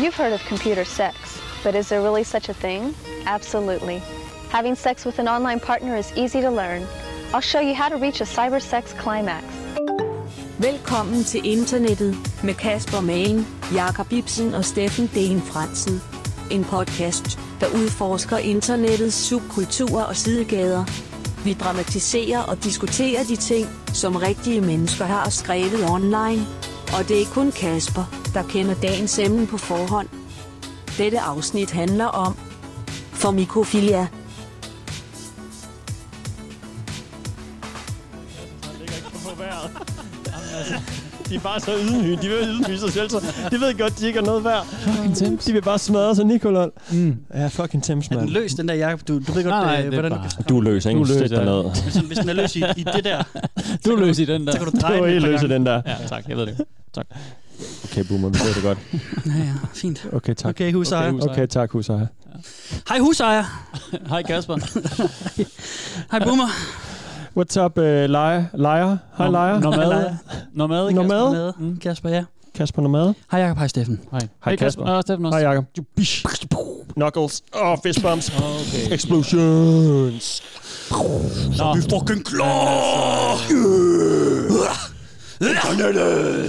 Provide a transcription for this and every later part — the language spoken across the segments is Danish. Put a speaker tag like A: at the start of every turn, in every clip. A: You've heard of computer sex, but is there really such a thing? Absolutely. Having sex with an online partner is easy to learn. I'll show you how to reach a cyber sex climax.
B: Velkommen til internettet med Kasper Magen, Jakob Ibsen og Steffen Dehn Fransen. En podcast, der udforsker internettets subkulturer og sidegader. Vi dramatiserer og diskuterer de ting, som rigtige mennesker har skrevet online. Og det er kun Kasper, der kender dagens emne på forhånd. Dette afsnit handler om for mikrofilia.
C: altså, De er bare så ydmyge. De vil ydmyge sig selv. Så de ved godt, de ikke er noget værd.
D: Fucking Thames.
C: De vil bare smadre sig, Nicolol.
D: Mm.
C: Ja, fucking Thames,
E: Er den
C: mand.
E: løs, den der jakob? Du, du ved godt,
D: Nej, nej,
E: øh,
D: det er
E: hvordan du
D: bare-
E: kan
F: Du er løs, ikke?
C: Du er løs,
F: Sæt dig
C: ja.
F: ned.
E: hvis, hvis den er løs i, i det der,
D: Du er løs i den der.
E: så kan du
C: Det
E: dreje
C: var
E: den.
C: helt
E: et par
C: løs af
E: gange.
C: den der.
E: Ja, tak. Jeg ved det.
F: Okay, boomer, vi ved det godt.
E: Ja, ja, fint.
C: Okay, tak.
E: Okay, husejer.
D: Okay,
E: Okay,
D: hus-
C: Okay, tak, Husejer.
E: Hej, husejer.
D: Hej Kasper.
E: Hej, boomer.
C: What's up, uh, Lejer? Lejer? Hej, Lejer.
D: Nomade.
E: Lejer.
D: Nomade. Kasper.
C: Nomade.
E: Med mm, Kasper, ja.
C: Kasper Nomade.
E: Hej, Jakob. Hej, Steffen.
D: Hej.
C: Hej, Kasper.
D: Nå, Steffen også.
C: Hej, Jacob. Du bish. Knuckles. Åh, oh, fist bumps.
D: Okay.
C: Explosions.
D: Nå,
E: Vi fucking klar!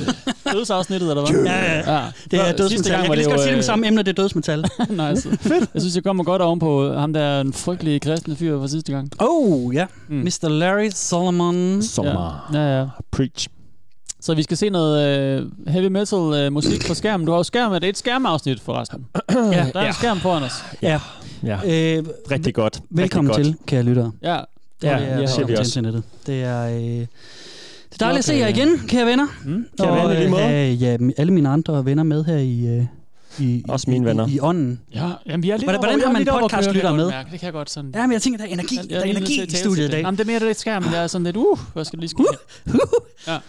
D: dødsafsnittet, eller hvad?
E: Ja, ja.
D: ja.
E: Det er
D: Nå, sidste
E: dødsmetal. Jeg
D: gang var
E: kan lige så godt
D: jo,
E: sige det med
D: øh,
E: samme emne, det er dødsmetal.
D: nice. Jeg synes, jeg kommer godt oven på ham der en frygtelig kristne fyr fra sidste gang.
E: Oh, ja.
D: Mm.
E: Mr. Larry Solomon.
F: Sommer.
D: Ja, ja.
C: Preach.
D: Så vi skal se noget øh, heavy metal øh, musik på skærmen. Du har jo skærm, er det et skærmafsnit forresten?
E: Ja,
D: Der er en skærm foran os.
E: ja.
C: Ja,
E: Øh,
C: rigtig godt.
E: velkommen
C: rigtig
E: til,
C: godt.
E: kære lyttere.
D: Ja,
E: Det
C: Ja,
E: er,
C: det siger vi
E: velkommen til
C: også.
E: internettet. Det er, øh, det er dejligt at se
D: Okay.
E: jer igen, kære venner.
D: Mm.
C: Kære venner, i lige måde.
E: øh, ja, m- alle mine andre venner med her i... Øh, i
C: Også
E: i-
C: mine venner.
E: I, i ånden.
D: ja jamen, vi er lidt
E: Hvordan-
D: over-
E: hvordan har
D: jeg er
E: man
D: lidt over at køre,
E: podcastlytter
D: kan jeg godt
E: med?
D: mærke. Det kan jeg godt sådan.
E: Ja, men jeg tænker, der er energi,
D: Jeg- jeg
E: der er
D: lige nødt
E: energi
D: til at
E: i
D: tale til
E: studiet i
D: det.
E: dag. Uh,
D: Jamen, det er mere det lidt skærmen, der er sådan lidt, uh, hvad skal det lige ske? her?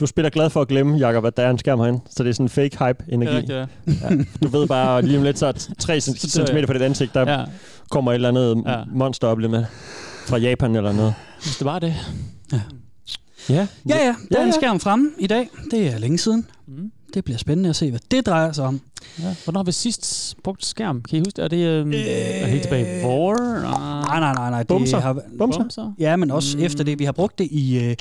C: Du spiller glad for at glemme, Jacob, at der er en skærm herinde. Så det er sådan fake
D: Det er
C: hype-energi.
D: rigtigt, ja.
C: Du ved bare, lige om lidt, så er 3 cm fra dit ansigt, der
D: ja.
C: kommer et eller andet
D: Ja.
C: ja. monster op lige med. Fra Japan eller noget.
D: Hvis det var det.
C: Ja.
E: Ja, ja, der er
C: Ja,
E: en
C: ja.
E: skærm fremme i dag. Det er længe siden.
D: Mm.
E: Det bliver spændende at se, hvad det drejer sig om.
D: Ja. Hvornår har vi sidst brugt skærm? Kan I huske det? Er det øhm, er det helt tilbage i
E: Øh,
D: vor?
E: Nej, nej, nej, nej. Det
C: Bumser.
E: Har,
C: Bumser.
D: Bumser?
E: ja, men også
D: Mm.
E: mm. efter det. Vi har brugt det i, øh,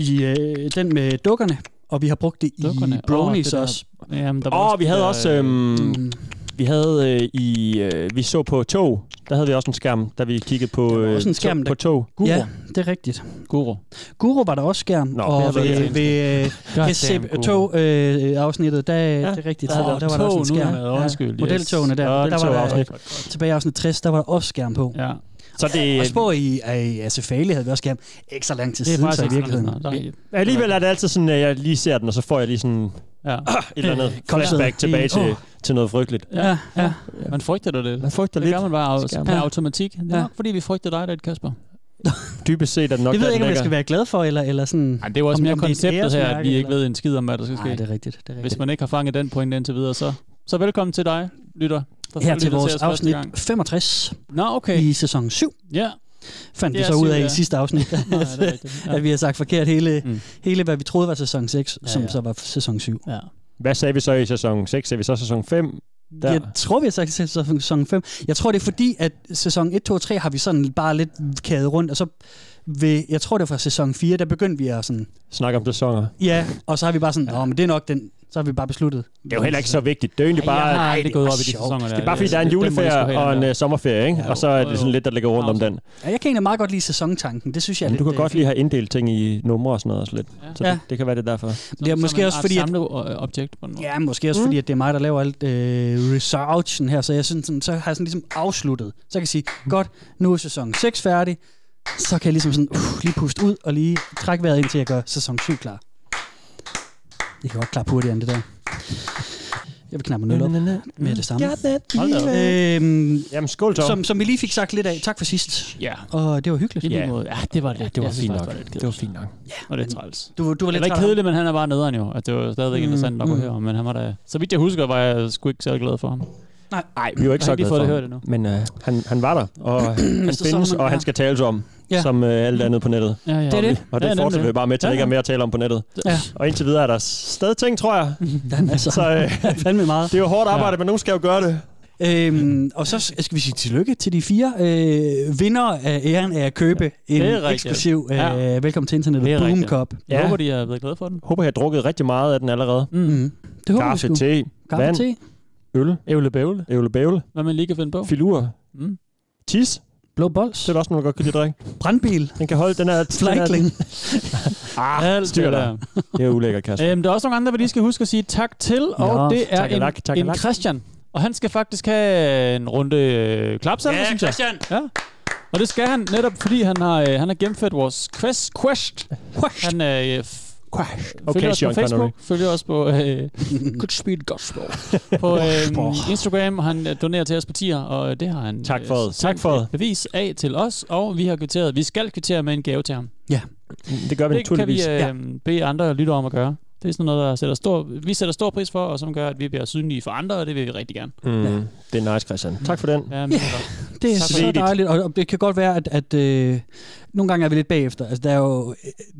E: i øh, den med dukkerne, og vi har brugt det
D: Dukkerne.
E: dukkerne. i
D: Åh,
E: brownies
D: det
E: oh,
D: der-
E: også.
D: Jamen, der var
C: Åh, oh, vi havde
D: der, øh,
C: også, øhm,
E: Mm.
C: vi havde øh, i, øh, vi så på tog, der havde vi også en skærm, da vi kiggede på,
E: Der var
C: øh,
E: også en skærm,
C: tog,
E: der-
C: på tog.
D: Guru.
E: Ja, det er rigtigt.
D: Guru.
E: Guru var der også skærm,
C: Nå,
E: Nå,
C: det har
E: og
C: været
E: ved,
C: det
E: ved øh,
D: Goddamn, Guru.
E: SCP-tog-afsnittet, øh, der, ja. det er rigtigt,
D: Åh,
E: der, der, var der også en
D: tog nu,
E: skærm.
D: mad, undskyld, yes.
E: Modeltogene der, der var der,
C: Modeltogafsnit.
E: tilbage i afsnit 60, der var der også skærm på. Ja.
D: Ja,
C: Så det,
E: Og spor i, øh, i Acefali havde vi også skærm. Ikke så lang tid
D: det er
E: siden,
D: faktisk
E: så i
D: ikke sådan,
E: virkeligheden.
D: der er rigtigt.
C: alligevel er det altid sådan, at jeg lige ser den, og så får jeg lige sådan et
D: Ja.
C: eller andet
E: Koldt.
C: flashback tilbage
E: Åh.
C: til, til noget frygteligt.
E: Ja, ja.
D: Man frygter dig lidt.
C: Man frygter
D: Det
C: lidt.
D: gør man bare af,
C: Skærm.
D: per
E: Ja.
D: automatik. Det er
E: Ja.
D: nok, fordi vi frygter dig, det Kasper.
C: Dybest set er det nok,
E: Det ved
C: der,
E: jeg ikke, om
C: den
E: jeg skal
C: ligger.
E: være glad for, eller, eller sådan...
D: Ej, det er jo også
E: Om-
D: mere
E: om det er et
D: konceptet her, at vi
E: æresmærke,
D: ikke ved en skid om, hvad der skal
E: Nej,
D: ske.
E: det er rigtigt. Det er rigtigt.
D: Hvis man ikke har fanget den pointe indtil videre, så, så velkommen til dig, lytter. der
E: Her
D: lytter
E: til vores
D: os første
E: afsnit
D: gang.
E: 65
D: Nå, okay.
E: i sæson 7,
D: Ja,
E: fandt
D: Det
E: vi
D: er
E: så ud
D: syv,
E: af
D: ja.
E: i sidste afsnit,
D: Nej, det er rigtigt. Ja.
E: at vi har sagt forkert hele,
D: Mm.
E: hele hvad vi troede var sæson 6,
D: Ja,
E: som
D: ja.
E: så var sæson 7.
D: ja.
C: Hvad sagde vi så i sæson 6? Sagde vi så sæson 5? Der.
E: Jeg tror, vi har sagt sæson 5. Jeg tror, det er fordi, at sæson 1, 2 og 3 har vi sådan bare lidt kædet rundt, og så ved, jeg tror, det var fra sæson 4, der begyndte vi at sådan,
C: Snak om sæsoner.
E: ja, og så har vi bare sådan, nå, men det er nok den, så har vi bare besluttet.
C: Det er jo heller ikke så vigtigt. Det er egentlig bare,
D: jeg har
C: Ej,
D: aldrig
C: det-
D: gået
E: var
D: op i de
E: sjovt.
D: sæsoner der.
C: det er bare fordi, der er en
D: Den må I sgu
C: juleferie
D: have,
C: og
D: den
C: en
D: der.
C: øh, sommerferie, ikke?
D: Ja,
C: Og så er
D: jo.
C: det sådan lidt, der ligger rundt om den.
E: Ja, jeg kan egentlig meget godt lide sæsontanken, det synes jeg er
C: Jamen, du
E: lidt,
C: kan
E: øh,
C: godt lige have inddelt ting i numre og sådan noget også lidt.
D: Ja.
C: Ja. Så
E: Ja.
C: det, det kan være det er derfor.
E: Det er
D: Som-
E: måske
D: som en
E: også
D: art
E: fordi, at
D: samleobjekt øh, på en måde.
E: Ja, måske også mm. fordi, at det er mig, der laver alt øh, researchen her, så jeg synes, sådan, så har jeg sådan ligesom afsluttet. Så jeg kan sige,
D: Mm.
E: godt, nu er sæson 6 færdig, så kan jeg ligesom sådan, uh, lige puste ud og lige trække vejret ind, til jeg gør sæson 7 klar. Det kan godt klare hurtigere end det der. Jeg vil knappe nul op med det samme.
D: Hold da op.
E: Øhm,
C: Jamen skål, Tom.
E: som, som vi lige fik sagt lidt af, tak for sidst.
D: Ja,
E: Og det var hyggeligt.
D: i lige
C: Ja.
D: måde. Ja, det var lidt.
C: det var
D: jeg synes
C: fint
D: faktisk,
C: nok.
D: lidt
C: Det
D: kedeligt.
C: var fint nok.
D: Og det er træls.
E: Du, du var
D: Det
E: lidt
D: var ikke
E: træt.
D: kedeligt, men han er bare nederen jo. At det var stadigvæk mm,
E: Mm,
D: interessant at gå
E: mm.
D: her, men han var da... Så vidt jeg husker, var jeg sgu ikke særlig glad for ham.
E: Nej.
C: Nej, vi var ikke
D: Jeg har
C: så
D: ikke
C: glade
D: lige fået
C: for
D: det
C: ham.
D: hørt endnu. Altså,
C: Men øh, han, han var der, og han
E: så er
C: findes,
E: man-
C: og
E: ja.
C: han skal tales om,
E: Ja.
C: som øh, alt andet på nettet.
D: Ja, ja.
E: Det er det.
C: Og det
D: Ja,
C: ja,
D: nemlig.
C: fortsætter vi bare med, til
D: Ja,
C: der ikke er
D: ja.
C: mere at tale om på nettet.
E: Ja.
C: Og indtil videre er der stadig ting, tror jeg.
E: Der er masser.
C: Så øh,
E: Fandme meget.
C: det er jo hårdt arbejde, ja. men nogen skal jo gøre det.
E: Øhm, og så skal vi sige tillykke til de fire øh, vinder af æren af at købe en
D: Det er rigtigt.
E: eksklusiv øh,
D: Ja.
E: Velkommen til Internettet Boom
D: rigtigt.
E: Cup.
D: Jeg
C: Ja.
D: håber, de har været glade for den.
C: Håber, jeg har drukket rigtig meget af den allerede.
E: Mm. Det håber
C: Kaffe,
E: vi sgu.
C: te,
E: Kaffe,
C: vand,
E: te.
C: øl,
D: Ævle bævle.
C: ævlebævle,
D: Hvad man lige kan finde på.
C: filur,
D: Mm.
C: tis.
E: Blå bols.
C: Det er der også nogen, der godt kan lide at drikke.
E: Brandbil.
C: Den kan holde den her...
E: Flykling.
C: Ah, styr dig. Det er ulækkert, Kasper.
D: Øhm, der er også nogle andre, vi lige skal huske at sige tak til, og
E: Nå,
D: det er
C: takalak,
D: en, en
C: takalak.
D: Christian. Og han skal faktisk have en runde øh, klapsalver, synes jeg.
E: Christian.
D: Og det skal han netop, fordi han har, øh, han har gennemført vores quest. quest. Han øh, f- følger
C: Okay,
D: os på
C: Sean
D: Facebook,
C: Connery.
D: følger os på øh, Good Speed Gospel, på øh, Instagram, og han øh, donerer til os på tier, og det har han
C: Tak for
D: øh,
C: det.
D: sendt
C: Tak for
D: et
C: det.
D: bevis af til os, og vi har kvitteret, vi skal kvittere med en gave til ham.
C: Det gør vi
D: Det kan vi
C: naturligvis.
D: øh, ja. bede andre lyttere om at gøre. Det er sådan noget, der sætter stor, vi sætter stor pris for, og som gør, at vi bliver synlige for andre, og det vil vi rigtig gerne.
C: Mm, det er nice, Christian. Tak for den.
D: Ja, men,
E: Det er
D: Tak for
E: så
C: det.
E: dejligt, og og det kan godt være, at, at øh, nogle gange er vi lidt bagefter. Altså, der er jo øh,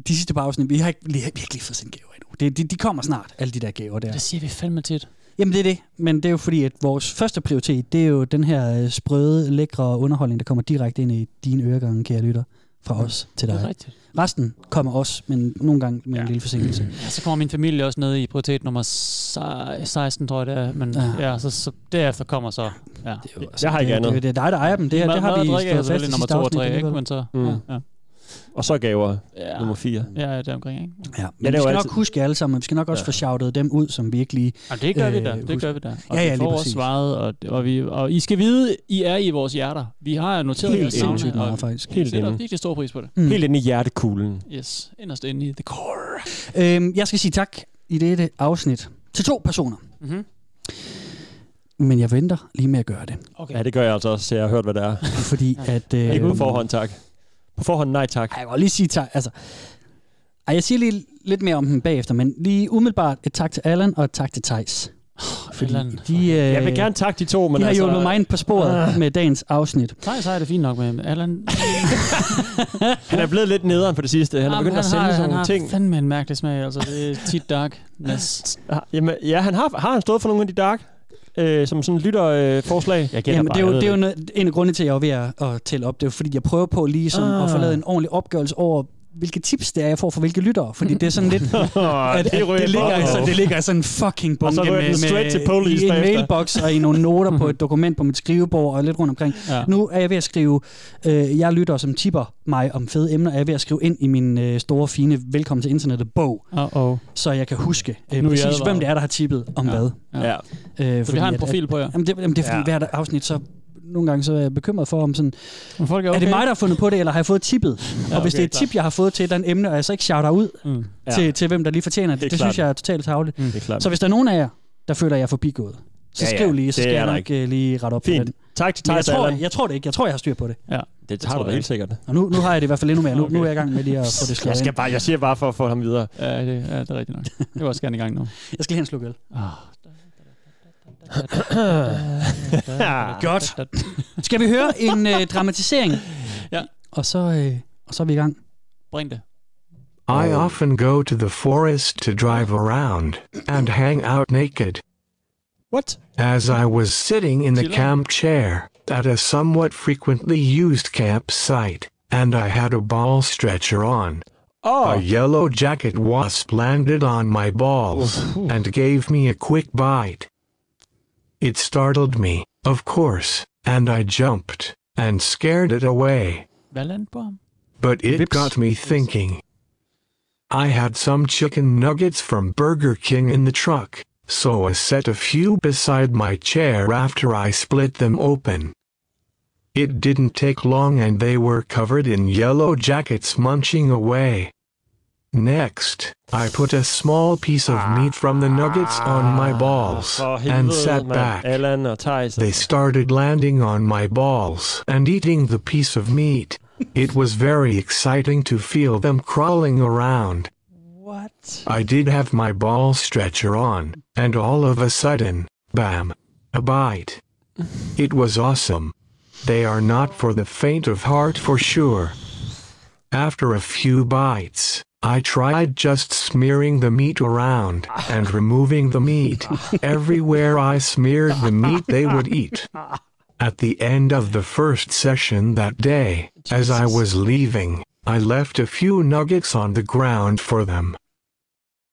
E: de sidste par afsnit, vi har ikke, vi har ikke lige fået sendt gaver endnu. Det, de, de kommer snart, alle de der gaver der.
D: Det siger vi fandme tit.
E: Jamen det er det, men det er jo fordi, at vores første prioritet, det er jo den her øh, sprøde, lækre underholdning, der kommer direkte ind i dine øregange, kære lytter, fra os til
D: Det er
E: dig.
D: rigtigt. Mm.
E: Resten kommer også, men nogle gange med ja. en
D: Ja.
E: lille forsinkelse.
D: Ja, så kommer min familie også ned i prioritet nummer se- 16, tror jeg det er. Men
E: Ja.
D: ja, ja så, så derefter kommer så... Ja.
E: Det er jo,
C: Jeg har ikke
E: det,
C: andet.
E: Det, det er dig, der ejer dem. Det, her,
D: Mad-
E: det har
D: mad og
E: vi
D: drikke er
E: stået fast i
D: selvfølgelig nummer
E: sidste
D: 2 og
E: afsnit.
D: 3, ikke?
E: alligevel.
D: Men så...
C: Mm.
D: Ja, ja.
C: Og så gaver
D: Ja.
C: nummer 4.
D: Ja, det er omkring, ikke?
E: Ja,
C: Jeg
E: men vi
C: laver
E: skal nok
C: altid-
E: huske jer alle sammen, og vi skal nok også
C: Ja.
E: få shoutet dem ud, som vi ikke lige...
D: Jamen, det gør øh, vi
E: Øh,
D: da, det
E: husk-
D: gør vi da. Og
E: Ja, ja,
D: vi
E: lige
D: får også
E: præcis.
D: svaret, og, og, vi, og I skal vide, I er i vores hjerter. Vi har noteret
C: Helt
D: jeres navne,
E: sindssygt meget, faktisk.
D: Helt
C: Helt
D: sætter
C: inde.
D: virkelig stor pris på det.
E: Mm.
C: Helt inde i hjertekuglen.
D: Yes, inderst inde i the core.
E: Øhm, jeg skal sige tak i dette afsnit til to personer,
D: Mm-hmm.
E: men jeg venter lige med at gøre det,
D: Okay.
C: Ja, det gør jeg altså også, så jeg har hørt, hvad det er.
E: fordi at... Øh,
C: Ikke på forhånd, tak. På forhånd, nej tak.
E: Ej, jeg vil godt lige sige tak. Altså, ej, jeg siger lige lidt mere om dem bagefter, men lige umiddelbart et tak til Allan og et tak til Tejs. Fordi
D: Allan.
E: de, øh,
C: Jeg vil gerne takke de to, men
E: de har
C: altså... Ah.
E: altså, hjulpet mig ind på sporet med dagens afsnit.
D: Nej, så er det fint nok med Allan.
C: Han er blevet lidt nederen på det sidste. Han er
D: Jamen,
C: begyndt at sende
D: har,
C: sådan
D: Ah, han
C: nogle
D: har
C: ting.
D: fandme en mærkelig smag, altså. Det er tit dark. Nas.
C: Ah, Jamen, ja, han har, har han stået for nogle af de dark, øh, som sådan lytterforslag. Øh, forslag? jeg gætter
E: Jamen, det er jo,
C: jeg ved
E: det er jo
C: ikke.
E: noget, en af grundene til, at jeg var ved at, at tælle op. Det er jo fordi, jeg prøver på lige som
C: Ah.
E: at få lavet en ordentlig opgørelse over, hvilke tips det er, jeg får fra hvilke lyttere. Fordi det er sådan lidt...
C: Åh,
E: At, at
C: Ah, ryger
E: det, ligger
C: meget
E: altså,
C: op.
E: det ligger altså en fucking bunke
C: Og så ryger den
E: med,
C: straight
E: med
C: til police
E: i en
C: bagefter.
E: mailbox og i nogle noter på et dokument på mit skrivebord og lidt rundt omkring.
D: Ja.
E: Nu er jeg ved at skrive, øh, jeg lytter som tipper mig om fede emner, er jeg ved at skrive ind i min øh, store, fine Velkommen til Internettet bog,
D: Uh-oh.
E: så jeg kan huske øh,
D: Nu er I
E: præcis,
D: advaret.
E: hvem det er, der har tippet om
D: Ja.
E: ja. hvad.
C: Ja.
E: Øh,
D: Så vi har en
E: at-
D: profil på jer.
E: At, jamen, det, jamen det er fordi,
C: Ja.
E: ja. hvert afsnit, så nogle gange så er jeg bekymret for, om sådan,
D: Men folk
E: okay. er det mig,
D: okay.
E: der har fundet på det, eller har jeg fået tippet? Ja, og hvis det
D: okay,
E: er et tip, jeg har fået til et eller andet emne, og jeg så ikke shouter ud
D: Mm.
E: ja. til, til hvem, der lige fortjener det,
C: Helt
E: det, det synes
C: klart.
E: jeg er totalt tavligt.
C: Mm. Det er klart.
E: Så hvis der er nogen af jer, der føler, at jeg er forbigået, så
C: Ja, ja,
E: skriv lige, så
C: det
E: skal
C: er
E: jeg
C: der
E: nok øh, lige rette op på
C: Fint.
E: det.
C: Tak til
E: Men jeg
C: Thijs og
E: tror,
C: Allan.
E: jeg, jeg tror det ikke. Jeg tror, jeg har styr på det.
C: Det
D: tror
C: tager du
D: jeg
C: da helt
D: ikke.
C: sikkert.
E: Og nu, nu har jeg det i hvert fald endnu mere. Nu, nu er jeg i gang med lige at få det
C: Jeg,
E: slået
C: skal
E: ind.
C: bare, jeg siger bare for at få ham videre.
D: Ja, det, ja, det er rigtigt nok. Det var også gerne i gang nu.
E: Jeg skal lige have en sluk øl.
C: Ah.
E: Godt. Skal vi høre en øh, dramatisering?
D: Ja.
E: Og så, øh, og så er vi i gang.
D: Bring det.
G: I
C: Oh.
G: often go to the forest to drive around and hang out naked.
C: What?
G: As I was sitting in the
D: Chiller.
G: camp chair at a somewhat frequently used campsite, and I had a ball stretcher on,
C: Åh,
G: a yellow jacket wasp landed on my balls and gave me a quick bite. It startled me, of course, and I jumped and scared it away
D: Hvad landte på ham?
G: but it
E: Vips.
G: got me thinking. I had some chicken nuggets from Burger King in the truck, so I set a few beside my chair after I split them open. It didn't take long and they were covered in yellow jackets munching away. Next, I put a small piece of meat from the nuggets on my balls
C: for
G: and
C: helvede,
G: sat
C: mand.
G: back.
C: Allan og Thijs.
G: They started landing on my balls and eating the piece of meat. It was very exciting to feel them crawling around. What? I did have my ball stretcher on, and all of a sudden, bam, a bite. It was awesome. They are not for the faint of heart for sure. After a few bites, I tried just smearing the meat around and removing the meat. Everywhere I smeared the meat, they would eat. At the end of the first session that day, as I was leaving, I left a few nuggets on the ground for them.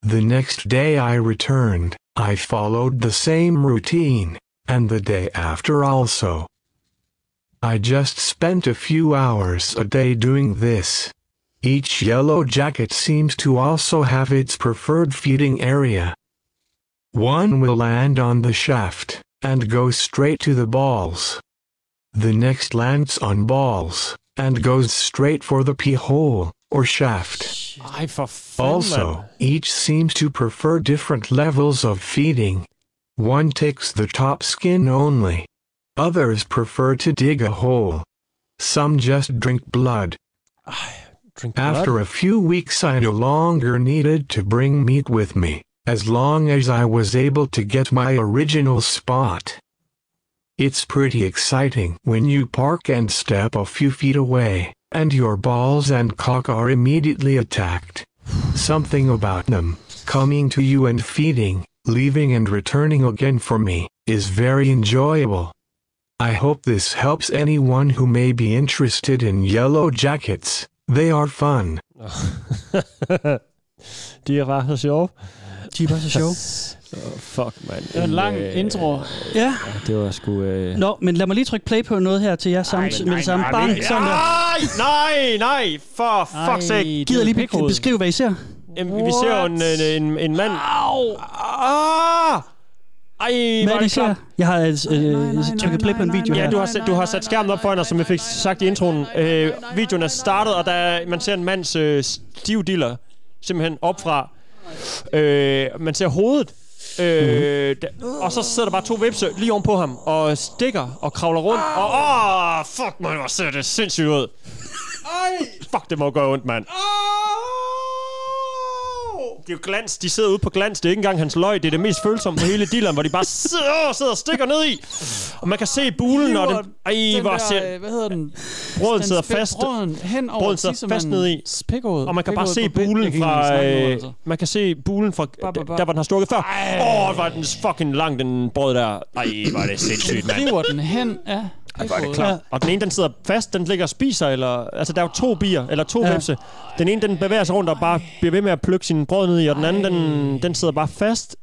G: The next day I returned, I followed the same routine, and the day after also. I just spent a few hours a day doing this. Each yellow jacket seems to also have its preferred feeding area. One will land on the shaft and go straight to the balls. The next lands on balls and goes straight for the pee hole or shaft.
D: Ej, for fanden,
G: Also, each seems to prefer different levels of feeding. One takes the top skin only. Others prefer to dig a hole. Some just drink blood.
C: Drink
G: After a few weeks, I no longer needed to bring meat with me, as long as I was able to get my original spot. It's pretty exciting when you park and step a few feet away, and your balls and cock are immediately attacked. Something about them, coming to you and feeding, leaving and returning again for me, is very enjoyable. I hope this helps anyone who may be interested in yellow jackets. They are fun.
C: De er bare så sjove.
E: De er bare så sjove.
C: Oh, fuck, mand.
D: Det var en lang
C: øh,
D: intro.
E: ja.
C: Det var sgu... Øh...
E: Nå, men lad mig lige trykke play på noget her til jer samtidig med det samme. Bang, sådan der.
C: Nej, nej, nej, for fuck's Ah, sake.
E: Gider lige be-
D: pikhoved.
E: beskrive, hvad I ser?
C: Jamen, vi ser jo en, en, en, en mand... Au! Ah! Ej,
E: Hvad er det, I ser?
C: klap.
E: Jeg har øh, trykket play på en video
C: Ja,
E: her.
C: du har, sat, du har sat skærmen op foran dig, som jeg fik sagt i introen. Øh, videoen er startet, og der er, man ser en mands øh, stiv diller, simpelthen opfra. Øh, man ser hovedet.
D: Mhm.
C: Øh, da- og så sidder der bare to vipse lige ovenpå ham, og stikker og kravler rundt.
D: Ah!
C: Og åh, fuck man, hvor ser det sindssygt ud. Fuck, det må gøre ondt, mand. Det er jo glans. De sidder ude på glans. Det er ikke engang hans løg. Det er det mest følsomme på hele dealeren, hvor de bare sidder, sidder og stikker ned i. Og man kan se bulen, og den... Ej,
D: den
C: hvor
D: der,
C: ser...
D: øh, hvad hedder den?
C: Brøden
D: Den
C: sidder
D: spænd-
C: fast.
D: Brøden hen over
C: Brøden sidder fast ned i.
D: Spikkehovedet.
C: Og man kan bare se bulen fra... Øh, man kan se bulen fra...
D: altså. Ba, ba, ba.
C: Der, hvor den har stukket før. Åh, oh, var den fucking lang, den brød der. Ej, var det sindssygt, mand.
D: River den hen af pikkehovedet.
C: Klar. Og den ene, den sidder fast, den ligger og spiser, eller... Altså, der er jo to bier, eller to ja. vipse. Den ene, den bevæger sig rundt og bare bliver ved med at plukke sin brød ned i, og den anden, den, den sidder bare fast.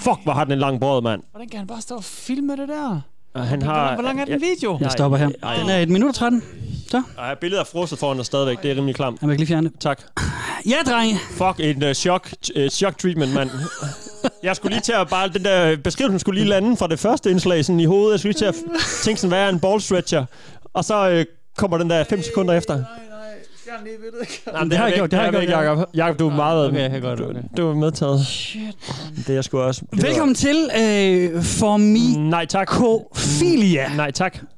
C: Fuck, hvor har den en lang brød, mand.
D: Hvordan kan han bare stå og filme det der?
C: Og han har...
D: Hvor lang er den
C: jeg,
D: video?
E: Jeg stopper her.
C: Ej, ej.
E: Den er 1 minut og 13. Så,
C: jeg, har billedet af frosset foran dig stadigvæk, det er rimelig klamt.
E: jeg vil lige fjerne det.
C: Tak.
E: Ja, drenge!
C: Fuck, en uh, shock, uh, shock treatment, mand. Jeg skulle lige til at bare, den der beskrivelse skulle lige lande fra det første indslag sådan i hovedet. Jeg skulle lige til at f- tænke sådan, hvad er en ball stretcher? Og så øh, kommer den der 5 sekunder efter. Nej, nej,
E: Det har jeg gjort, det har jeg gjort,
C: Jacob. Jacob, du er meget...
D: okay, jeg kan godt, okay.
C: Du, du er medtaget. Shit. Det er jeg sgu også. Det
E: Velkommen til øh,
C: Var...
E: Formicofilia.
C: Mm, Nej, tak. K. Nej,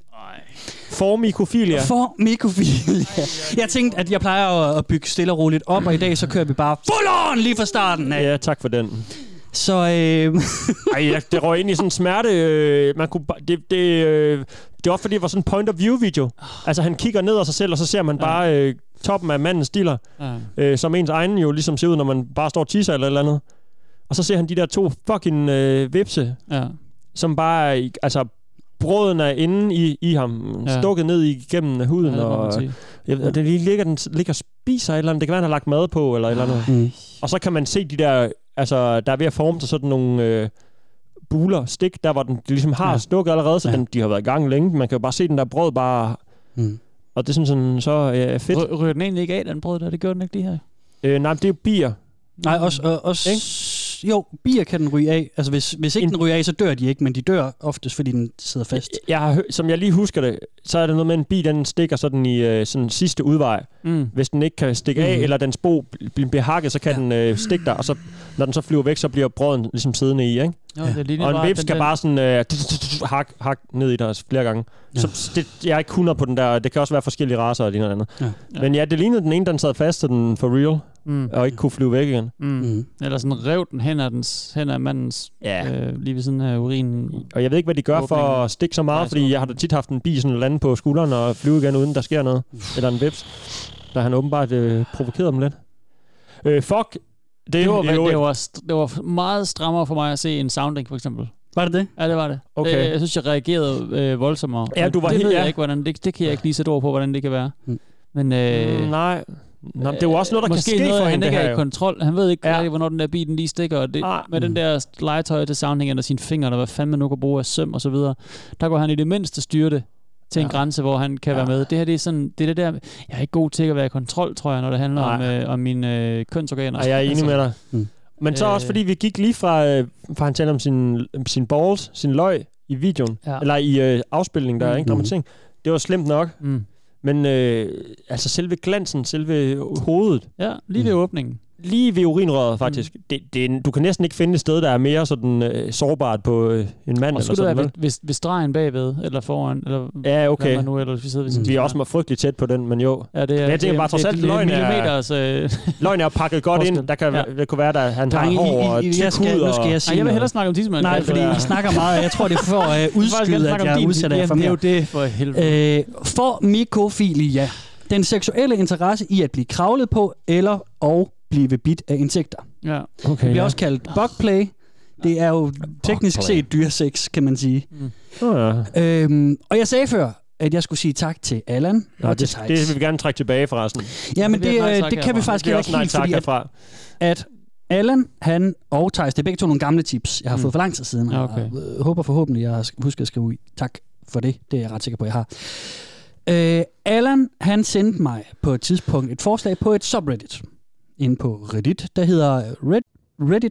C: tak. Formikofilia.
E: Formicofilia. Jeg tænkte, at jeg plejer at- at bygge stille og roligt op, og i dag så kører vi bare full on lige fra starten af.
C: Ja, tak for den.
E: Så øh,
C: Ej, jeg- det røg ind i sådan en smerte. Øh, man kunne, ba- det, det, øh, det var fordi, det var sådan en point of view video.
E: Ah.
C: Altså, han kigger ned af sig selv, og så ser man bare øh, toppen af mandens stiller,
D: Ja.
C: øh, som ens egen jo ligesom ser ud, når man bare står og tisser eller et eller andet. Og så ser han de der to fucking øh, vipse,
D: ja.
C: som bare, er i- altså, brøden er inde i, i ham,
D: Ja.
C: ja. stukket ned igennem huden,
D: Ja, det må man
C: og,
D: sige.
C: jeg, ved- og det lige ligger, den s- ligger og spiser et eller andet. Det kan være, han har lagt mad på, eller et eller andet.
E: Mm.
C: Og så kan man se de der, altså, der er ved at forme sig sådan nogle øh, buler, stik, der hvor den de ligesom har
E: Ja.
C: ja. stukket allerede, så
E: Ja.
C: ja. den, de har været i gang længe. Man kan jo bare se den der brød bare...
E: Mm.
C: Mm. Og det er sådan, sådan så øh, fedt.
D: Rø- Ryger den egentlig ikke af, den brød der? Det gjorde den ikke lige her.
C: Øh, nej, men det er jo bier.
E: nej, også, og, også jo, bier kan den ryge af. Altså hvis, hvis ikke
C: En-
E: den ryger af, så dør de ikke, men de dør oftest, fordi den sidder fast.
C: Jeg har, hø- som jeg lige husker det, så er det noget med en bi, den stikker sådan i øh, sådan sidste udvej.
D: Mm. Mm-hmm.
C: Hvis den ikke kan stikke af,
E: Mhm.
C: eller dens bo bl- bliver hakket, så kan ja. den øh, stikke dig, og så, når den så flyver væk, så bliver brøden ligesom siddende i, ikke?
D: Nå, det lignede
C: Og
D: bare
C: en vips
D: den
C: kan
D: der-
C: bare sådan øh, tut, tut, tut, hak, hak ned i dig flere gange. Så det, jeg er ikke 100 på den der. Det kan også være forskellige raser og det ene og det andet. Men ja, det lignede den ene, den sad fast, og den for real,
D: Mm.
C: og ikke kunne flyve væk igen.
D: Mm. Eller sådan rev den hen af, dens, hen af mandens,
C: Ja.
D: øh, lige ved siden af urinen.
C: Og jeg ved ikke, hvad de gør for at stikke så meget, fordi jeg har da tit haft en bi sådan lande på skulderen og flyve igen, uden der sker noget. Eller en vips. Der han åbenbart øh, provokeret dem lidt. Øh, fuck. Det,
D: Det var, det, var, det,
C: var,
D: var, st- det var meget strammere for mig at se en sounding, for eksempel.
E: Var det det?
D: Ja, det var det.
C: Okay.
D: Øh, jeg synes, jeg reagerede øh, voldsommere.
C: Ja,
D: Og
C: du var
D: det
C: helt-
D: ved jeg
C: ja.
D: ikke, hvordan, det, det kan jeg ikke lige sætte ord på, hvordan det kan være. Men, øh,
C: Mm, nej. Nå, det er jo også noget, der kan
D: måske
C: ske
D: noget,
C: for
D: han
C: hende, det
D: ikke
C: her
D: er i
C: jo.
D: kontrol. Han ved ikke, ja. hvornår den der bil den lige stikker. Og det,
C: Ah.
D: med den der legetøj til soundingen og sine fingre, og hvad fanden man nu kan bruge af søm og så videre. Der går han i det mindste styre det til en grænse, hvor han kan være med. Det her, det er sådan, det er det der, jeg er ikke god til at være i kontrol, tror jeg, når det handler om, øh, om mine øh, kønsorganer.
C: Ej, jeg er enig med dig.
E: Mm.
C: Men så også
D: Øh.
C: fordi vi gik lige fra, øh, fra han talte om sin, sin balls, sin løg i videoen,
D: Ja.
C: ja. eller i øh, afspilningen, der mm. er
D: Mm.
C: ingen dramatisering. Det var slemt nok.
D: Mm.
C: Men øh, altså selve glansen, selve hovedet.
D: Ja, lige ved åbningen.
C: Lige ved urinrøret faktisk. Mm. Det, det, er en- du kan næsten ikke finde et sted, der er mere sådan øh, sårbart på øh, en mand.
D: Og
C: eller
D: skulle det
C: sådan,
D: være
C: vel?
D: ved, ved, ved stregen bagved, eller foran, eller
C: Ja, okay.
D: hvad man nu ellers vi sidder ved
E: Mm.
D: sin
C: Vi er
D: skærm.
C: også frygteligt tæt på den, men jo.
D: Ja, det er,
C: men jeg tænker bare, trods alt, løgn er,
D: millimeters, øh,
C: løgn er pakket godt ind.
D: forskel.
C: Der kan, ja. Det kunne være, at han har
E: Drenge, I-
C: hår og
E: I- I-
C: tyk
E: jeg skal-
C: hud.
E: nu skal
C: og-
E: jeg sige Ej, jeg vil noget. hellere
D: snakke om tidsmanden.
E: Nej, fordi I snakker meget, og jeg tror, det er for at øh, udskyde, at jeg udsætter jer for
D: Det er
E: mere.
D: jo det for helvede.
E: Øh, for mikrofilia. Den seksuelle interesse i at blive kravlet på eller og blive bidt af insekter.
D: Ja.
E: Det bliver også kaldt bugplay. Det er jo teknisk
F: Bugplay.
E: set dyresex, kan man sige.
C: Mm. Ja.
E: Øhm, og jeg sagde før, at jeg skulle sige tak til Allan
C: Nå,
E: og til
C: det,
E: Thijs.
C: det vil vi gerne trække tilbage forresten.
E: Ja, men
D: Det
E: det,
D: bliver et nej
E: øh,
D: tak
E: det kan vi
D: herfra.
E: faktisk
C: Det er
E: heller
C: også
E: ikke
C: nej
E: helt,
C: tak
E: fordi at,
C: herfra.
E: at Allan, han og Thijs, det er begge to nogle gamle tips, jeg har fået for lang tid siden,
D: Mm. Ja,
E: og
D: okay.
E: øh, håber forhåbentlig, jeg har husket at skrive i. Tak for det, det er jeg ret sikker på, jeg har. Øh, Allan, han sendte mig på et tidspunkt et forslag på et subreddit, inde på Reddit, der hedder øh, red,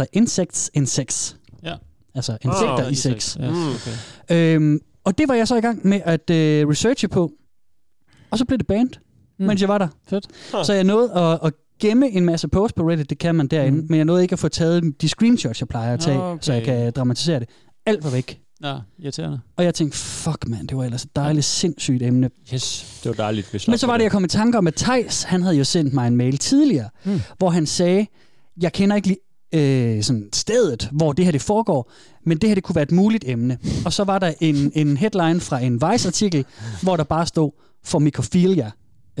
E: reddit.com-r-insects-insects.
D: Ja.
E: Altså insekter
C: Ah,
E: i sex.
D: Ja,
C: Mm.
D: okay.
E: Øhm, og det var jeg så i gang med at øh, researche på. Og så blev det banned, mm. mens jeg var der.
D: Fedt.
E: Så jeg nåede at, at gemme en masse posts på Reddit, det kan man derinde. Mm. Men jeg nåede ikke at få taget de screenshots, jeg plejer at tage, okay.
D: Okay.
E: så jeg kan dramatisere det. Alt var væk.
D: Ja, irriterende.
E: Og jeg tænkte, fuck mand, det var ellers et dejligt sindssygt emne.
C: Yes, det var dejligt. Vi slap
E: Men så var
C: med
E: det, jeg kom i tanke om, at Tejs, han havde jo sendt mig en mail tidligere, mm.
C: Hmm.
E: hvor han sagde, jeg kender ikke lige øh, sådan stedet, hvor det her det foregår, men det her det kunne være et muligt emne. Og så var der en, en headline fra en Vice-artikel, hvor der bare stod for mikrofilia,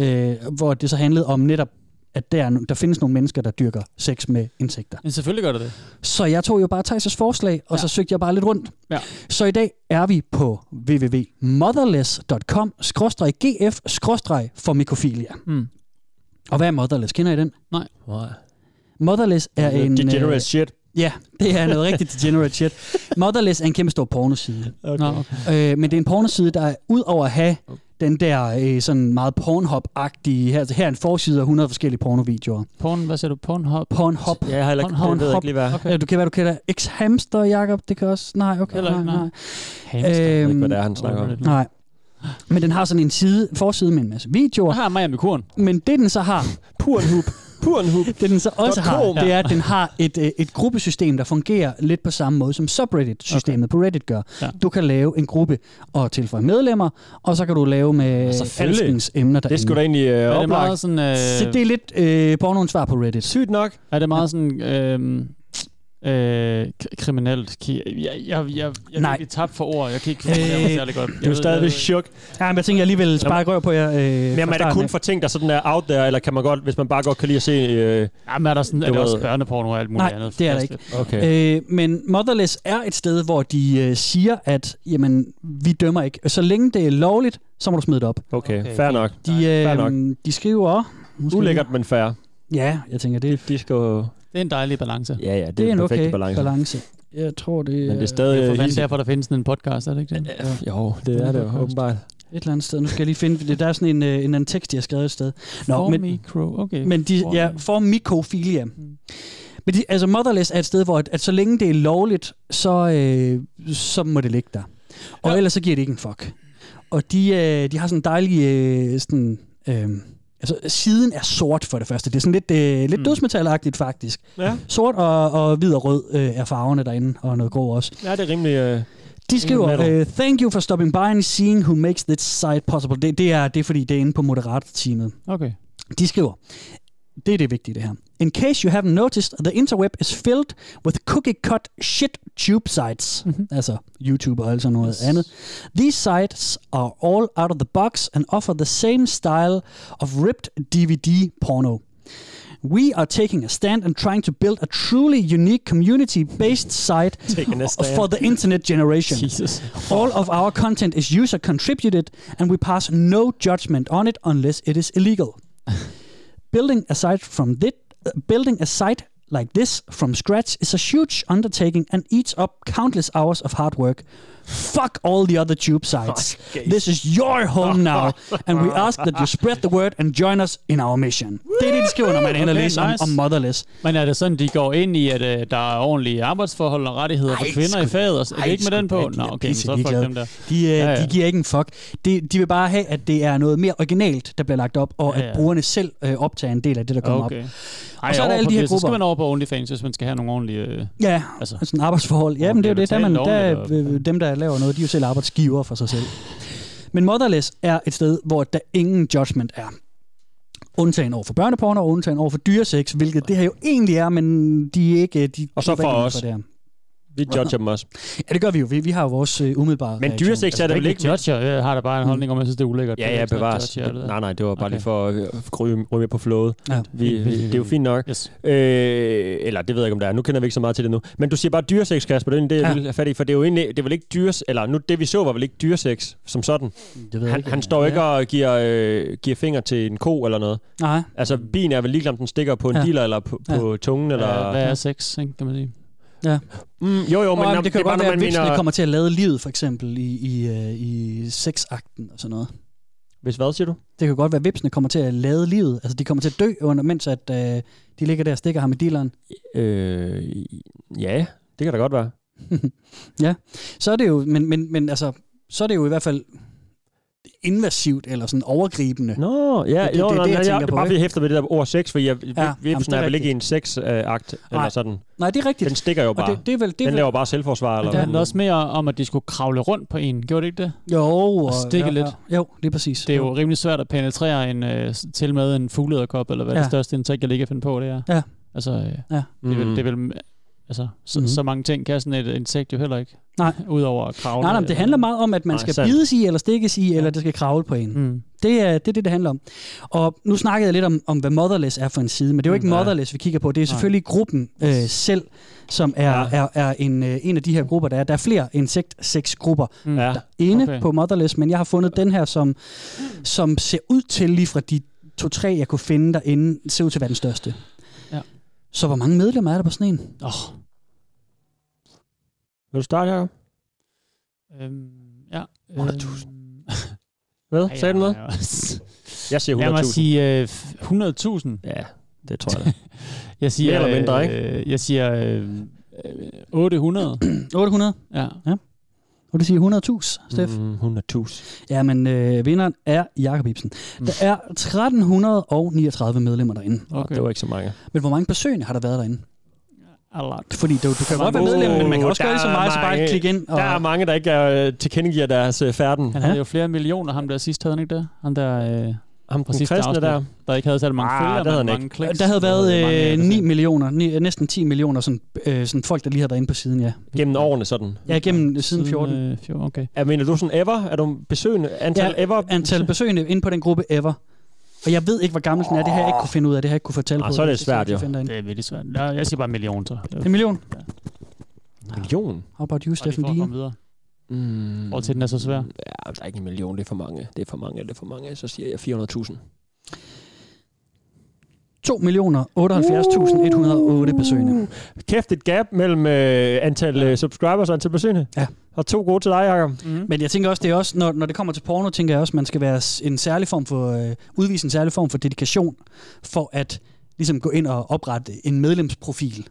E: øh, hvor det så handlede om netop, at der, er no- der findes nogle mennesker, der dyrker sex med insekter.
D: Men selvfølgelig gør det det.
E: Så jeg tog jo bare Thijs' forslag, og ja. så søgte jeg bare lidt rundt.
D: Ja.
E: Så i dag er vi på www.motherless.com-gf-for mikrofilia.
D: Mm.
E: Og hvad er Motherless? Kender I den?
D: Nej.
E: Motherless er
C: Det er
E: en...
C: degenerate
E: øh,
C: shit.
E: Ja, det er noget rigtig degenerate shit. Motherless er en kæmpe stor pornoside.
D: Nå, okay.
E: Øh, men det er en pornoside, der er ud over at have den der øh, sådan meget Pornhub-agtige... Her, altså, her er en forside af 100 forskellige pornovideoer.
D: Porn, hvad siger du? Pornhub?
E: Pornhub.
C: Ja, jeg har heller ikke,
D: Hånd-
C: jeg ved
E: hånd-
C: ikke lige, hvad,
D: Okay.
E: Ja, du kan være, du kalder ex-hamster, Jacob. Det kan også... Nej, okay.
D: Heller ikke,
E: nej.
D: nej.
E: nej.
C: jeg ved ikke,
E: Øhm,
C: hvad det er, han snakker om.
E: nej. Men den har sådan en side, forside med en masse videoer.
D: Jeg har Maja Mikuren.
E: Men det, den så har,
C: Purenhub. Purenhub.
E: det, den så også har,
C: .com.
E: det er, at den har et, øh, et gruppesystem, der fungerer lidt på samme måde, som subreddit-systemet okay. på Reddit gør. Ja.
D: Ja.
E: Du kan lave en gruppe og tilføje medlemmer, og så kan du lave
D: Øh,
E: med
C: Altså, selvfølgelig.
E: alskens emner derinde.
C: Det skulle da egentlig øh,
D: Er det
C: oplagt.
D: meget sådan... Øh,
E: Så det er lidt øh, pornoens svar på Reddit.
C: Sygt nok.
D: er det meget sådan... Øh, Øh, k- kriminelt. Ki- Jeg, jeg, jeg, jeg
E: Nej.
D: er virkelig tabt for ord. Jeg kan ikke formulere mig
E: Øh,
D: særlig godt. Jeg
C: Du er
D: ved-
C: stadigvæk
D: jeg-
C: chok.
E: Ja, men jeg tænker, jeg alligevel sparer røv på jer. Øh,
C: Men
E: fra
C: er det
E: starten
C: kun
E: af.
C: for ting, der sådan er out there, eller kan man godt, hvis man bare godt kan lide at se... Øh,
D: Jamen er der sådan, er
C: Du
D: der
C: ved-
D: også børneporno og alt muligt
E: Nej,
D: andet?
E: det er der
D: Fantastisk.
E: ikke.
C: okay.
E: Øh, men Motherless er et sted, hvor de øh, siger, at jamen, vi dømmer ikke. Så længe det er lovligt, så må du smide det op.
C: okay, fair nok.
E: De,
C: fair nok.
E: øh, de skriver... Nu skal
C: Ulækkert, men fair.
E: vi- Ja, jeg tænker, det,
C: De skal jo...
D: Det er en dejlig balance.
C: Ja, ja, det,
E: det er
C: er
E: en
C: en perfekt
E: okay
C: balance.
E: balance. balance. Jeg tror, det,
C: Men det er
E: er
C: stadig...
D: Det er jo for fanden
C: easy.
D: derfor, der findes sådan en podcast, er det ikke det?
C: Jo, det er det jo, åbenbart.
E: et eller andet sted. Nu skal jeg lige finde... det. Der er sådan en, øh, en anden tekst, jeg har skrevet et sted. Nå,
D: for
E: men,
D: mikro, okay.
E: men de,
D: For-
E: ja, for mikrofilia. Men de, altså Motherless er et sted, hvor at, at så længe det er lovligt, så, øh, så må det ligge der. Og ja. ellers så giver det ikke en fuck. Og de, øh, de har sådan en dejlig øh, sådan, øh, Altså, siden er sort for det første. Det er sådan lidt, øh, lidt mm. dødsmetalagtigt, faktisk.
C: Ja.
E: Sort og, og hvid og rød øh, er farverne derinde, og noget grå også.
C: Ja, det er rimelig... Øh,
E: De
C: metal.
E: skriver, uh, thank you for stopping by and seeing who makes this site possible. Det, det, er, det er fordi, det er inde på Moderat-teamet.
D: Okay.
E: De skriver, det er det vigtige det her. In case you haven't noticed, the interweb is filled with cookie-cut shit tube sites.
C: Mhm.
E: Mm-hmm. Altså YouTube og alt sådan noget yes. andet. These sites are all out of the box and offer the same style of ripped DVD porno. We are taking a stand and trying to build a truly unique community-based site
C: Taking a stand.
E: for the internet generation.
D: Jesus.
E: All of our content is user contributed, and we pass no judgment on it unless it is illegal. building a site from this, building a site like this from scratch is a huge undertaking and eats up countless hours of hard work. Fuck all the other tube sites. this is your home now, and we ask that you spread the word and join us in our mission. Det er det, de skriver, når man ender okay,
D: Okay,
E: nice. om,
D: nice.
E: om Motherless.
D: Men er det sådan, de går ind i, at øh, der er ordentlige arbejdsforhold og rettigheder for kvinder i faget? Og, s- er det ikke med den på? Nå, okay, men så fuck dem der.
E: De, øh,
D: Ja,
E: ja,
D: ja.
E: ja. de giver ikke en fuck. De, de vil bare have, at det er noget mere originalt, der bliver lagt op, og ja,
D: Ja, ja.
E: ja. at brugerne selv øh, optager en del af det, der kommer okay.
D: Okay.
E: op.
D: Ej,
E: Og så er der
D: over
E: alle
D: på
E: de her
D: det, Så skal
E: grupper.
D: man over på OnlyFans, hvis man skal have nogle ordentlige... Øh,
E: Ja,
D: Altså,
E: altså, sådan arbejdsforhold. Ja, men det er jo
D: bliver
E: det. Der, man,
D: betalt
E: der,
D: ordentligt, og-
E: øh, dem, der laver noget, de er jo selv arbejdsgiver for sig selv. Men Motherless er et sted, hvor der ingen judgment er. Undtagen over for børneporno og undtagen over for dyresex, hvilket det her jo egentlig er, men de er ikke... De,
C: Og så
E: de er ikke
C: for
E: inden
C: os.
E: det her.
C: vi judger dem også.
E: ja, det gør vi jo. Vi, vi har jo vores øh, umiddelbare
C: Men
E: reaktion.
C: dyresex Altså, er det vel ikke...
D: ikke judger. Jeg har da bare en holdning om, at jeg synes, det er ulækkert.
C: Mm. Ja,
D: Det er
C: ja,
D: ikke sådan,
C: bevares.
D: judger, det der.
C: Nej, nej, det var bare
D: Okay.
C: lige for at ryge, ryge med på flowet.
E: Ja.
C: Vi, vi, det er jo fint nok.
D: Yes.
C: Øh, eller det ved jeg ikke, om der er. Nu kender vi ikke så meget til det nu. Men du siger bare dyresex, Kasper. Det er egentlig det, jeg
E: Ja.
C: ja. ville have fat i. For det er jo egentlig... Det er vel ikke dyres... Eller nu, det vi så var vel ikke dyresex som sådan.
E: Det ved jeg
C: Han,
E: ikke.
C: han står ikke og giver, øh, giver finger til en ko eller noget.
E: Nej.
C: Altså, bien er vel ligeglad, om den stikker på en ja.
E: Ja.
C: dealer eller på,
E: Ja.
C: på tungen. Eller...
D: Hvad- Hvad er sex, ikke, kan man sige?
C: Mm, jo, jo,
E: Jo, men
C: men når-
E: Jamen, det kan
C: er
E: jo
C: bare,
E: godt
C: når
E: være, at
C: man
E: vipsene
C: mener...
E: kommer til at lade livet, for eksempel, i, i, øh, i sexakten og sådan noget.
C: Hvis hvad, siger du?
E: Det kan jo godt være, at vipsene kommer til at lade livet. Altså, de kommer til at dø, under, mens at, øh, de ligger der og stikker ham i dealeren.
C: Øh, ja, det kan da godt være.
E: Så er det jo, men, men, men altså, så er det jo i hvert fald invasivt eller sådan overgribende.
C: Nå, ja,
E: Det- det-
C: jo,
E: det er
C: nå,
E: det, jeg
C: nej,
E: tænker
C: jeg,
E: på,
C: bare
E: ikke?
C: vi hæfter ved det der ord sex, for jeg, ja,
E: jamen,
C: vipsen
E: det
C: er
E: er
C: vel ikke
E: rigtigt.
C: i en sex-akt, eller
E: Nej.
C: sådan.
E: Nej, det er rigtigt.
C: Den stikker jo
E: og
C: bare.
E: det, det er vel... Det er
C: Den
E: vel,
C: laver bare selvforsvar, eller
D: Der
C: hvad?
D: handlede også mere om, at de skulle kravle rundt på en. Gjorde det ikke det?
E: jo, og,
D: stikke
E: ja,
D: lidt.
E: Ja, jo, lige præcis.
D: Det er jo rimelig svært at penetrere en, øh, s- til med en fuglederkop, eller hvad ja.
E: Ja.
D: det største indtægt, jeg lige kan finde på, det er.
E: Ja.
D: Altså, øh, det,
E: Ja.
D: er
C: Mm.
D: vel, det er vel, altså så, mm-hmm.
E: Mhm.
D: så mange ting kan sådan et insekt jo heller ikke.
E: Nej.
D: Udover at kravle. øh,
E: Nej, nej, men det handler meget om, at man
C: Nej,
E: skal
C: sandt.
E: bides i, eller stikkes i, eller det skal kravle på en.
D: Mm.
E: Det er, det er det, det handler om. Og nu snakkede jeg lidt om, om hvad Motherless er for en side, men det er jo ikke
D: Mm, ja.
E: Motherless, vi kigger på. Det er selvfølgelig gruppen øh, selv, som er,
C: Ja.
E: ja. er, er en, øh, en af de her grupper, der er. Der er flere insekt-sex-grupper
D: Mm.
C: Ja.
E: inde
D: Okay.
E: okay. på Motherless, men jeg har fundet den her, som, som ser ud til lige fra de to-tre, jeg kunne finde derinde, ser ud til at være den største.
D: Ja.
E: Så hvor mange medlemmer er der på sådan en?
D: Oh,
C: Vil du starte, Jacob?
D: øhm, ja.
E: 100.000.
D: Øhm,
C: Hvad?
D: ej,
C: Sagde du noget?
D: ej, ej.
C: Jeg siger
D: Lad mig
C: 100.000.
D: sige øh, f- 100.000.
C: Ja, det tror jeg da.
D: Jeg siger,
C: Mere eller mindre,
D: ikke? Øh, jeg siger øh, øh, 800.
E: 800?
D: ja.
E: Og det siger 100.000, Steff?
C: Mm, 100.000.
E: Jamen, øh, vinderen er Jakob Ibsen. Der er 1339 medlemmer derinde.
D: Okay.
C: Det var ikke så mange.
E: Men hvor mange besøgende har der været derinde?
D: A lot.
E: Fordi du, du kan
C: Hvor
E: godt være
C: mange-
E: medlem, men man kan også
C: Uh,
E: gøre det så
C: der er
E: meget, så bare
C: mange-
E: klikke ind. Og,
C: Der er mange, der ikke øh, tilkendegiver deres øh, færden.
D: Han havde jo flere millioner, ham der sidst havde han ikke det? Han der, øh,
C: Ham
D: Fra
C: den
D: sidste
C: kristne
D: afsnit.
C: der.
D: der ikke havde særlig mange
C: Ah,
D: følgere,
C: det
D: men
C: havde han
D: mange kliks.
E: der havde været
D: Mange altså. af
E: øh,
D: det,
E: 9
D: sådan.
E: millioner, ni, næsten 10 millioner sådan, øh, sådan folk, der lige har været inde på siden, ja.
C: Gennem årene sådan.
E: Ja, gennem siden 14.
D: øh, 14, okay.
C: Er, mener du sådan ever? Er du besøgende? Antal
E: Ja,
C: ever?
E: Antal besøgende inde på den gruppe ever. Og jeg ved ikke, hvor gammel den er. Det har jeg ikke kunne finde ud af. Det har jeg ikke kunne fortælle
C: Ah,
E: på.
C: så er det
E: Jeg skal
C: svært,
E: se,
C: jo.
E: om jeg kan finde
D: Det
E: derinde.
D: er virkelig svært. Nå, jeg siger bare en million, så. Det er
E: En million.
C: Million?
E: How about you, Steffen
D: for at komme
E: Dien?
D: videre.
C: Mm.
D: Og til den er så svær.
C: Ja, der er ikke en million, det er for mange. Det er for mange, det er for mange. Så siger jeg 400.000.
E: 2.078.108 besøgende.
C: Uh. Kæft et gap mellem øh, antal øh, subscribers og antal besøgende.
E: Ja.
C: Og to gode til dig, Jacob.
D: Mhm.
E: Men jeg tænker også, det er også, når, når det kommer til porno, tænker jeg også, man skal være s- en særlig form for, øh, udvise en særlig form for dedikation, for at ligesom gå ind og oprette en medlemsprofil.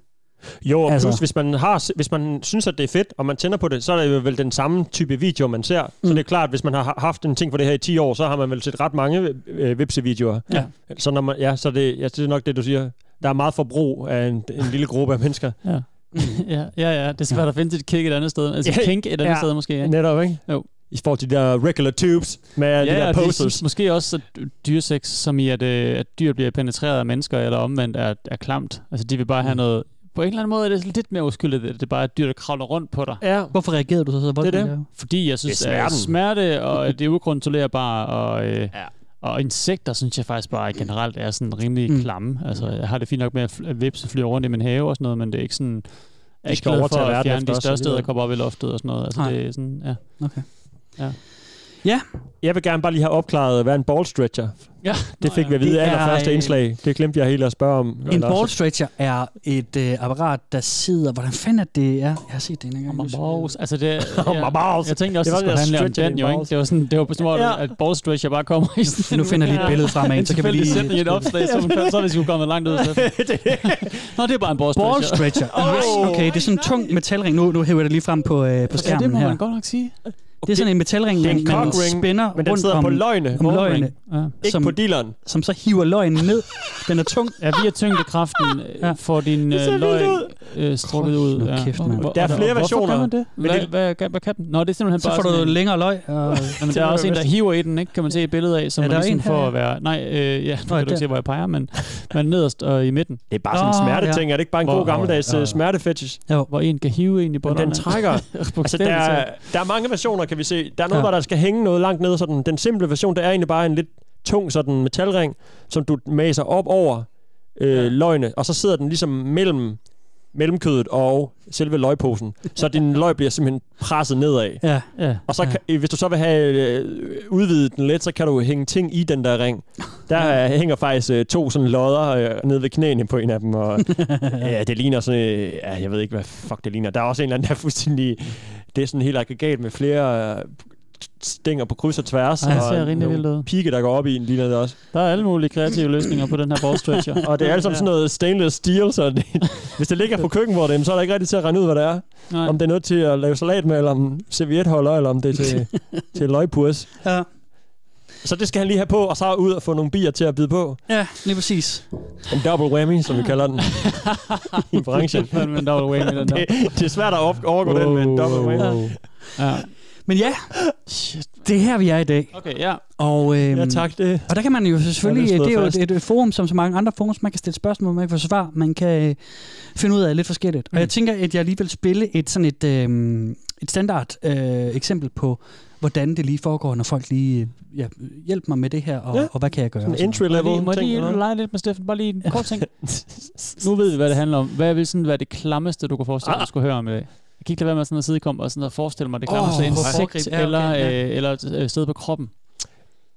C: Jo, og
E: Altså.
C: altså. plus, hvis man, har, se- hvis man synes, at det er fedt, og man tænder på det, så er det jo vel den samme type video, man ser. Mm. Så det er klart, at hvis man har ha- haft en ting for det her i 10 år, så har man vel set ret mange øh, vipsevideoer.
D: Ja.
C: Så, når man, ja, så det, ja, det er nok det, du siger. Der er meget forbrug af en, en lille gruppe af mennesker.
D: Ja. ja, ja, ja. Det er svært at finde et kink et andet sted. Altså
C: Ja.
D: kink et andet
C: Ja.
D: sted måske, ikke?
C: Netop, ikke?
D: Jo.
C: I forhold til de der regular tubes med ja, de
D: Ja,
C: der
D: og de synes
C: posters.
D: måske også, at dyresex, som i at, øh, at dyr bliver penetreret af mennesker eller omvendt, er, er klamt. Altså, de vil bare
C: Mm.
D: have noget... På en eller anden måde er det lidt mere uskyldigt, at det er bare er et dyr, der kravler rundt på dig.
C: Ja,
E: Hvorfor reagerede du så så voldeligt?
C: det.
E: Jacob?
D: Fordi jeg synes,
C: Det er
D: at
C: smerten.
D: smerte og at det er ukontrollerbart, og, øh, ja. og insekter synes jeg faktisk bare generelt er sådan rimelig
E: Mm.
D: mm. klamme. Altså, jeg har det fint nok med, at fl- at vipse flyver rundt i min have og sådan noget, men det er ikke sådan... Jeg er ikke
C: skal
D: glad for
C: overtage
D: at
C: verden
D: fjerne
C: efter
D: de
C: os
D: største, der
C: alligevel.
D: kommer op i loftet og sådan noget. Altså,
E: Nej.
D: det er sådan, ja.
E: Okay.
C: Jeg vil gerne bare lige have opklaret, hvad en ball stretcher.
D: ja.
C: Det fik vi at vide
E: Det
C: i
E: er,
C: allerførste
E: øh,
C: indslag. Det glemte jeg helt at spørge om.
E: En
C: Eller også-
E: ball stretcher er et øh, apparat, der sidder... Hvordan fanden er det? Ja, jeg har set det en gang.
D: Balls. Altså det,
C: my
D: jeg,
C: balls.
D: jeg tænkte også,
C: Det
D: det,
C: var det
D: skulle
C: der
D: handle om
C: stretch i
D: den
C: dine
D: jo, ikke?
C: balls.
D: Det var sådan, det var på smart,
C: Ja.
D: at ball stretch, jeg bare kommer i sådan
E: Nu finder jeg lige et billede frem af en, så kan vi lige...
D: sætning i et opslag, så, så er vi sgu kommet langt ud af Nå, det er bare en ball
E: Ball
D: stretcher.
E: stretcher. Oh, okay, det er sådan en tung metalring. Nu, nu hæver jeg det lige frem på, øh, på
D: Ja, det
E: skærmen
D: må
E: her.
D: man godt nok sige.
E: Det er sådan en metalring,
C: Det er
E: man,
C: en
E: man
C: cockring,
E: spænder
C: Men den
E: rundt
C: sidder
E: om,
C: på løgne.
E: om løgene,
D: Ja.
C: Ikke
E: som-
C: på dealeren.
E: som så hiver løgen ned. Den er tung.
D: ja, via tyngdekraften øh,
E: Ja.
D: får din
C: Det ser
D: øh,
C: vildt
D: løg
C: ud.
D: øh, strukket ud.
E: Nu
D: Ja.
E: kæft, mand.
D: Hvor-
C: Der er
D: og- og
C: flere
D: hvorfor gør
C: versioner,
D: man det?
C: men
D: Hvad,
C: det-
D: hvad, hvad, hvad kan den? Nå, det er simpelthen
E: Så
D: bare
E: får
D: sådan
E: du
D: en-
E: længere løg. Og,
D: Jamen, der er også en, der hiver i den, ikke? kan man se et billede af, som
E: Er
D: man
E: der
D: ligesom
E: en
D: får
E: her?
D: at være... Nej, øh, ja, nu
E: Nå,
D: kan du
E: der.
D: ikke se, hvor jeg peger, men, men nederst og i midten,
C: Det er bare sådan en
E: Nå,
C: smerteting. Er det ikke bare en god
D: Hvor-
C: gammeldags
D: ja,
C: øh,
D: ja.
C: smertefetish?
D: hvor en kan hive en i
C: Men
D: butterne.
C: den trækker. altså, der, er, der er mange versioner, kan vi se. Der er noget,
D: Ja.
C: ja. hvor der skal hænge noget langt ned. Sådan. Den simple version, det er egentlig bare en lidt tung sådan metalring, som du maser op over øh, ja. løgene, og så sidder den ligesom mellem mellemkødet og selve løgposen. Så din løg bliver simpelthen presset nedad.
E: Ja,
D: Ja.
C: Og så kan, hvis du så vil have øh, udvidet den lidt, så kan du hænge ting i den der ring. Der øh, hænger faktisk øh, to sådan lodder øh, nede ved knæene på en af dem, og ja, det ligner sådan, øh, ja, jeg ved ikke, hvad fuck det ligner. Der er også en eller anden, der er fuldstændig, det er sådan helt aggregat med flere øh, stænger på kryds og tværs.
D: Ej, det ser
C: og
D: rimelig
C: nogle
D: vildt ud.
C: Pigge, der går op i en, ligner det også.
D: Der er alle mulige kreative løsninger på den her ball stretcher.
C: Og det er alt sammen sådan noget stainless steel, så det, hvis det ligger på køkkenbordet, jamen, så er der ikke rigtig til at regne ud, hvad det er.
D: Nej.
C: Om det er noget til at lave salat med, eller om servietholder, eller om det er til, til løgpurs.
E: ja,
C: Så det skal han lige have på, og så ud og få nogle bier til at bide på.
E: ja, lige præcis.
C: En double whammy, som vi kalder den i branchen.
D: Det er fandme en double whammy, den der.
C: Det, det er svært at op- overgå den med en double whammy.
D: Ja.
E: Men ja, det er her, vi er i dag.
D: Okay, ja.
E: Og, øhm,
C: Ja, tak. Det.
E: Og der kan man jo selvfølgelig,
C: Ja,
E: det,
C: det er
E: det er jo
C: slået
E: et, et forum, som så mange andre forums, man kan stille spørgsmål, man kan få svar, man kan øh, finde ud af lidt forskelligt. Mm. Og jeg tænker, at jeg lige vil spille et sådan et, øh, et standard øh, eksempel på, hvordan det lige foregår, når folk lige, øh, ja, hjælp mig med det her, og, ja.
C: Ja.
E: og hvad kan jeg gøre?
C: En
E: og sådan
C: entry level
D: Må jeg
C: ting.
D: lige
C: eller noget.
D: lege lidt med Steffen? Bare lige en kort ting. Nu ved vi, hvad det handler om. Hvad vil sådan være det klammeste, du kunne forestille
C: Ah.
D: dig, du skulle høre om i dag? Jeg kan ikke lade være med sådan at sidde og sådan at forestille mig det klammeste
E: Åh,
D: oh,
E: hvor
D: insekt
E: foregribe- ja, okay,
D: eller,
E: ja.
D: øh, eller øh, sted på kroppen.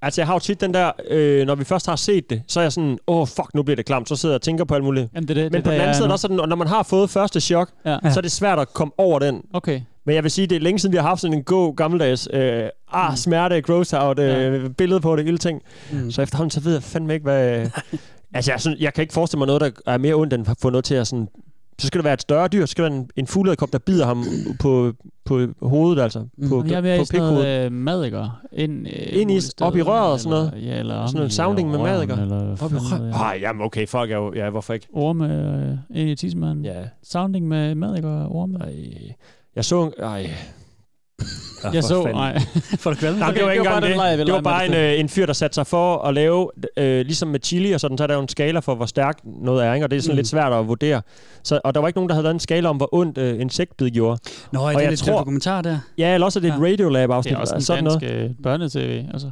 C: Altså, jeg har jo tit den der, øh, når vi først har set det, så er jeg sådan, åh, oh, fuck, nu bliver det klamt. Så sidder jeg og tænker på alt muligt.
D: Jamen, det er det.
C: Men
D: det,
C: på den anden side, er der også sådan, og når man har fået første chok,
D: Ja.
C: så er det svært at komme over den.
D: Okay.
C: Men jeg vil sige, det er længe siden, vi har haft sådan en god gammeldags øh,
D: Mm.
C: ah, smerte, gross out, øh, billede på det, ilde ting.
E: Mm.
C: Mm. Så efterhånden, så ved jeg fandme ikke, hvad... altså, jeg, synes, jeg kan ikke forestille mig noget, der er mere ondt, end at få noget til at sådan... Så skal det være et større dyr, så skal det være en, en fuglederkop, der bider ham på, på hovedet, altså.
E: Mm.
C: På,
D: Jamen, jeg er mere
C: på
D: i sådan noget øh, madikker. Ind, øh, mulige
C: i-
D: steder,
C: op i røret og sådan
D: eller-
C: noget.
D: Ja, eller
C: Sådan noget sounding med madikker.
D: Op i røret.
C: Nej, jamen okay, fuck, jeg, ja, hvorfor ikke?
D: Orme øh, ind i tissemanden.
C: Ja.
D: Sounding med madikker og orme.
C: Ej. Jeg så en... Ej. Ja,
D: Jeg
C: Ah, for
D: så,
C: fanden.
D: nej.
E: For at kvalme.
C: Nej,
D: Okay,
C: det var ikke
D: det var
C: engang
D: bare den
C: det.
D: leg, jeg ville
C: det var
D: lege med
C: bare en,
D: det
C: øh, en fyr, der satte sig for at lave, øh, ligesom med chili og sådan, så er der jo en skala for, hvor stærkt noget er, ikke? og det er sådan
E: Mm.
C: mm. lidt svært at vurdere. Så, og der var ikke nogen, der havde lavet en skala om, hvor ondt øh, insektbid gjorde.
E: Nå, ja,
C: og
E: det er
C: jeg
E: lidt
C: tror-
E: tror... dokumentar der.
C: Ja, eller også er det et
E: Ja.
D: Det
C: Radiolab-afsnit.
D: er også
C: eller
D: en
C: sådan
D: dansk
C: noget.
D: øh, børnetv. Altså.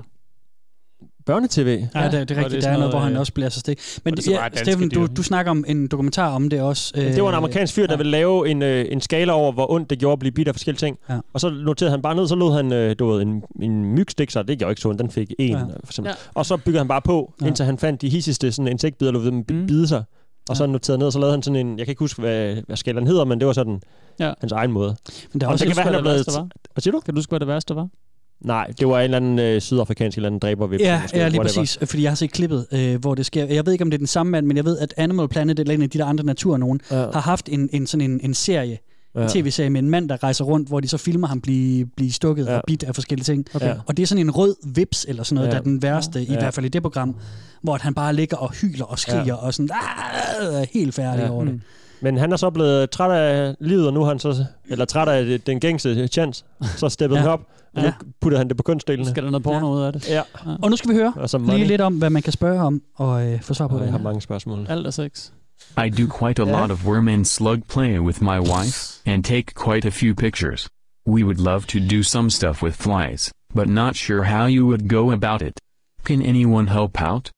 C: Børnetv.
E: Ja, det, det er
D: hvor
E: rigtigt. Der
D: sådan
E: er noget, hvor han
D: øh,
E: også bliver så stik. Men
D: hvor det så
E: ja,
D: bare er danske
E: Steffen, du,
D: dyr.
E: du snakker om en dokumentar om det også. Øh,
C: Det var en amerikansk fyr, der
E: ja.
C: ville lave en, øh, en skala over, hvor ondt det gjorde at blive bidt af forskellige ting.
E: Ja.
C: Og så noterede han bare ned, så lod han øh, du ved, en, en myg stikke sig. Det gjorde ikke så ondt, den fik en.
E: Ja.
C: Ja. For eksempel.
D: Ja.
C: Ja. Og så byggede han bare på,
E: Ja.
C: ja. indtil han fandt de hissigste sådan, insektbider, der lod dem
D: Mm.
C: bi- bide sig. Og så
E: Ja.
C: noterede ned, og så lavede han sådan en, jeg kan ikke huske, hvad, hvad skalaen hedder, men det var sådan
D: Ja.
C: hans egen måde.
E: Men der er
C: Og
E: også
C: så kan være, han er
D: Hvad det
C: blevet...
D: værste var?
C: Hvad siger du?
D: Kan du huske, hvad det værste var?
C: Nej, det var en eller anden øh, sydafrikansk eller anden dræber ved
E: Ja, ja, lige præcis. Fordi jeg har set klippet, øh, hvor det sker. Jeg ved ikke, om det er den samme mand, men jeg ved, at Animal Planet eller en af de der andre naturer nogen, ja. har haft en, en sådan en, en serie, ja.
C: Ja.
E: en tv-serie med en mand, der rejser rundt, hvor de så filmer ham blive, blive stukket ja. og bidt af forskellige ting.
C: Okay. Ja.
E: Og det er sådan en rød vips eller sådan noget, ja.
C: Ja.
E: der er den værste, ja. i
C: Ja.
E: hvert fald i det program, hvor at han bare ligger og hyler og skriger ja.
C: Ja. Mm.
E: og sådan, "Ah!" er helt færdig ja. over det.
C: Men han er så blevet træt af livet, og nu har han så, eller træt af det- den gængse chance, så steppede
E: Ja.
C: ja. han op, og nu
E: Ja.
C: putter han det på kunstdelene.
D: Skal der noget porno ud af det?
C: Ja.
E: Og nu skal vi høre
C: Og så
E: lige
C: money.
E: lidt om, hvad man kan spørge om og øh, få svar på.
C: Og jeg
E: det.
C: har mange spørgsmål.
D: Alt er sex.
H: I do quite a lot of worm and slug play with my wife, and take quite a few pictures. We would love to do some stuff with flies, but not sure how you would go about it. Can anyone help out?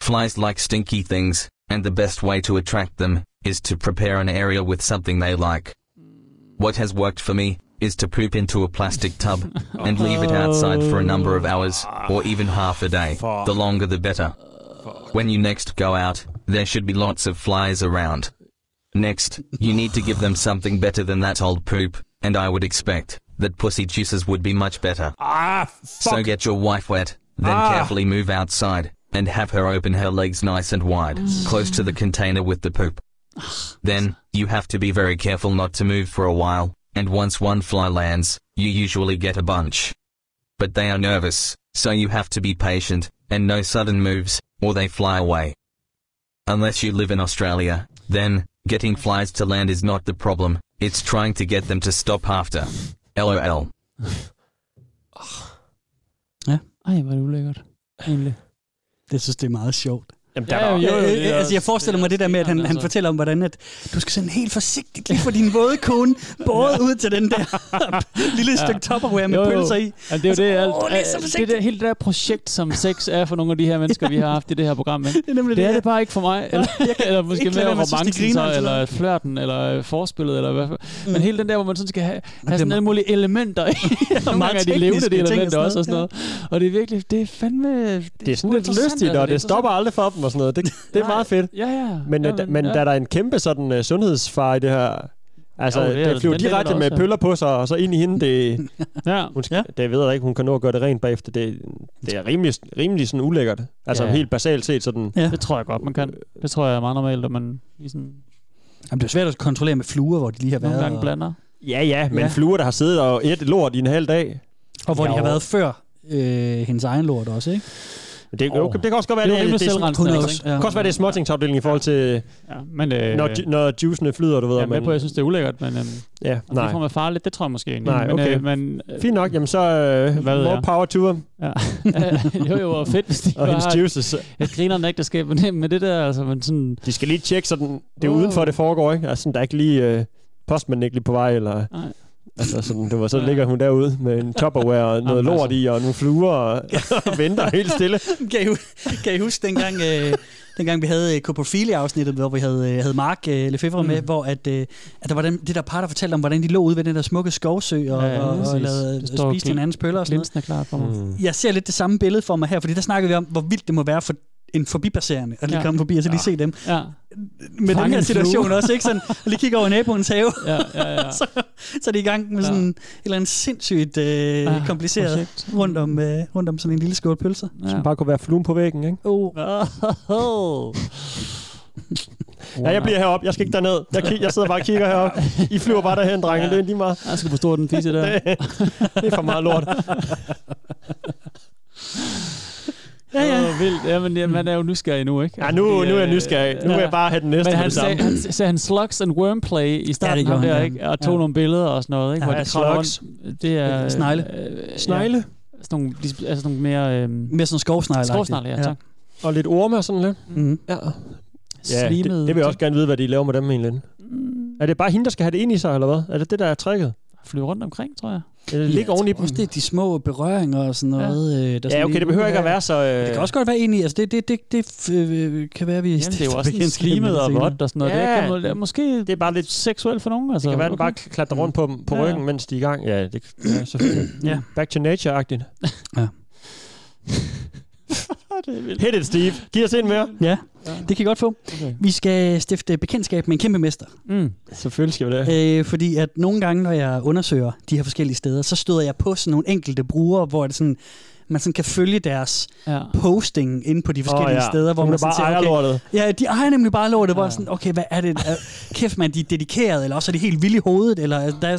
I: Flies like stinky things, and the best way to attract them is to prepare an area with something they like. What has worked for me is to poop into a plastic tub and leave it outside for a number of hours or even half a day. The longer the better. When you next go out, there should be lots of flies around. Next, you need to give them something better than that old poop, and I would expect that pussy juices would be much better.
C: Ah,
I: So get your wife wet, then carefully move outside and have her open her legs nice and wide, close to the container with the poop. Then, you have to be very careful not to move for a while, and once one fly lands, you usually get a bunch. But they are nervous, so you have to be patient, and no sudden moves, or they fly away. Unless you live in Australia, then, getting flies to land is not the problem, it's trying to get them to stop after. LOL.
D: Ej, hvor er det ulækkert. Egentlig.
E: Det synes det er meget sjovt.
C: Jamen,
D: Ja,
C: der
D: jo,
E: Jo,
D: jo,
E: jo,
D: det er
E: altså, jeg
D: også-
E: forestiller
D: det er
E: mig det der med, at han,
D: også
E: han
D: altså.
E: fortæller om, hvordan at du skal sådan helt forsigtigt lige få din våde kone båret ud til den der lille stykke topperware med
D: Jo, jo.
E: pølser i.
D: Altså, det er jo det, alt,
E: åh, lige så
D: det, der, hele det der projekt, som sex er for nogle af de her mennesker, vi har haft i det her program. Ikke?
E: Det er nemlig
D: Det er
E: det.
D: det bare ikke for mig. Eller, eller måske
E: ikke lade
D: mere
E: være med at synes, de griner
D: romancen, så,
E: altid.
D: eller flirten, eller øh, forspillet, eller hvad. Mm. Men hele den der, hvor man sådan skal have, have sådan
E: bliver-
D: alle mulige elementer i. og mange af de levende
E: tekniske
D: de
E: ting og
D: elementer
E: sådan Øh,
D: også, og sådan noget. Og det er virkelig, det er fandme...
C: det er sådan lidt lystigt,
D: uinteressant, altså,
C: og det
D: interessant.
C: stopper aldrig for dem og sådan noget. Det, det er
D: Nej.
C: meget fedt.
D: Ja, ja.
C: Men, øh, da- men
D: ja.
C: ja. der er der en kæmpe sådan, uh, sundhedsfare i det her. Altså,
D: Jo, det
C: jo, det,
D: er der-
C: det flyver
D: den del er
C: direkte
D: der
C: med
D: også, ja.
C: pøller på sig, og så ind i hende. Det,
D: Ja.
C: hun skal,
E: Ja.
C: ja. det ved jeg ikke, hun kan nå at gøre det rent bagefter. Det, det er rimelig, rimelig sådan ulækkert. Altså
D: Ja.
C: ja. helt basalt set sådan.
E: Ja.
D: Det tror jeg godt, man kan. Det tror jeg er meget normalt, at man i sådan
E: Jamen, det er svært at kontrollere med fluer, hvor de lige har
D: nogle
E: været,
D: gange
E: og,
D: blander.
C: Ja, ja, men
E: Ja.
C: ja. fluer, der har siddet og et lort i en halv dag.
E: og hvor de
C: Ja,
E: har
C: jo.
E: været før øh, hendes egen lort også, ikke?
C: Det, oh.
D: Åh.
C: det kan også godt være,
D: Det er
C: det,
D: jo
C: det,
D: rimelig
C: det, er sådan-
D: selvrensende.
E: kunne
D: altså,
E: også, ja.
C: det kan også være, det er småtingsafdelingen i forhold til,
D: Ja, men,
C: øh.
D: øh,
C: når, ju- når juicene flyder, du ved.
D: jeg er
C: og man-
D: med på, jeg synes, det er ulækkert, men øh,
C: ja,
D: Nej. det
C: nej.
D: kommer farligt, det tror jeg måske egentlig.
C: Nej,
D: men,
C: okay.
D: øh, men, øh,
C: Fint nok, jamen så øh,
D: Hvad ved
C: more
D: jeg?
C: power to them
D: jo, jo, og fedt, hvis de
C: og hendes
D: bare...
C: juices. øh,
D: Jeg griner en ægteskab med det, med det der, altså, men sådan...
C: De skal lige tjekke, så den, det er
D: Wow.
C: udenfor, det foregår, ikke? Altså, sådan, der er ikke lige øh, postmanden ikke lige på vej, eller...
D: Nej.
C: Altså, sådan, det var, så
D: Ja.
C: ligger hun derude med en topperware og noget
D: Jamen,
C: lort
D: altså.
C: i, og nogle fluer, og, og venter helt stille.
E: Kan I, hu- kan I huske dengang, øh, dengang vi havde øh, Koprofilia-afsnittet, hvor vi havde, øh, havde Mark øh, Lefebvre mm. med, hvor at, øh, at der var den, det der par, der fortalte om, hvordan de lå ude ved den der smukke skovsø, og, ja,
D: Ja,
E: ja,
D: ja,
E: og, og, og
D: præcis.
E: lavede, øh,
D: Det står
E: spiste
D: klin-
E: hinandens pøller og sådan noget.
D: Linsen er klar for mig. Mm.
E: jeg ser lidt det samme billede for mig her, fordi der snakkede vi om, hvor vildt det må være for en forbipasserende, at lige
D: Ja.
E: komme forbi og så lige se dem.
D: Ja,
E: Med
D: Fange
E: den her
D: en
E: situation
D: flue.
E: også, ikke? Sådan, og lige kigge over i naboens have,
D: ja, ja, ja.
E: så, så er de i gang med
D: Ja.
E: sådan et eller andet sindssygt øh,
D: Ah,
E: kompliceret
D: projekt.
E: rundt om, øh, rundt om sådan en lille skål pølser.
D: Ja.
C: Bare kunne være fluen på væggen, ikke?
E: Oh.
C: Ja, jeg bliver heroppe. Jeg skal ikke derned. Jeg, kig, jeg sidder bare og kigger heroppe. I flyver bare derhen, drenge. Det er lige meget.
D: Jeg skal på stor den fisse
C: Det
D: der.
C: er for meget lort.
E: Ja, ja.
D: Åh, vildt. Ja, men ja, man er jo nysgerrig nu, ikke?
C: Ja,
D: Altså,
C: nu,
D: fordi,
C: nu er jeg
D: øh,
C: nysgerrig. Nu vil jeg bare have den næste
D: Men
C: med
D: han
C: det
D: sagde,
C: samme.
D: han, sagde han slugs and wormplay i starten ja,
E: gjorde
D: det
E: han,
D: der,
E: ja.
D: ikke? og tog
E: Ja.
D: ja. nogle billeder og sådan noget. Ikke?
E: Ja,
D: Hvor
E: ja,
D: de kravler
C: slugs.
D: rundt. Det er... øh,
E: Snegle.
D: Øh,
C: Snegle
D: Ja, sådan nogle, de- altså nogle mere... Øh,
E: Med sådan en skovsnegl.
D: Skovsnegle, ja, Mm-hmm. tak.
C: og lidt orme og sådan lidt.
E: Mm.
C: Ja, ja det,
D: Slimede.
C: det, vil jeg også gerne vide, hvad de laver med dem egentlig.
D: Mm.
C: Er det bare hende, der skal have det ind i sig, eller hvad? Er det det, der er tricket?
D: Flyve rundt omkring, tror jeg.
C: Er det ligger oven i dem?
E: Også det er de små berøringer og sådan noget. øh, Der
C: Ja, okay, det behøver ikke at være så... Øh...
E: Det kan også godt være egentlig, altså det, det, det, det øh, kan være, vi...
D: Jamen, det er jo også sådan
E: bekendtskab med
D: slimet
E: det
D: og
E: senere.
D: vådt og sådan noget. Ja. Det,
C: Ja.
D: er, ikke noget- det er måske
C: det er bare lidt...
D: seksuelt for nogen. Altså.
C: Det kan være, den bare klatrer rundt på, dem- på
D: Ja, ja.
C: ryggen, mens de er i gang. Ja, det, ja selvfølgelig.
E: Ja.
C: Back to nature-agtigt.
E: Ja.
C: Hit it, Steve. Giv os en mere.
E: Ja, det kan I godt få. Okay. Vi skal stifte bekendtskab med en kæmpe mester.
C: Mm. Selvfølgelig skal vi det.
E: Øh, fordi at nogle gange, når jeg undersøger de her forskellige steder, så støder jeg på sådan nogle enkelte brugere, hvor det sådan, man sådan kan følge deres ja. posting inde på de forskellige
C: Åh, ja.
E: oh, ja. steder, hvor
C: Nogen,
E: man sådan
C: der bare ejer
E: okay,
C: lortet.
E: Ja, de ejer nemlig bare lortet, ja. hvor jeg sådan, okay, hvad er det? Er, kæft, man, de er dedikeret, eller også er de helt vilde i hovedet, eller altså, der er,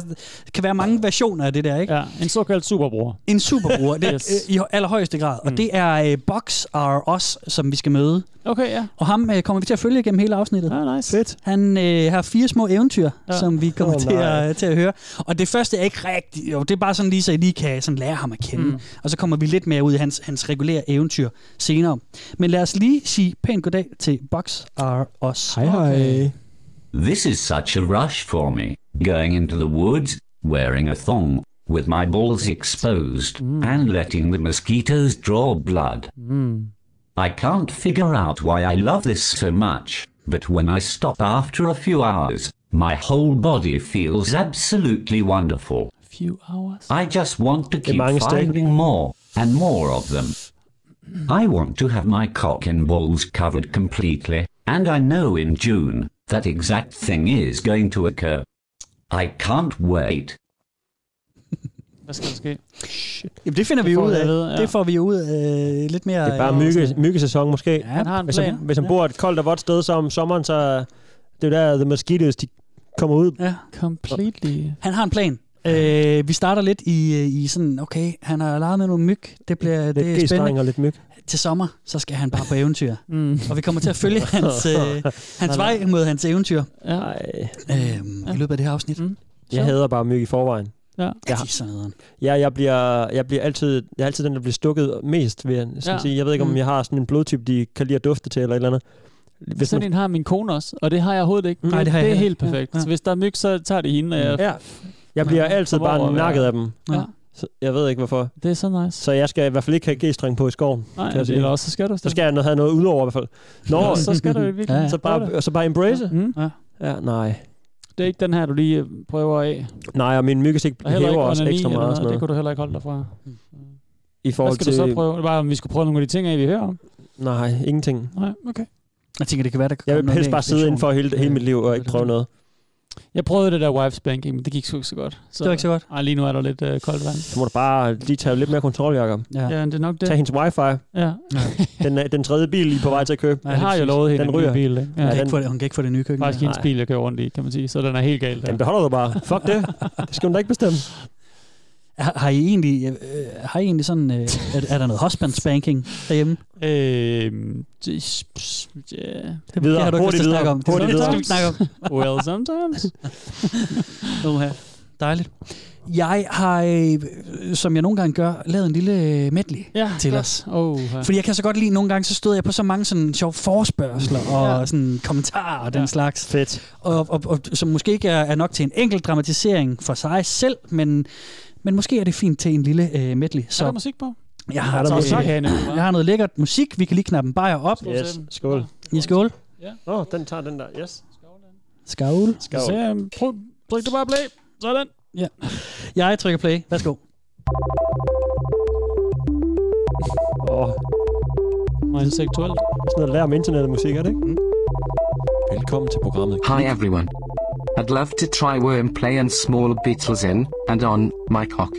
E: kan være mange versioner af det der, ikke?
D: Ja, en såkaldt superbruger.
E: En superbruger, det,
D: Yes.
E: yes. øh, i allerhøjeste grad. Mm. Og det er øh, Box R Us, som vi skal møde.
D: Okay, ja.
E: Og ham øh, kommer vi til at følge gennem hele afsnittet.
D: Ah, nice. Fedt.
E: Han øh, har fire små eventyr,
D: Ja.
E: ja. som vi kommer
D: Åh,
E: oh, til,
D: nej.
E: at, til at høre. Og det første er ikke rigtigt. Jo, det er bare sådan lige, så I lige kan sådan lære ham at kende.
D: Mm.
E: Mm. Og så kommer vi lidt mere ud i hans, hans regulære eventyr senere. Men lad os lige sige pænt goddag til Box R Us. Hej
J: hej. This is such a rush for me. Going into the woods, wearing a thong, with my balls exposed, and letting the mosquitoes draw blood. I can't figure out why I love this so much, but when I stop after a few hours, my whole body feels absolutely wonderful.
D: Few hours.
J: I just want to keep
D: mange stykker.
J: finding more and more of them. I want to have my cock and balls covered completely, and I know in June that exact thing is going to occur. I can't wait.
D: Hvad skal der ske?
E: Jamen, det finder
D: Det
E: vi
D: får
E: ud
D: vi
E: af.
D: at vide, ja.
E: Det får vi jo ud af lidt mere...
C: Det er bare
E: øh,
C: mygge, myggesæson måske. Ja,
E: han har en
C: hvis, han,
E: plan.
C: hvis han bor et koldt og vådt sted som sommeren, så det er jo der, the mosquitoes, de kommer ud.
E: Ja.
D: Completely.
E: Han har en plan. Øh, vi starter lidt i, øh, i sådan, okay, han har leget med nogle myg. Det bliver det er spændende.
C: og lidt myg.
E: Til sommer, så skal han bare på eventyr.
D: Mm.
E: Og vi kommer til at følge hans, øh, hans vej mod hans eventyr.
D: Ja.
E: Øhm, I løbet af det her afsnit. Mm.
C: Jeg hader bare myg i forvejen.
D: Ja.
C: Jeg,
E: de er sådan noget.
C: ja, jeg bliver, jeg bliver altid, jeg er altid den, der bliver stukket mest, vil jeg sådan
D: Ja.
C: ja. sige. Jeg ved ikke, om
D: Mm.
C: jeg har sådan en blodtype, de kan lide at dufte til eller et eller andet. Hvis
D: Sådan
C: man,
D: en har min kone også, og det har jeg overhovedet ikke.
E: Nej, det har jeg
D: det er
E: heller
D: helt
E: ikke.
D: perfekt.
E: Ja,
D: Så hvis der er myg, så tager det hende. Og jeg,
C: ja. Jeg bliver altid
D: Kommer over
C: bare
D: at være-
C: nakket af dem.
D: Ja.
C: Så jeg ved ikke, hvorfor.
D: Det er så nice.
C: Så jeg skal i hvert fald ikke have g-streng på i skoven.
D: Nej,
C: kan jeg sige.
D: eller også så skal du
C: Så skal jeg noget- have noget udover i hvert fald.
D: Nå, så skal du i virkeligheden.
C: Så
D: Prøv
C: bare,
D: det.
C: og så bare embrace.
D: Mm.
E: Ja.
C: ja, nej.
D: Det er ikke den her, du lige øh, prøver af.
C: Nej, og min myggestik
D: Og heller
C: hæver
D: ikke
C: også
D: onani
C: ekstra
D: eller
C: meget. og
D: noget.
C: Sådan
D: Det
C: noget.
D: kunne du heller ikke holde dig fra.
C: I
D: Hvad
C: forhold
D: skal
C: til...
D: du så prøve? Det var, om vi skulle prøve nogle af de ting af, vi hører om.
C: Nej, ingenting.
D: Nej, okay.
E: Jeg tænker, det kan være, der kan
C: Jeg
E: komme
C: vil
E: noget
C: helst
E: mere
C: bare sidde
E: inspiration.
C: inden for hele, hele mit liv og ikke prøve noget.
D: Jeg prøvede det der wife spanking, men det gik sgu ikke så godt. Så,
E: Det var ikke så godt.
D: Ej, lige nu er der lidt øh, koldt vand.
C: Så må du bare lige tage lidt mere kontrol, Jacob.
E: Ja.
D: Ja, det er nok det.
C: Tag hendes wifi.
D: Ja.
C: Den, er- den tredje bil, I er på vej til at købe.
D: Jeg har jo lovet hende
C: Den
D: en ny
C: ryger.
D: bil. Ikke?
E: Hun,
D: Ja,
E: kan
D: den
E: ikke få det, hun kan ikke få det nye køkken.
D: faktisk
E: der.
D: hendes bil, jeg kører rundt i, kan man sige. Så den er helt galt.
C: Den beholder du bare. Fuck det. Det skal hun da ikke bestemme.
E: Har, har, I egentlig, øh, har I egentlig sådan... Øh, er, er der noget husband spanking derhjemme?
D: Øh, det, yeah.
C: Øhm, Videre.
E: Det har du ikke lyst til
C: Hurtigt
E: at
C: videre.
E: snakke om. Det er
C: Hurtigt
E: sådan,
C: videre.
E: Det skal vi snakke om.
D: well, sometimes.
E: Uha. Dejligt. Jeg har, øh, som jeg nogle gange gør, lavet en lille øh, medley
D: Ja,
E: til
D: godt.
E: os.
D: Oh, ja.
E: Fordi jeg kan så godt lide, nogle gange så stod jeg på så mange sådan sjove forspørgseler og
D: Ja.
E: sådan kommentarer og den
D: Ja.
E: slags.
C: Fedt.
E: Og, og, og, som måske ikke er, er nok til en enkelt dramatisering for sig selv, men, men måske er det fint til en lille øh, medley.
D: Så. Er
E: Så
D: der musik på?
E: jeg har,
D: Så
E: noget,
D: tak,
E: jeg,
D: Hanne.
E: jeg har noget lækkert musik. Vi kan lige knappe en bajer op.
C: Yes. Skål.
E: I skål.
C: Åh, oh, den tager den der. Yes.
E: Skål.
C: Skål.
D: Så, øhm, prøv, tryk du bare play. Sådan.
E: Jeg trykker play. Værsgo.
C: Åh,
D: Meget seksuelt.
C: sådan noget lær om internet og musik, er det ikke? Velkommen til programmet.
K: Hi everyone. I'd love to try worm play and small beetles in and on my cock.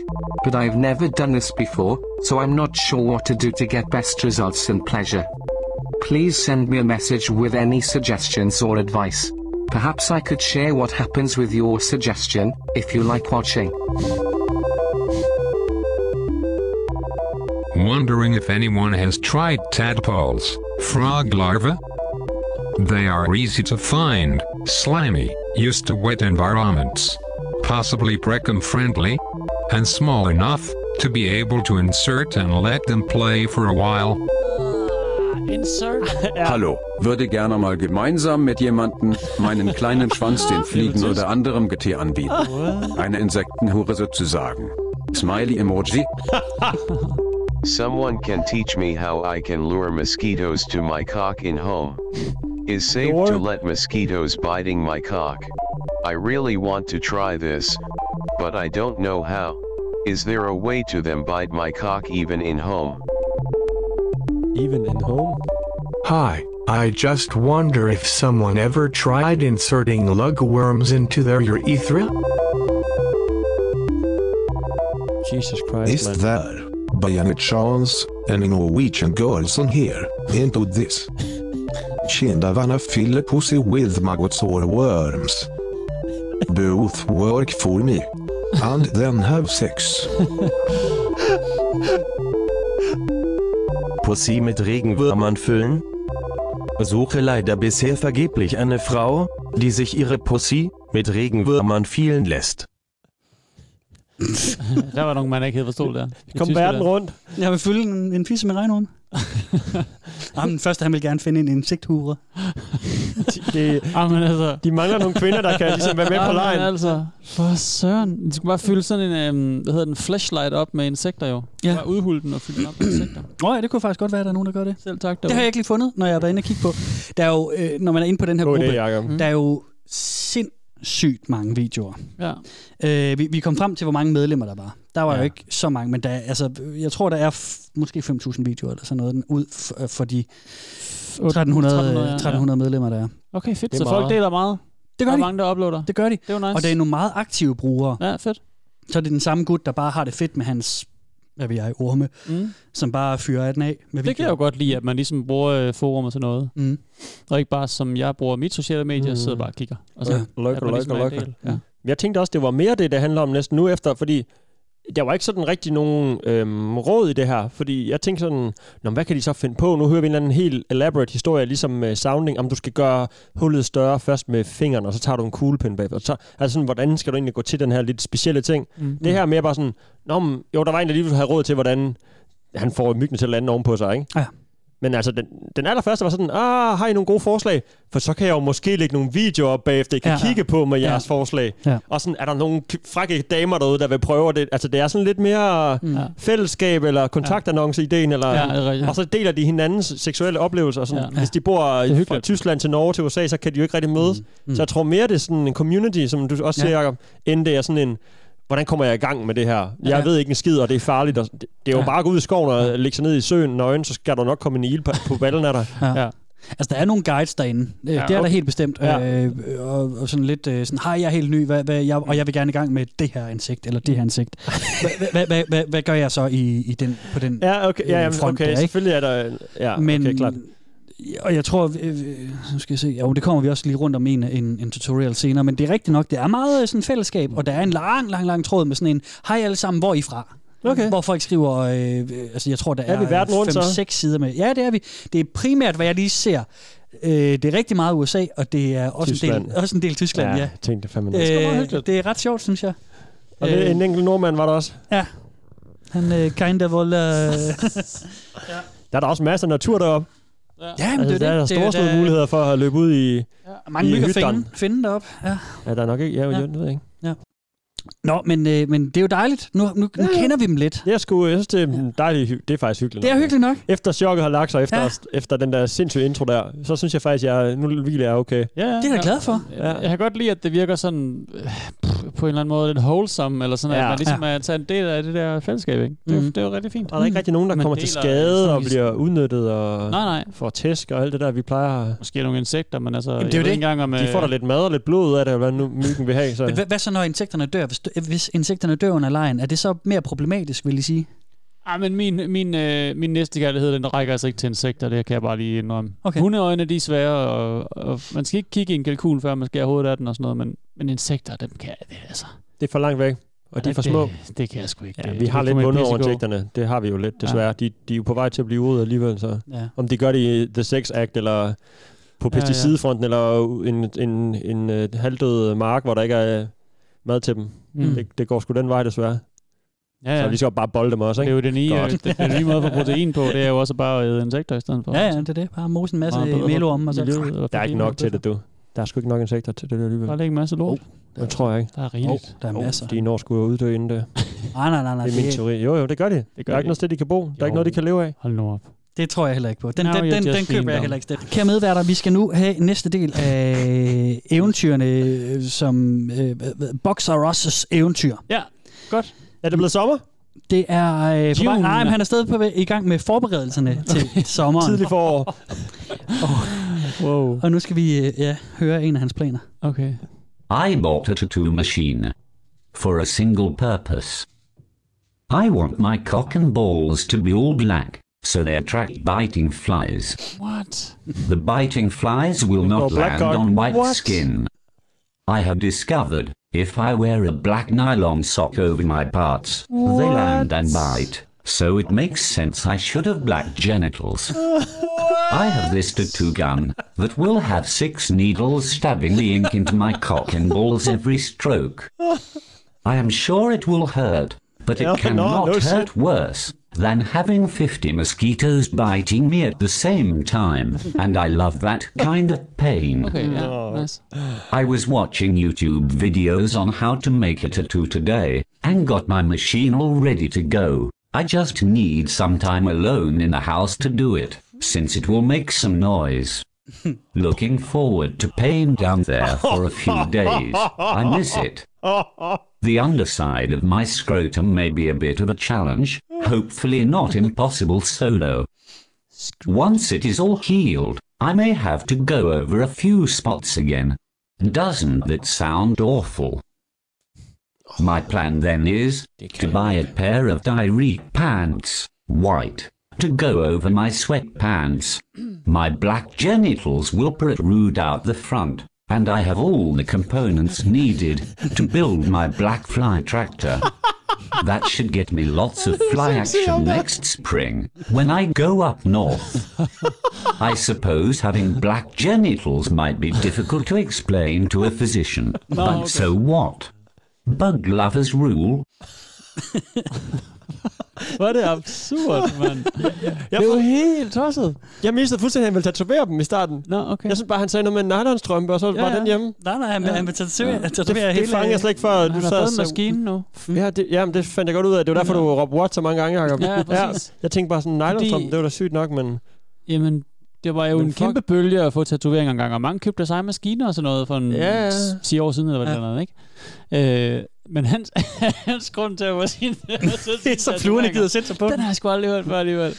K: But I've never done this before, so I'm not sure what to do to get best results and pleasure. Please send me a message with any suggestions or advice. Perhaps I could share what happens with your suggestion, if you like watching.
L: Wondering if anyone has tried tadpoles, frog larvae? They are easy to find, slimy, used to wet environments, possibly precum friendly, and small enough to be able to insert and let them play for a while.
D: Insert.
M: Hallo, würde gerne mal gemeinsam mit jemandem meinen kleinen Schwanz den Fliegen oder anderem Getier anbieten. Eine Insektenhure sozusagen. Smiley-Emoji.
N: Someone can teach me how I can lure mosquitoes to my cock in home. Is safe to let mosquitoes biting my cock. I really want to try this, but I don't know how. Is there a way to them bite my cock even in home?
E: Mm.
F: Even in home?
G: Hi, I just wonder if someone ever tried inserting lugworms into their urethra?
F: Jesus Christ,
O: Is
F: man.
O: there, by any chance, any Norwegian girls on here into this? Kinda wanna fill a pussy with maggots or worms. Both work for me. And then have sex.
P: Pussy mit Regenwürmern füllen? Suche leider bisher vergeblich eine Frau, die sich ihre Pussy mit Regenwürmern fielen lässt.
D: Der var nogen, man ikke havde forstået der. Det
E: Kom
D: tyske
E: verden
D: der.
E: rundt. Jeg vil fylde en, en fisse med regnhorn. Jamen, den første, han vil gerne finde en Ah, insekthure.
C: det,
D: Jamen, altså.
C: De mangler nogle kvinder, der kan ligesom være med på
D: Jamen,
C: lejen.
D: altså. For søren. De skulle bare fylde sådan en, øhm, hvad hedder den, flashlight op med insekter jo. Ja. Bare udhulde den og fylde den op med insekter.
E: Åh oh, ja, det kunne faktisk godt være, at der er nogen, der gør det.
D: Selv tak.
E: Det har jeg ikke lige fundet, når jeg har været inde og kigge på. Der er jo, øh, når man er inde på den her
C: God idé,
E: gruppe,
C: Jacob.
E: der er jo sindssygt mange videoer.
D: Ja.
E: Øh, vi, vi kom frem til, hvor mange medlemmer der var. Der var ja.
D: Ja.
E: jo ikke så mange, men der, er- altså, jeg tror, der er f- måske 5.000 videoer eller sådan noget ud f- øh, for de 1300,
D: 1300, ja, ja.
E: 1300 medlemmer, der er.
D: Okay, fedt.
E: Det er
D: Så folk
E: meget.
D: deler meget.
E: Det gør
D: der
E: de.
D: er mange, der uploader.
E: Det gør de.
D: Det er jo nice.
E: Og det er nogle meget aktive brugere.
D: Ja, fedt.
E: Så det er den samme gut, der bare har det fedt med hans, hvad ved jeg, orme,
D: Mm.
E: som bare fyrer af den af. Med
D: Det kan jeg jo godt lide, at man ligesom bruger øh, forum og sådan noget.
E: Mm.
D: Og ikke bare som jeg bruger mit sociale medier, mm. sidder bare og kigger. Og så,
C: Ja.
D: at man
C: Lokker,
D: ligesom
C: lokker,
D: er en
C: lokker.
D: del. Ja.
C: Jeg tænkte også, det var mere det, det handler om næsten nu efter, fordi der var ikke sådan rigtig nogen øhm, råd i det her, fordi jeg tænkte sådan, Nå, men hvad kan de så finde på? Nu hører vi en eller anden helt elaborate historie, ligesom med sounding, om du skal gøre hullet større først med fingeren, og så tager du en kuglepen bagved. Og så, altså sådan, hvordan skal du egentlig gå til den her lidt specielle ting?
D: Mm.
C: Mm. Det her er mere bare sådan, Nå, men, jo, der var en, der lige ville have råd til, hvordan han får myggene til at lande ovenpå sig, ikke?
E: Ja.
C: Men altså, den, den allerførste var sådan, ah, har I nogle gode forslag? For så kan jeg jo måske lægge nogle videoer op bagefter, I kan
E: Ja.
C: ja. kigge på med
E: Ja.
C: jeres forslag.
E: Ja.
C: Og sådan, er der nogle k- frække damer derude, der vil prøve det? Altså, det er sådan lidt mere
E: Mm.
C: mm.
E: Ja.
C: fællesskab eller kontaktannonce-ideen, eller,
D: Ja, det er rigtigt, ja.
C: og så deler de hinandens seksuelle oplevelser. Og sådan.
D: Ja.
C: Ja. Hvis de bor
D: Det er
C: i, fra Tyskland til Norge til USA, så kan de jo ikke rigtig mødes. Mm. Så jeg tror mere, det er sådan en community, som du også
D: Ja.
C: siger, Jacob, end det er sådan en, hvordan kommer jeg i gang med det her? Jeg
D: Ja.
C: ved ikke en skid, og det er farligt. Og det, det er jo
E: Ja.
C: ja. bare at gå ud i skoven og lægge sig ned i søen nøgen, så skal der nok komme en il på, på ballen af dig.
E: Ja. Altså, der er nogle guides derinde. Ja, det
C: Ja,
E: er der
C: okay.
E: helt bestemt.
C: Ja.
E: Ja. Øh, og, og sådan lidt øh, sådan, hej, jeg er helt ny, hvad, hvad, jeg, og jeg vil gerne i gang med det her insekt, eller det her insekt. Hvad, hvad, hvad, hvad, hvad gør jeg så i, i den, på den
C: Ja, okay, ja,
E: øh,
C: jamen,
E: front
C: okay
E: der, ikke?
C: selvfølgelig er der... Ja,
E: Men-
C: Men, okay, klart.
E: Og jeg tror, øh, øh, nu skal jeg se, jo, det kommer vi også lige rundt om i en, en, en tutorial senere, men det er rigtigt nok, det er meget øh, sådan fællesskab,
C: Mm.
E: og der er en lang, lang, lang tråd med sådan en, hej alle sammen, hvor er I fra? Okay. Hvor folk skriver, øh, øh, altså jeg tror, der
C: Er vi verden rundt, så?
E: er 5-6 sider med. Ja, det er vi. Det er primært, hvad jeg lige ser. Øh, det er rigtig meget USA, og det er også, en del,
C: Tyskland.
E: også en del Tyskland. Ja,
C: Ja, jeg tænkte fandme
E: øh,
C: noget. Det er sgu meget
E: det,
C: hyggeligt.
E: det er ret sjovt, synes jeg. Øh,
C: Og det, en enkelt nordmand var der også.
E: Ja. Han øh, kinda vold... Øh,
C: Der er der også masser af natur deroppe.
E: ja, men
C: altså,
E: det
C: der
E: er
C: er
E: det.
C: der
E: Det er-
C: store
E: der
C: store
E: er-
C: muligheder for at løbe ud i,
E: Mange
C: i
E: mygger
C: hytterne.
E: finde, finde deroppe. Ja.
C: Ja, der er nok ikke. Ja,
E: Ja.
C: ja. Jeg ved ikke.
E: Ja. Nå, men, øh, men det er jo dejligt. Nu, nu, nu kender vi dem lidt.
C: Jeg, skulle, jeg synes, det er dejligt. hy- Det er faktisk hyggeligt.
E: Det er
C: nok.
E: hyggeligt nok.
C: Efter chokket har lagt sig, efter,
E: Ja.
C: ja. efter den der sindssyge intro der, så synes jeg faktisk, jeg nu hviler jeg okay.
D: Ja, ja.
E: Det er jeg da glad for.
D: Ja. Jeg kan godt lide, at det virker sådan øh, pff, på en eller anden måde lidt wholesome, eller sådan, ja. at
C: Ja.
D: man ligesom er taget en del af det der fællesskab, ikke? Det, mm. det er jo rigtig fint.
C: Og der er ikke rigtig nogen, der
D: Man
C: kommer til
D: deler
C: skade
D: sådan
C: og
D: lige-
C: bliver udnyttet og
D: Nej, nej.
C: får tæsk og alt det der, vi plejer.
D: Måske nogle insekter, men altså...
C: Jamen, det er jo det.
D: Engang, om, øh,
C: de får da lidt mad og lidt blod ud af det, eller hvad nu myggen vil have. Så.
E: Men hvad, hvad så, når insekterne dør? Hvis, dø- hvis insekterne dør under lejen, er det så mere problematisk, vil I sige?
D: Ah, men min, min, øh, min næste kærlighed, den rækker altså ikke til insekter, det kan jeg bare lige indrømme.
E: Okay.
D: Hundeøjne, de er svære, og, og, man skal ikke kigge i en kalkun, før man skærer hovedet af den og sådan noget, men, men insekter, dem kan jeg, det, altså.
C: Det er for langt væk, og de er for
D: det-
C: små.
D: Det, det kan jeg sgu ikke.
C: Ja,
D: Det-
C: vi
D: det
C: har
D: kan
C: lidt
D: man
C: vundet over
D: pissegod.
C: insekterne. Det har vi jo lidt, desværre. Ja. De, de er jo på vej til at blive ude alligevel, så
E: Ja.
C: om de gør det i The Sex Act, eller på
D: Ja, ja.
C: pesticidfronten, eller en, en, en, en halvdød mark, hvor der ikke er øh, mad til dem.
D: Mm.
C: Mm. Det, det går sgu den vej, desværre.
D: Ja, ja.
C: Så vi skal jo bare bolde dem også,
D: Det
C: ikke?
D: er jo den nye,
C: Godt.
D: øh, den, den nye måde for protein på, det er jo også bare at æde insekter i stedet for.
E: Ja, ja, det er det. Bare mose en masse
D: Meget bedre
E: melo om, og så...
D: miljø, eller
C: Der er ikke
D: protein,
C: nok til
D: bedre.
C: det, du. Der er sgu ikke nok insekter til det alligevel.
D: Bare lægge en masse lort.
C: Det tror jeg ikke.
D: Der er rigeligt.
E: der er masser.
C: De når sgu at uddø inden det.
E: Nej, nej, nej, nej.
C: Det er min teori. Jo, jo, det gør de.
E: Det
C: Det
E: gør
C: gør der
E: de.
C: er ikke noget sted, de kan bo. Der er ikke noget, de kan leve af.
D: Hold nu op.
E: Det tror jeg heller ikke på. Den,
D: Now
E: den,
D: you're
E: den,
D: just
E: den
D: being
E: køber jeg
D: dumb.
E: heller ikke. Steffen. Kære medværter, vi skal nu have næste del af eventyrene, øh, som øh, hvad- hvad- Boxer Ross' eventyr.
D: Ja, godt.
C: Er det blevet sommer?
E: Det er... Øh, på vej,
C: June.
E: nej, men han er stadig på, vej- i gang med forberedelserne til sommeren.
C: Tidlig forår.
E: oh. wow. Og nu skal vi øh, ja, høre en af hans planer.
D: Okay.
J: I bought a tattoo machine for a single purpose. I want my cock and balls to be all black, so they attract biting flies.
D: What?
J: The biting flies will not
D: black
J: land
D: cock.
J: on white
D: What?
J: skin. I have discovered if I wear a black nylon sock over my parts, they land and bite. So it makes sense I should have black genitals. I have this tattoo gun that will have six needles stabbing the ink into my cock and balls every stroke. I am sure it will hurt, but it
C: Yeah, no,
J: cannot
C: no shit.
J: hurt worse than having 50 mosquitoes biting me at the same time, and I love that kind of pain.
D: Okay, ja, nice.
J: I was watching YouTube videos on how to make a tattoo today and got my machine all ready to go. I just need some time alone in the house to do it, since it will make some noise. Looking forward to paying down there for a few days. I miss it. The underside of my scrotum may be a bit of a challenge, hopefully not impossible solo. Once it is all healed, I may have to go over a few spots again. Doesn't that sound awful? My plan then is to buy a pair of diary pants, white, to go over my sweatpants. My black genitals will protrude out the front, and I have all the components needed to build my black fly tractor. That should get me lots of fly
Q: Sexy
J: action
Q: on that.
J: next spring when I go up north. I suppose having black genitals might be difficult to explain to a physician, but
Q: okay.
J: so what? Bug lovers rule.
D: Hvor er det absurd, mand.
C: Jeg det er jo helt tosset. Jeg mistede fuldstændig, at han ville tatovere dem i starten.
D: Nå, okay.
C: Jeg synes bare, han sagde noget med en nylonstrømpe, og så
E: Ja,
C: var
E: ja.
C: den hjemme.
E: Nej, nej, han vil- han vil tatovere- tatovere
C: det,
E: hele-
C: det fangede jeg slet ikke før.
E: Han
C: du
E: har
C: sad
E: fået
C: og
E: en
C: sagde-
E: maskine nu.
C: Ja, det, jamen, det fandt jeg godt ud af. Det var derfor, du råbte what så mange gange, Jacob.
D: Ja, præcis.
C: Jeg tænkte bare sådan, nylonstrømpe,
D: Fordi-
C: det var da sygt nok, men...
D: Jamen, det var jo
C: Men
D: en
C: fuck.
D: kæmpe bølge at få tatoveringer engang, og mange købte deres egen maskiner og sådan noget for en
C: Ja, ja.
D: 10 år siden, eller hvad ja. det andet, ikke? Øh, men hans, hans grund til at få sin...
E: Så fluerne gider sætte sig på
D: den. har jeg sgu aldrig hørt før alligevel.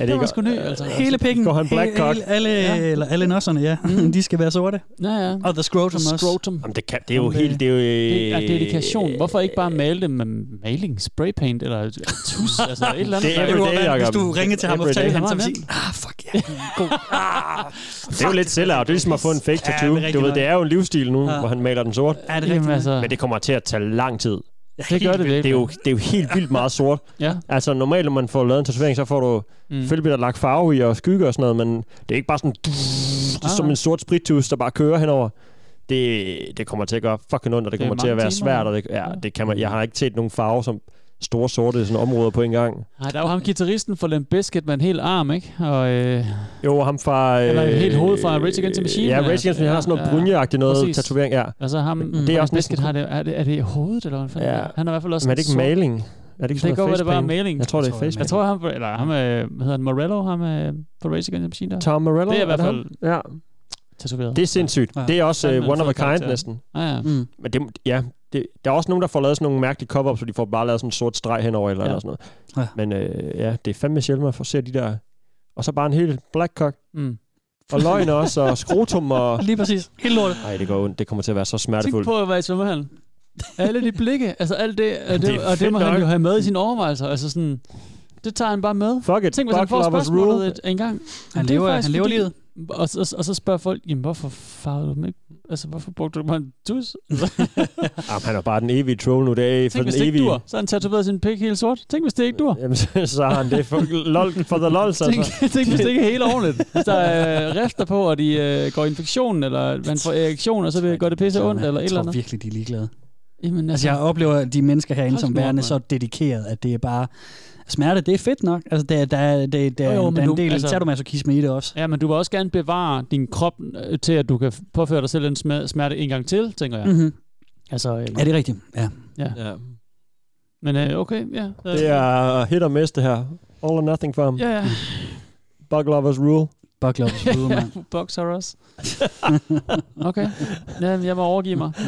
C: Ja,
D: det var sgu ny, altså.
E: Hele pikken.
D: Går han black
E: Hele-
D: cock?
E: hele- Alle, eller alle nosserne, ja. de skal være sorte.
D: Mm. Ja, ja.
E: Og the scrotum
D: The
E: også.
D: scrotum.
C: Jamen, det, kan, det er jo helt... Det er jo...
D: Det er dedikation. Hvorfor ikke bare male det med maling, spraypaint eller tus, altså et eller andet?
C: Det er everyday, Jacob. Hvis du ringer
E: til ham og
C: Everyday.
E: fortæller han,
C: fortæller ham,
E: så
C: så
E: vil sige,
C: vil
E: ah, fuck
C: Det er jo lidt sell-out. Det er ligesom at få en fake
E: Ja,
C: tattoo.
E: det er rigtig
C: du ved,
E: nok.
C: det er jo en livsstil nu,
E: Ja.
C: hvor han maler den sort.
E: Ja, det er Jamen, rigtigt. altså.
C: Men det kommer til at tage lang tid.
D: det gør det
C: Det er, jo, det er jo helt vildt meget sort.
D: Ja.
C: Altså normalt, når man får lavet en tatovering, så får du
D: Mm.
C: mm. selvfølgelig lagt farve i og skygge og sådan noget, men det er ikke bare sådan, det er som
D: Ah.
C: en sort sprittus, der bare kører henover. Det, det kommer til at gøre fucking ondt, og det,
D: Det er
C: kommer til at
D: mange
C: være
D: timer,
C: svært. Og det, ja, det kan man, jeg har ikke set nogen farve som store sorte sådan områder på en gang.
D: Nej, der er jo ham gitarristen for Limp Bizkit med en hel arm, ikke? Og, øh,
C: jo, og ham fra... øh,
D: Eller en helt hoved fra Rage Against the Machine. øh,
C: Ja, Rage Against the Machine har sådan noget brynjeagtigt noget tatovering, ja.
D: Og så ham,
C: Mm.
D: mm,
C: Det
D: det
C: er
D: er
C: også
D: Biscuit,
C: næsten-
D: har det, er, det, er det i hovedet, eller hvad fanden?
C: Ja.
D: Ja. Han har i hvert fald også
C: Men er det ikke
D: en sort-
C: maling? Er det ikke sådan noget
D: det godt være, det bare er
C: facepaint?
D: maling.
C: Jeg tror, det er facepaint.
D: Jeg tror, han, eller ham, øh, hvad hedder han, Morello, ham øh, på Rage Against the Machine der.
C: Tom Morello,
D: Det er i
C: er
D: hvert
C: det
D: fald
C: ham? ja.
D: tatoveret.
C: Det er sindssygt.
D: Ja.
C: Ja. Det er også
D: Fandme
C: uh, one
D: en
C: of a
D: fed
C: kind
D: karakter.
C: næsten.
D: Ja, ja.
E: Mm.
C: Men det, ja, det, der er også nogen, der får lavet sådan nogle mærkelige cover-ups, hvor de får bare lavet sådan en sort streg henover eller,
D: Ja.
C: ja. eller sådan noget. Ja. Men øh, ja, det er fandme sjældent, man får se de der... Og så bare en helt black cock.
D: Mm.
C: Og løgn også, og skrotum og...
E: Lige præcis. Helt lort.
C: Nej, det går ondt. Det kommer til at være så
D: Tænk
C: smertefuldt.
D: på at være i svømmehallen. Alle de blikke, altså alt det, og det,
C: Det er
D: og det må
C: fedt
D: han
C: nok.
D: jo have med i sine overvejelser. Altså sådan, det tager han bare med.
C: Fuck it.
D: Tænk, hvis han
C: Fuck
D: får
C: lovers
D: spørgsmålet
C: rule.
D: et, en gang.
E: Han
D: Det er
E: lever-
D: faktisk
E: han lever
D: fordi-
E: livet.
D: Og, så- og, så- og, så spørger folk, jamen hvorfor farvede du dem ikke? Altså, hvorfor brugte du mig en tus?
C: Jamen, han er bare den evige troll nu. Det er for
D: Tænk, hvis
C: den
D: det ikke
C: evige...
D: dur. Så har han tatoveret sin pik helt sort. Tænk, hvis det ikke dur.
C: Jamen, så, så har han det for, lol, for the lols,
D: Tænk,
C: altså.
D: tænk, hvis det ikke er helt ordentligt. Hvis der er øh, rifter på, og de øh, går i infektion, eller han får erektion, og så vil, gør det pisse ondt, eller et eller
E: Jeg tror
D: andet.
E: virkelig, de er ligeglade.
D: Jamen,
E: Altså, jeg oplever de mennesker herinde
D: Hold
E: som
D: nu op,
E: værende
D: mand.
E: så dedikeret, at det er bare... Smerte, det er fedt nok. Altså, der, der, der, der,
D: Jo, jo,
E: jo,
D: men
E: der er
D: du-
E: en del
D: altså-
E: altså, sadomasochisme i det også.
D: Ja, men du vil også gerne bevare din krop øh, til, at du kan f- påføre dig selv den sma- smerte en gang til, tænker jeg.
C: Mm-hmm.
E: Mhm.
D: Altså, øh,
E: Ja, det er rigtigt. Ja.
D: Ja. Men øh, okay, ja.
C: Det er hit og miss, det her. All or nothing for ham.
D: Ja, ja.
C: Bug lovers rule.
E: Bug lovers
D: Boxer også. Okay. Ja, jeg må overgive mig.
E: Mm.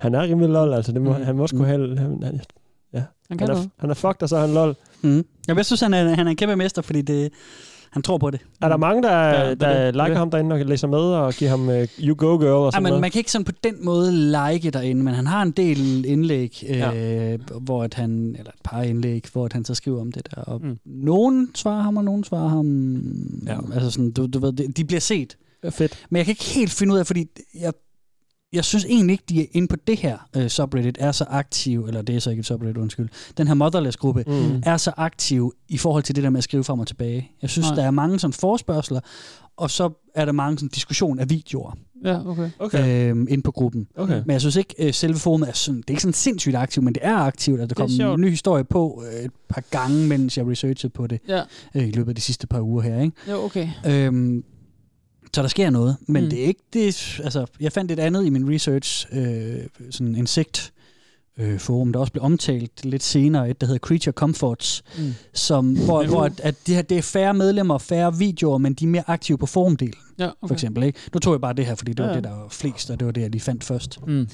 C: Han er rimelig lol, altså. Det må, mm. Han må også kunne have... Han, han, Ja.
D: Han
C: Han
D: kan
C: er,
D: noget.
C: han er fucked, og så er han lol.
E: Mm. Jamen, jeg synes, han er, han er en kæmpe mester, fordi det, han tror på det.
C: Er der mange, der,
E: Ja, det
C: ja,
E: er
C: der
E: det.
C: liker
E: Det er
C: ham derinde og læser med og giver ham uh, You Go Girl og
E: Ja,
C: sådan
E: men
C: noget?
E: man kan ikke sådan på den måde like derinde, men han har en del indlæg, øh, ja. hvor at han, eller et par indlæg, hvor at han så skriver om det der. Og mm. nogen svarer ham, og nogen svarer ham. Ja. Altså sådan, du, du ved, de, de bliver set.
C: Ja, fedt.
E: Men jeg kan ikke helt finde ud af, fordi jeg, jeg synes egentlig ikke, de er inde på det her øh, subreddit, er så aktiv, eller det er så ikke et subreddit, undskyld, den her motherless-gruppe,
C: Mm.
E: mm. er så aktiv i forhold til det der med at skrive frem og tilbage. Jeg synes,
D: Nej.
E: Nej. der er mange sådan forspørgseler, og så er der mange sådan diskussion af videoer
D: Ja, okay. Øh,
E: øhm, ind på gruppen.
D: Okay.
E: Men jeg synes ikke, øh, selve forumet er sådan, det er ikke sådan sindssygt aktivt, men det er aktivt, at der
D: Det er
E: kommer
D: sjovt.
E: en ny historie på øh, et par gange, mens jeg researchede på det
D: Ja.
E: øh, i løbet af de sidste par uger her. Ikke?
D: Jo, okay.
E: Øhm, så der sker noget, men
D: Mm.
E: mm. det er ikke det. Altså, jeg fandt et andet i min research, øh, sådan insekt øh, forum, der også blev omtalt lidt senere, et der hedder Creature Comforts,
D: Mm.
E: mm. som, hvor,
D: Jo.
E: hvor at, at det, her, det er færre medlemmer, færre videoer, men de er mere aktive på forumdelen,
D: Ja,
E: for
D: okay.
E: eksempel. Ikke? Nu tog jeg bare det her, fordi det var
D: Ja, ja.
E: det, der var flest, og det var det, jeg lige fandt først.
D: Mm.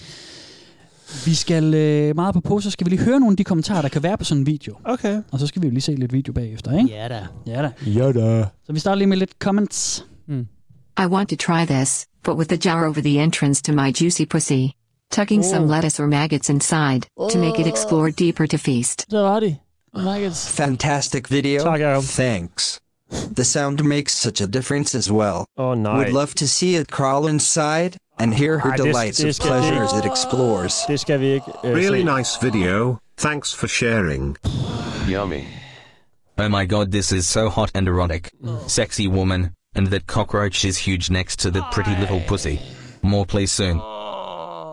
E: Vi skal øh, meget på pause, så skal vi lige høre nogle af de kommentarer, der kan være på sådan en video.
C: Okay.
E: Og så skal vi jo lige se lidt video bagefter, ikke?
D: Ja da.
E: Ja da.
C: Ja da.
E: Så vi starter lige med lidt comments.
Q: I want to try this, but with the jar over the entrance to my juicy pussy. Tucking some lettuce or maggots inside, to make it explore deeper to feast.
D: Der var de. Nuggets.
R: Fantastic video. Thanks. The sound makes such a difference as well.
C: Oh, nice. Ah,
R: Would love to see it crawl inside and hear her
C: Ej, det-
R: delights
C: det
R: of
C: skal
R: pleasure
C: vi-
R: as it explores.
C: Det skal vi ikke øh,
S: Really
C: se.
S: nice video. Thanks for sharing.
N: Yummy.
I: Oh my god, this is so hot and erotic. Sexy woman, and that cockroach is huge next to that pretty little pussy. More please soon.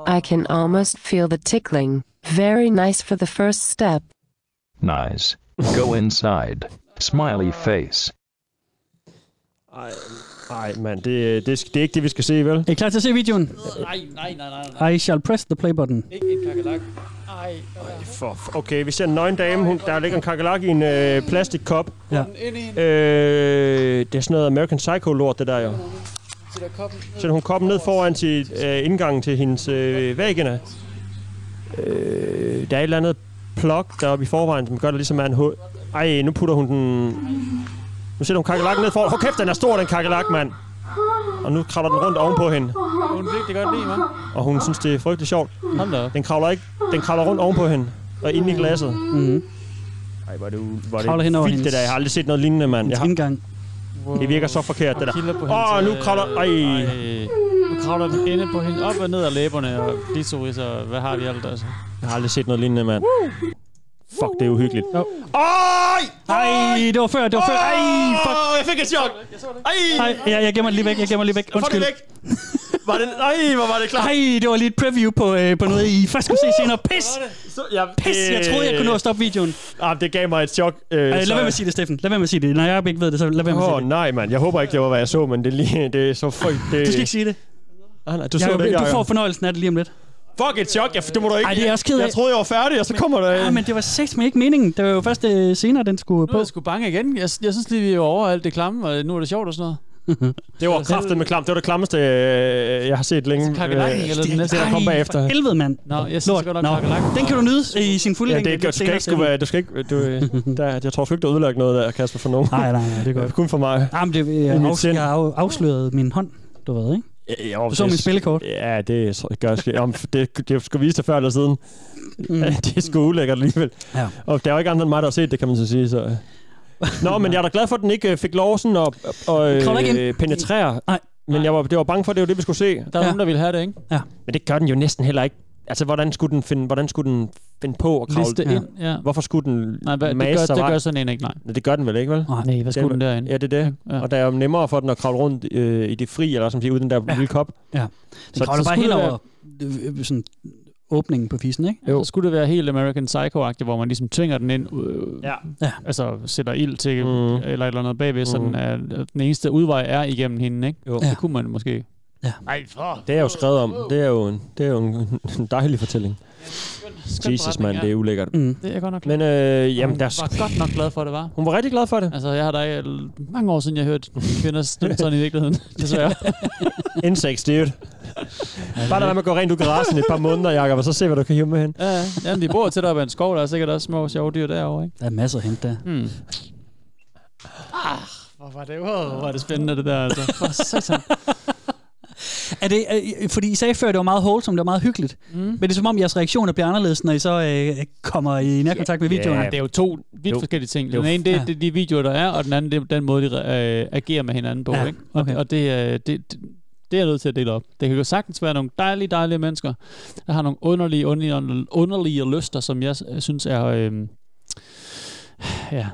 T: I can almost feel the tickling. Very nice for the first step.
U: Nice. Go inside. Smiley face.
C: Ej, ej mand, det, det, det er ikke det, vi skal se, vel? Øh, Er
E: I klar til at se videoen?
D: Nej, nej, nej, nej.
E: I shall press the play button.
D: Ikke en kakelak. Ej,
C: For, okay, vi ser en nøgen dame, hun, der ligger en kakelak i en øh, plastikkop.
E: Ja.
C: Øh, det er sådan noget American Psycho-lort, det der jo. Sætter hun koppen ned foran til øh, indgangen til hendes øh, vagina. Øh, der er et eller andet plug deroppe i forvejen, som gør det ligesom er en hul. Ej, nu putter hun den... Nu sætter hun kakelakken ned foran. Hvor kæft, den er stor, den kakelak, mand! Og nu kravler den rundt ovenpå hende.
D: Hun virkelig godt lide, hva'?
C: Og hun synes, det er frygtelig sjovt.
D: Hold da op.
C: Den kravler, ikke, den kravler rundt ovenpå hende. Og ind i glasset.
E: Mm-hmm.
C: Ej, hvor er det, u- hvor er
E: Kravler
C: det
E: hen
C: vildt,
E: over
C: det
E: hendes-
C: der. Jeg har aldrig set noget lignende, mand. Jeg har...
E: indgang.
C: Det virker så forkert, det der. Åh, oh, nu kravler... Ej.
D: øh, Nu kravler den inde på hende op og ned af læberne, og de to så hvad har vi alt altså?
C: Jeg har aldrig set noget lignende, mand. Fuck, det er uhyggeligt. Øh,
E: Ej! Ej, det var før, det var før. Ej, fuck.
C: Åh, jeg fik et chok! Ej!
E: Ej, jeg, jeg gemmer det lige væk, jeg gemmer det lige væk. Undskyld.
C: væk. Var det... Ej, hvor var det klart.
E: Ej, det var lige et preview på, øh, på noget, I først kunne se senere. Pis!
C: Så, ja, eh,
E: Pis, jeg troede, jeg kunne nå at stoppe videoen.
C: Øh. Ah, det gav mig et chok. Øh,
E: Ej, lad være med at sige det, Steffen. Lad være med at sige det. Når jeg ikke ved det, så lad være med at
C: Åh,
E: sige
C: oh, nej, mand. Jeg håber ikke, det var, hvad jeg så, men det, er lige, det er så frygt. Det...
E: Du skal ikke sige det.
C: Ah, nej, du
E: det.
C: så
E: Jeg,
C: det ikke,
E: du
C: Jacob.
E: får fornøjelsen af det lige om lidt.
C: Fuck et chok, jeg, det må du ikke.
E: Ej, det er jeg også ked af.
C: Jeg troede, jeg var færdig, og så kommer der...
E: Ja, men det var seks, men ikke meningen. Det var jo først øh, senere, den skulle
D: Nu er
E: på.
D: jeg sgu bange igen. Jeg, jeg synes lige, vi er over alt det klamme, og nu er det sjovt og sådan noget.
C: Det var kraftet med klamt. Det var det klammeste, øh, jeg har set længe. Øh,
D: Kakelakken, eller den næste,
C: det, der kom
E: Ej,
C: bagefter.
E: for helvede, mand.
D: Nå, jeg synes
E: Lort.
D: godt nok
E: Nå.
D: kakelakken.
E: Den kan du nyde i sin fulde
C: Ja, det
E: længde
C: er ikke, du
E: lidt
C: skal ikke,
E: senere,
C: skulle være, du skal ikke, du, øh, der, jeg tror sgu ikke, du ødelægger noget der, Kasper, for nogen.
E: Nej, nej, nej, det er godt.
C: Kun for mig.
E: Jamen, det,
C: I
E: jeg,
C: mit
E: af,
C: sind.
E: jeg har jo afsløret min hånd, du ved, ikke?
C: Ja, jo,
E: Du så
C: det-
E: mit spillekort.
C: Ja, det tror jeg gør jeg om, det, det skulle vise dig før eller siden. Mm. det er sgu ulækkert alligevel.
E: Ja.
C: Og der er jo ikke andre end mig, der har set det, kan man så sige. Så. Nå, men jeg er da glad for, at den ikke øh, fik lov sådan at, at,
D: Kravler
C: at
D: ikke
C: øh,
D: ind.
C: penetrere. Nej. Men jeg var, det var bange for, at det var det, vi skulle se.
D: Der er ja. nogen, der vil have det, ikke?
E: Ja.
C: Men det gør den jo næsten heller ikke. Altså, hvordan skulle den finde, hvordan skulle den finde på at kravle?
D: Liste ind, ja.
C: Hvorfor skulle den
D: Nej, hvad, det,
C: mase
D: gør,
C: sig
D: det
C: vej?
D: gør sådan en ikke, nej.
C: Nej, Det gør den vel ikke, vel?
D: Nej, hvad skulle den derinde?
C: Ja, det er det. Ja. Og der er jo nemmere for den at kravle rundt øh, i det fri, eller som siger, uden den der ja. lille kop.
E: Ja. Den så, kravler bare
C: skulle
E: hen
C: det
E: over
C: være-
E: øh, sådan åbningen på fissen, ikke?
D: Jo. Så skulle det være helt American Psycho-agtigt, hvor man ligesom tvinger den ind, øh,
C: ja. Mhm.
D: altså sætter ild til, mm. eller et eller andet bagved, mm. sådan at den eneste udvej er igennem hende, ikke?
C: Jo.
D: Det kunne man måske.
E: Ja.
C: Ej, det er jo skrevet om. Det er jo en, det er jo en, en dejlig fortælling. Jesus, mand, det er ulækkert.
D: Mm. Det er jeg godt nok
C: Men øh, jamen,
D: Hun
C: der
D: var godt nok glad for, at det var.
C: Hun var rigtig glad for det.
D: Altså, jeg har da ikke, mange år siden, jeg hørte kvinder støtte sådan i virkeligheden, desværre.
C: Insects, dude. Bare lad være med at gå rent ud i garagen et par måneder, Jacob, og så se, hvad du kan hive med hen.
D: ja, ja. Jamen, de bor tæt op ad en skov, der er sikkert også små sjove dyr derovre, ikke?
E: Der er masser at øh, hente der.
D: Mm.
E: Hvor var det, wow.
D: Ah, Hvor er det spændende, det der, altså. For satan.
E: Er det, øh, fordi I sagde før, at det var meget wholesome, det var meget hyggeligt. Mm. Men det er som om, jeres reaktioner bliver anderledes, når I så øh, kommer i nærkontakt med videoerne.
D: Ja, det er jo to vidt forskellige ting. Den ene, det er det, de videoer, der er, og den anden, det er den måde, de øh, agerer med hinanden på.
E: Ja,
D: Ikke? Og,
E: okay.
D: og det, øh, det, det, det er jeg nødt til at dele op. Det kan jo sagtens være nogle dejlige, dejlige mennesker, der har nogle underlige, underlige, underlige lyster, som jeg øh, synes er... Øh, ja,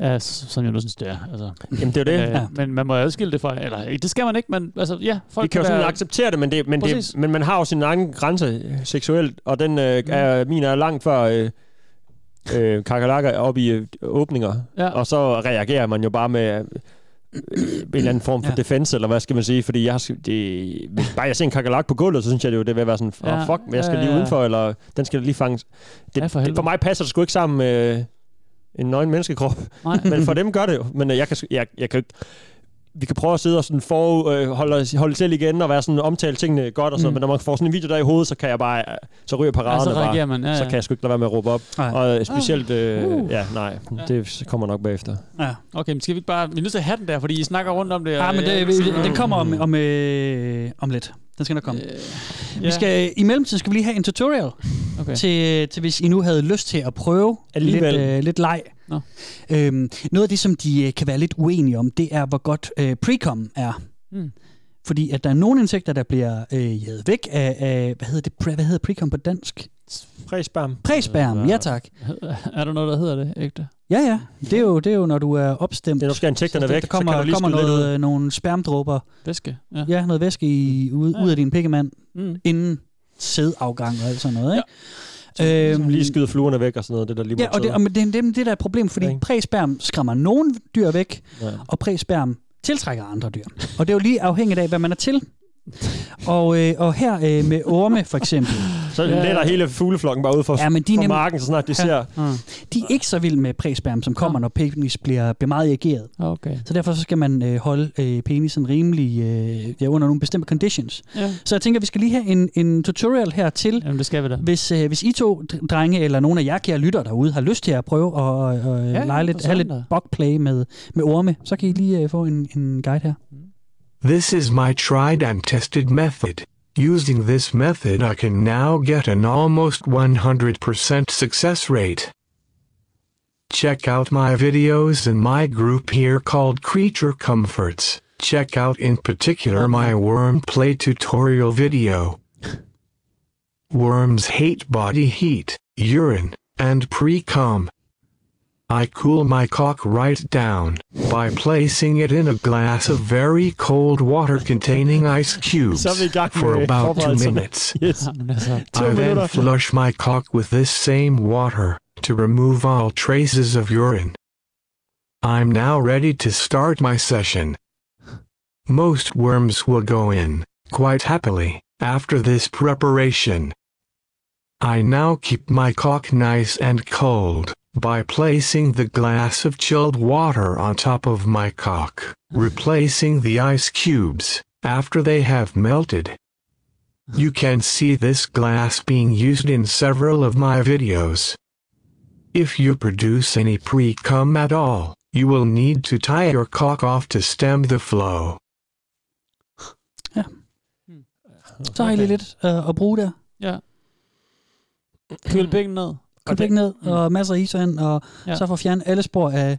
D: Ja, s- som jeg nu synes, det er. Altså.
C: Jamen, det er jo det. Ja.
D: men man må adskille det fra... Eller, det skal man ikke, men altså, ja, folk
C: Vi kan jo
D: være-
C: sådan acceptere det, men, det, men, det,
D: Præcis. Mm.
C: men man har jo sin egen grænse øh, seksuelt, og den øh, er, min er langt før øh, øh, kakalakker op i øh, åbninger.
D: Ja.
C: Og så reagerer man jo bare med øh, en eller anden form for ja. defense, eller hvad skal man sige, fordi jeg, har sk- det, hvis bare jeg ser en kakalak på gulvet, så synes jeg det er jo, det vil være sådan,
D: Ja.
C: oh, fuck, jeg skal
D: Ja,
C: lige
D: ja, ja.
C: udenfor, eller den skal lige fanges. Det, ja, for, det, for mig passer det sgu ikke sammen med en nøgen menneskekrop,
D: Nej.
C: men for dem gør det jo, men øh, jeg kan, sgu- jeg, jeg kan jo ikke, vi kan prøve at sidde og sådan for, øh, holde, holde til igen og være sådan omtale tingene godt og sådan,
D: Mm.
C: mm. men når man får sådan en video der i hovedet, så kan jeg bare, øh, så ryger paraderne
D: Ja, så
C: bare,
D: reagerer man, ja, ja.
C: så kan jeg sgu ikke lade være med at råbe op.
E: Ej.
C: Og øh, specielt, øh,
D: Uh.
C: ja, nej, det kommer nok bagefter.
E: Ja.
D: Okay, men skal vi ikke bare... Vi er nødt til at have den der, fordi I snakker rundt om det. øh,
E: Ja,
D: og
E: men
D: jeg-
E: det, det, den kommer om, om, øh, om lidt. Den skal nok komme.
C: Øh.
D: ja.
E: Vi skal, øh, I mellemtiden skal vi lige have en tutorial,
D: Okay.
E: okay. til, øh, til hvis I nu havde lyst til at prøve
D: Alligevel.
E: lidt, øh, lidt leg.
D: Nå.
E: Øhm, noget af det, som de øh, kan være lidt uenige om, det er, hvor godt øh, precom er.
D: Mm.
E: Fordi at der er nogle insekter, der bliver øh, jaget væk af, af hvad hedder det, pre, hvad hedder precom på dansk?
C: Præsbærm.
E: Præsbærm, ja tak.
D: Er der noget, der hedder det ægte?
E: Ja, ja. Det er jo, det er jo når du er opstemt. Det er, når
C: du skal have insekterne væk,
E: Der
C: så
E: kommer,
C: kan du lige
E: kommer
C: skyde lidt
E: noget, øh, nogle spermdråber.
D: Væske, ja.
E: ja noget væske i, ud, ud af din pikkemand,
D: mm.
E: inden sædafgang og alt sådan noget. Ikke? Øh,
C: Ja. Øhm, lige skyde fluerne væk og sådan noget, det der lige
E: Ja, og det, og men det, det, det der er et problem, fordi præsperm skræmmer nogle dyr væk,
C: Ja.
E: ja. og præsperm tiltrækker andre dyr. Og det er jo lige afhængigt af, hvad man er til. Og, øh, og her øh, med orme for eksempel.
C: Så letter hele fugleflokken bare ud for, ja, men de for marken, så snart de ser.
E: De er ikke så vilde med præsperm, som kommer, når penis bliver, bliver meget reageret.
D: Okay.
E: Så derfor så skal man øh, holde øh, penisen rimelig øh, ja, under nogle bestemte conditions.
D: Ja.
E: Så jeg tænker, vi skal lige have en, en tutorial her til.
D: Jamen, det skal vi da.
E: Hvis, øh, hvis I to dr- drenge, eller nogen af jer kære lytter derude, har lyst til at prøve at øh,
D: Ja,
E: ja, lege lidt,
D: for
E: have lidt
D: søren
E: bugplay med, med orme, så kan I lige øh, få en, en guide her.
G: This is my tried and tested method. Using this method, I can now get an almost 100% success rate. Check out my videos in my group here called Creature Comforts. Check out in particular my worm play tutorial video. Worms hate body heat, urine, and pre-cum. I cool my cock right down by placing it in a glass of very cold water containing ice cubes
C: Så er vi i gang med
G: for about two
C: forberedelserne.
G: minutes.
C: Yes.
D: altså-
G: I then flush my cock with this same water to remove all traces of urine. I'm now ready to start my session. Most worms will go in, quite happily, after this preparation. I now keep my cock nice and cold by placing the glass of chilled water on top of my cock, replacing the ice cubes after they have melted. You can see this glass being used in several of my videos. If you produce any pre-cum at all, you will need to tie your cock off to stem the flow.
E: Så har I lige lidt øh, at bruge der.
D: Ja. Køl pikken ned.
E: Køl pik ned, og masser af is ind, og
D: Mm. Ja.
E: ja. så får fjernet alle spor af,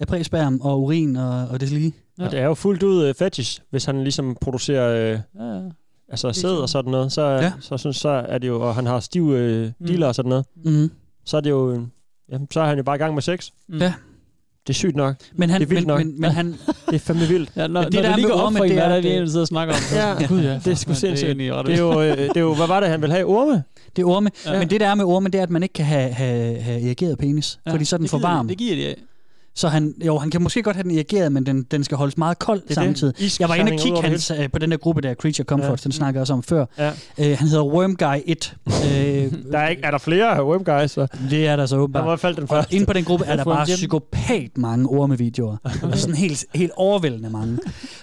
E: af præsperm og urin og, og det lige.
C: Ja. Og det er jo fuldt ud øh, fetish, hvis han ligesom producerer øh,
D: Ja, ja.
C: altså sæd og sådan noget. Så, ja. så, så, så er det jo, og han har stiv øh, dealer og sådan noget.
E: Mhm.
C: Så er det jo, øh, jamen, så er han jo bare i gang med sex.
E: Mm. Ja.
C: Det er sygt nok.
E: Men han-
C: det er
E: men-
C: vildt nok.
E: men- men han-
C: det er fandme vildt.
D: Ja, når- når det lige går op for en, hvad der er, vi egentlig sidder og snakker om.
C: ja,
D: Gud, ja,
C: ja, det er
D: fuck,
C: sgu
D: mand, det er
C: sindssygt.
D: egentlig ret
C: Det er jo, øh,
D: vildt.
C: det er jo, hvad var det, han ville have? Orme?
E: Det er orme.
D: Ja.
E: Ja. Men det der er med orme, det er, at man ikke kan have, have, have erigeret penis, ja. fordi så er den
D: det
E: for
D: gider de-
E: varm.
D: Det giver de af.
E: Så han, jo, han kan måske godt have den irrigeret, men den, den skal holdes meget kold
D: det.
E: samtidig.
D: Isk
E: Jeg var inde og
D: samling ud
E: kigge
D: over det
E: hans, øh, på den der gruppe der, Creature Comforts,
D: Ja.
E: ja. den snakkede jeg også om før.
C: Ja.
E: Øh, han hedder Worm Guy 1. øh, der
C: er, ikke, er der flere af Worm Guys? Så?
E: Det er der så åbenbart.
C: Der var i hvert fald den
E: Og
C: første.
E: inde på den gruppe er
C: Jeg
E: der
C: får en
E: bare
C: gem.
E: psykopat mange ormevideoer. Okay. Sådan helt, helt overvældende mange.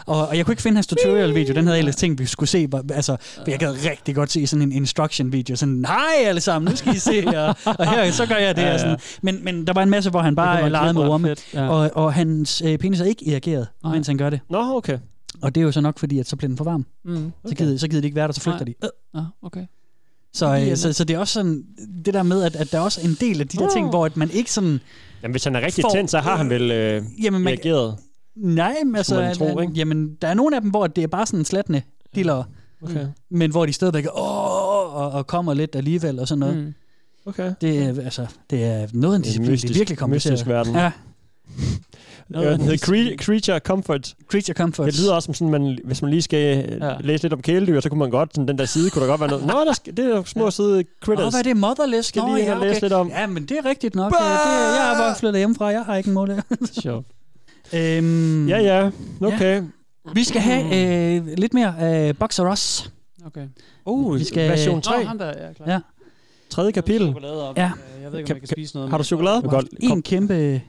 E: Og, og jeg kunne ikke finde hans tutorial-video. Den havde jeg ellers tænkt, vi skulle se. hvor- Altså, for jeg gad rigtig godt se sådan en instruction-video. Sådan, hej alle sammen, nu skal I se her. Og her, så gør jeg det.
D: Ja,
E: Ja,
D: ja.
E: ja. Sådan. Men, men der var en masse, hvor han
D: Det kunne
E: bare
D: man
E: legede
D: klippe
E: med
D: ret
E: orme.
D: fedt, ja.
E: Ja. Og, og hans øh, penis er ikke irrigeret, Nej. mens han gør det.
C: Nå, okay.
E: Og det er jo så nok, fordi at så bliver den for varm.
D: Mm,
E: Så, gider, så gider de ikke være der, så flygter de.
D: Ah, okay.
E: Så,
D: Fordi,
E: øh, så, så det er også sådan, det der med, at, at der er også en del af de der ting, hvor at man ikke sådan...
C: Jamen, hvis han er rigtig
E: Får-
C: tændt, så har han vel øh,
E: Jamen,
C: jamen,
E: man-
C: reageret.
E: Nej, men altså,
C: man
E: at-
C: tro,
E: at-
C: ikke?
E: jamen, der er nogle af dem, hvor det er bare sådan slattende diller,
C: Okay.
E: men hvor de stadigvæk er, åh, og, og kommer lidt alligevel og sådan noget.
C: Mm. Okay.
E: Det er, altså, det er noget af en disciplin. Det er
C: mystisk-
E: virkelig kompliceret.
C: mystisk verden.
E: Ja.
C: Ja, Øh, den hedder Cre- Creature Comfort.
E: Creature Comfort.
C: Det lyder også som sådan, man, hvis man lige skal ja. læse lidt om kæledyr, så kunne man godt, sådan, den der side kunne der godt være noget. Nå, der skal, det er små søde critters.
E: Åh, hvad er det? Motherless?
C: Skal
E: Nå,
C: lige
E: ja,
C: læse
E: okay.
C: lidt om.
E: Ja, men det er rigtigt nok. Ja, det er, jeg er bare flyttet hjemmefra. Jeg har ikke en mål.
D: Sjovt.
E: Øhm,
C: ja, ja. Okay.
E: Vi skal have øh, lidt mere af Boxer Ross.
D: Okay.
C: Uh,
E: Vi skal-
C: version 3.
D: Nå, ham der, ja, klar.
E: Ja.
C: Tredje kapitel.
E: Ja.
D: Jeg ved ikke, om
C: Kan-
D: jeg kan spise noget.
C: har du chokolade?
E: Godt. En kæmpe...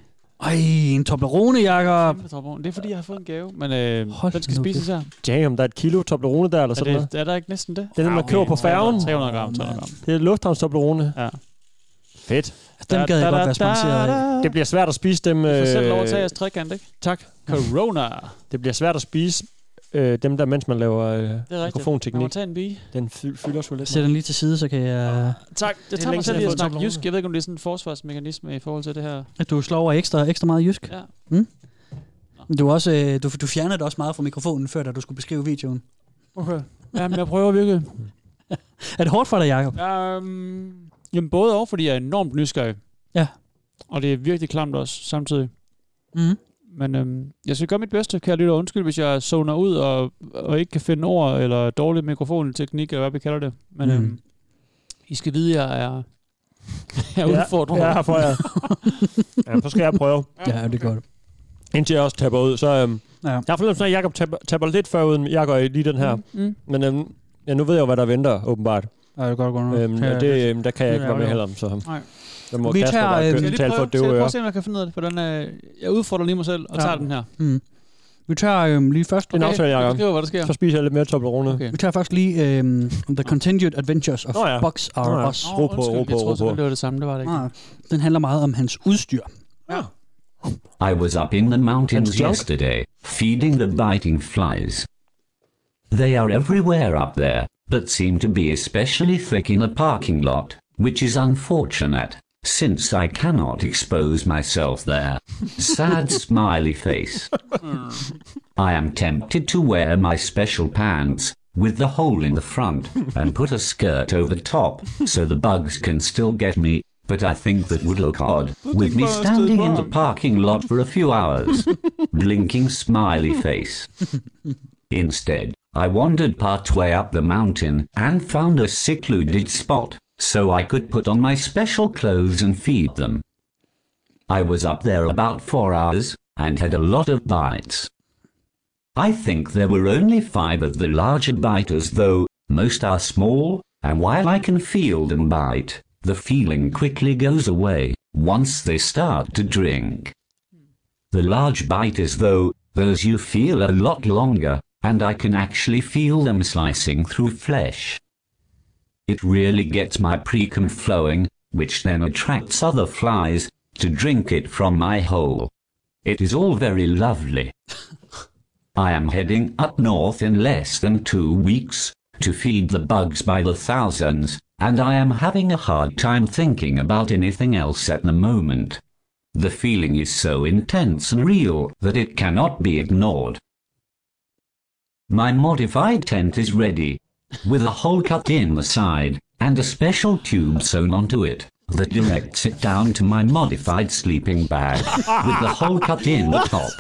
E: Ej, en Toblerone, Jacob.
D: chokolade? Det er, fordi jeg har fået en gave. Men øh,
C: Hold
D: den skal spises her.
C: Damn, der er et kilo Toblerone der, eller
D: Er,
C: sådan noget.
D: det, er der ikke næsten det?
C: Det er den, man køber på færgen.
D: 300 gram, 300 gram.
C: Det er lufthavns Toblerone.
D: Ja. Altså,
C: Fedt.
D: dem gad jeg Da, da, godt være sponsoreret af. da.
C: Det bliver svært at spise dem.
D: Du får selv
C: øh,
D: lov at tage jeres trekant, ikke?
C: Tak.
D: Corona.
C: Det bliver svært at spise øh, dem der, mens man laver øh,
D: rigtigt. Man
C: mikrofonteknik.
D: må tage en bie.
C: Den fy- fylder sgu lidt.
E: Sæt den lige til side, så kan jeg...
D: Tak. Jeg
C: Ah, er
D: tager
C: længe
D: mig selv
C: siden,
D: lige
C: jeg
D: at
C: har
D: snakke
C: fået
D: jysk. Jeg ved ikke, om det er sådan en forsvarsmekanisme i forhold til det her.
E: At du slår over ekstra, ekstra meget jysk?
D: Ja.
E: Mm? Men Du, er også, øh, du, du fjernede det også meget fra mikrofonen, før da du skulle beskrive videoen.
D: Okay. Jamen, jeg prøver virkelig.
E: Er det hårdt for dig, Jacob?
D: Um, jamen, både og, fordi jeg er enormt nysgerrig.
E: Ja.
D: Og det er virkelig klamt også, samtidig.
E: Mm.
C: Mhm.
D: Men øhm, jeg skal gøre mit bedste, kan jeg lytte undskyld, hvis jeg zoner ud og, og ikke kan finde ord, eller dårlig mikrofonteknik, eller hvad vi kalder det. Men
E: Mm.
D: mm.
C: Mhm.
D: øhm, I skal vide, jeg er, jeg er
C: Ja,
D: udfordret.
C: jeg er her for jer. Jamen, så skal jeg prøve.
E: Ja, det gør du.
C: Indtil jeg også tapper ud, så... Øhm,
E: ja.
C: Jeg har fornemmelsen af, at Jacob tapper, tapper lidt før ud, jeg går i lige den her. Mm,
D: mm.
C: Men øhm, ja, nu ved jeg jo, hvad der venter, åbenbart.
E: Ja, det går godt.
C: Øhm, og det, øhm, der kan jeg ikke være med heller, så...
D: Nej. øh,
C: Der må
E: Vi
C: vi Kasper
E: tager,
C: bare
E: øhm,
C: kø-
E: Skal jeg lige
C: tale for
D: prøve,
C: døve
D: prøve
C: ører.
D: at se, om jeg kan finde ud af det, hvordan øh, jeg udfordrer lige mig selv, og
E: Ja.
D: ja. tager den her.
E: Mm. Vi tager øhm, lige først...
D: En Okay, aftale, Jacob. du beskriver, hvad der sker.
C: Så spiser jeg lidt mere Toblerone.
D: Okay.
E: Vi tager først lige øhm, The Continued Adventures of
D: Nå
E: oh,
D: ja.
E: ja. Box R
D: Nå ja.
E: Us.
D: Ro på, ro Undskyld, jeg på, troede ro på. selvfølgelig, det var det samme, det var det ikke.
E: Nej, Den handler meget om hans udstyr.
J: I was up in the mountains
E: That's junk.
J: yesterday, feeding the biting flies. They are everywhere up there, but seem to be especially thick in the parking lot, which is unfortunate, since I cannot expose myself there. Sad smiley face. I am tempted to wear my special pants, with the hole in the front, and put a skirt over top, so the bugs can still get me, but I think that would look odd, with me standing in the parking lot for a few hours. Blinking smiley face. Instead, I wandered partway up the mountain and found a secluded spot, so I could put on my special clothes and feed them. I was up there about four hours, and had a lot of bites. I think there were only five of the larger biters, though most are small, and while I can feel them bite, the feeling quickly goes away once they start to drink. The large biters, though, those you feel a lot longer, and I can actually feel them slicing through flesh. It really gets my precum flowing, which then attracts other flies to drink it from my hole. It is all very lovely. I am heading up north in less than two weeks to feed the bugs by the thousands, and I am having a hard time thinking about anything else at the moment. The feeling is so intense and real that it cannot be ignored. My modified tent is ready, with a hole cut in the side and a special tube sewn onto it that directs it down to my modified sleeping bag, with the hole cut in the top.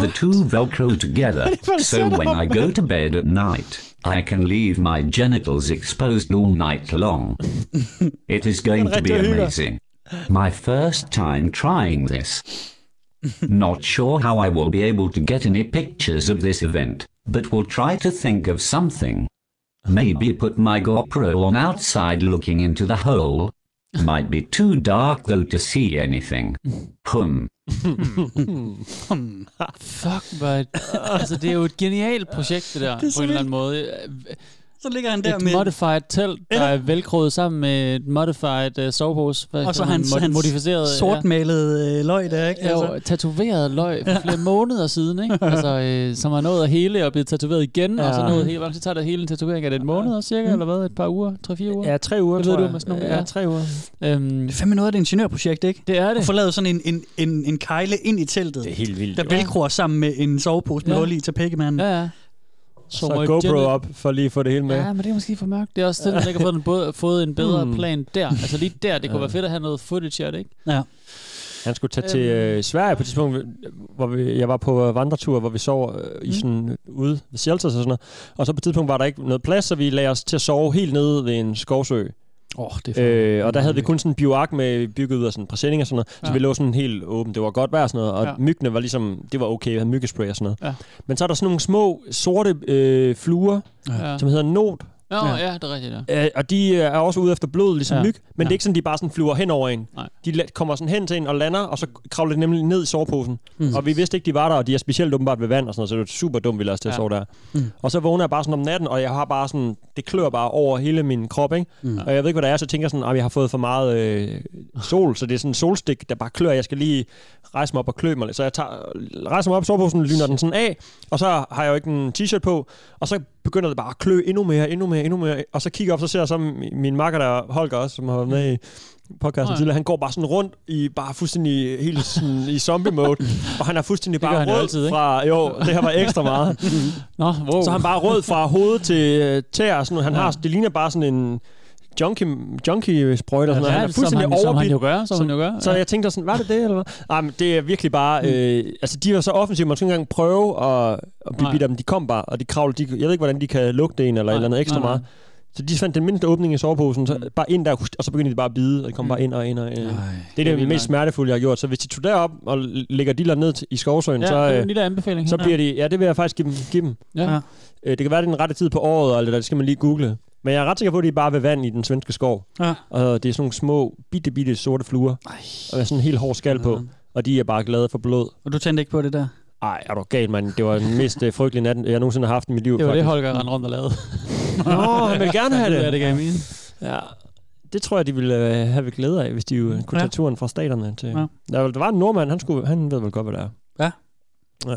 J: The two velcro together, so when I go to bed at night, I can leave my genitals exposed all night long. It is going to be amazing. My first time trying this. Not sure how I will be able to get any pictures of this event, but will try to think of something. Maybe put my GoPro on outside looking into the hole. Might be too dark though to see anything. Hmm.
D: Fuck, mate. altså, det er jo et genialt projekt, det der,
E: er
D: det på
E: så
D: en eller anden
E: vildt.
D: måde.
E: Så ligger han der
D: Et
E: med...
D: modified telt, der er velcroet sammen med et modified uh, sovepose. Hvad
E: og så
D: kalder man
E: hans,
D: mod-
E: hans
D: modificeret,
E: sortmalede øh, løg der, ikke?
D: Ja, jo, tatoveret løg for flere måneder siden, ikke? Altså, øh, som har nået at hele og blevet tatoveret igen, ja. og så
E: Ja.
D: nået hele, hvor lang tid tager det hele en tatovering? Er det en måned også,
C: Mm.
D: cirka, eller hvad? Et par uger? Tre-fire uger?
E: Ja, tre uger,
D: det ved
E: tror
D: du,
E: jeg.
D: med sådan nogle,
E: Ja,
D: tre uger. Øhm,
E: det er fandme noget af et ingeniørprojekt, ikke?
D: Det er det.
E: At få lavet sådan en, en, en, en kejle ind i teltet. Det er
C: helt vildt,
E: Der
C: jo.
E: velcroer sammen med en sovepose med
D: Ja.
E: hul i til pikkemanden.
D: Ja, ja.
C: Så
D: Som et
C: GoPro
D: gennet-
C: op, for lige at få det hele med.
D: Ja, men det er måske for mørkt. Det er også det, der ikke har fået en, både, fået en bedre
C: Hmm.
D: plan der. Altså lige der, det kunne
C: Ja.
D: være fedt at have noget footage af det, ikke?
E: Ja.
C: Han skulle tage til
D: Øhm,
C: øh, Sverige på et tidspunkt, hvor vi, jeg var på øh, vandretur, hvor vi sov øh,
D: Mm.
C: i sådan, ude ved shelters og sådan noget. Og så på et tidspunkt var der ikke noget plads, så vi lagde os til at sove helt nede ved en skovsø.
D: Oh,
E: det
C: øh, og der havde vi kun sådan en bivak med bygget ud af sådan præsending og sådan noget, så
D: Ja.
C: vi lå sådan helt åbent. Det var godt vejr og sådan noget, og
D: Ja.
C: ja. myggene var ligesom, det var okay, vi havde myggespray og sådan noget.
D: Ja.
C: Men så er der sådan nogle små sorte øh, fluer,
D: Ja.
C: ja. som hedder not.
D: Nå, ja, ja det er rigtigt, ja.
C: Øh, og de øh, er også ude efter blod, ligesom
D: Ja.
C: ja. myg, men ja. det
D: Ja.
C: er ikke sådan, de bare sådan flyver hen over en.
D: Nej.
C: De la- kommer sådan hen til en og lander, og så kravler de nemlig ned i soveposen.
D: Mm.
C: Mm. Og vi vidste ikke, de var der, og de er specielt åbenbart ved vand og sådan noget, så det var super dumt, vi lader os til at
D: Ja.
C: sove der.
D: Mm.
C: Mm. Og så vågner jeg bare sådan om natten, og jeg har bare sådan, det klør bare over hele min krop, ikke?
E: Mm.
C: Mm. Og jeg ved ikke, hvad der er, så tænker jeg sådan, at jeg har fået for meget øh, sol, så det er sådan en solstik, der bare klør, jeg skal lige rejse mig op og klø mig lidt. Så jeg tager, rejser mig op, soveposen lyner den sådan af, og så har jeg jo ikke en t-shirt på, og så begynder det bare at klø endnu mere, endnu mere, endnu mere, og så kigger jeg op, så ser jeg så min- min makker der, Holger også, som har været med i podcasten
D: Nej.
C: tidligere, han går bare sådan rundt i bare fuldstændig helt sådan i zombie mode, og han er fuldstændig
D: gør
C: bare
D: han jo
C: rød
D: altid, ikke?
C: fra, jo, det her var ekstra meget.
D: Nå, wow.
C: Så er han bare rød fra hoved til øh, tæer, sådan, han ja. har, det ligner bare sådan en junkie, junkie sprøjt og
D: Ja,
C: sådan noget. Han er
D: som
C: fuldstændig
D: han- som han
C: overbidt.
D: jo gør, som
C: Så-
D: han jo gør,
C: Så
D: ja. Mm.
C: jeg tænkte sådan, var det det, eller hvad? Nej, men det er virkelig bare, øh, altså de var så offensive, man skal ikke engang prøve at, at blive
D: Nej.
C: bidt af dem. De kom bare, og de kravler, de, jeg ved ikke, hvordan de kan lugte en eller et eller andet ekstra
D: nej, nej.
C: meget. Så de fandt den mindste åbning i soveposen, så bare ind der, og så begyndte de bare at bide, og de kom bare ind og ind og ind. det
D: Mm. det er
C: er det
D: vildt
C: mest
D: nok.
C: smertefulde, jeg har gjort. Så hvis de tog derop og l- lægger diller ned til- i skovsøen,
D: Ja,
C: så,
D: det er
C: øh,
D: en lille anbefaling.
C: så
D: Ja.
C: bliver de... Ja, det vil jeg faktisk give dem. Give dem.
D: Ja.
C: Øh, det kan være, det er den rette tid på året, eller det skal man lige google. Men jeg er ret sikker på, at de er bare ved vand i den svenske skov.
E: Ja.
C: Og det er sådan nogle små, bitte, bitte sorte fluer. Ej. Og med sådan en helt hård skal på. Og de er bare glade for blod.
E: Og du tændte ikke på det der?
C: Nej, er du gal, mand. Det var den mest øh, frygtelige nat, jeg nogensinde har haft i mit liv.
D: Det var det,
C: faktisk.
D: Holger rendte rundt og lavede.
C: Nå, han vil gerne have det.
D: Det er det, gav jeg mening.
C: Ja. Det tror jeg, de ville øh, have ved glæde af, hvis de øh, kunne
D: Ja.
C: tage turen fra staterne til...
D: Ja.
C: Ja. Der, der var en nordmand, han, skulle, han ved vel godt, hvad det er.
E: Ja.
C: ja.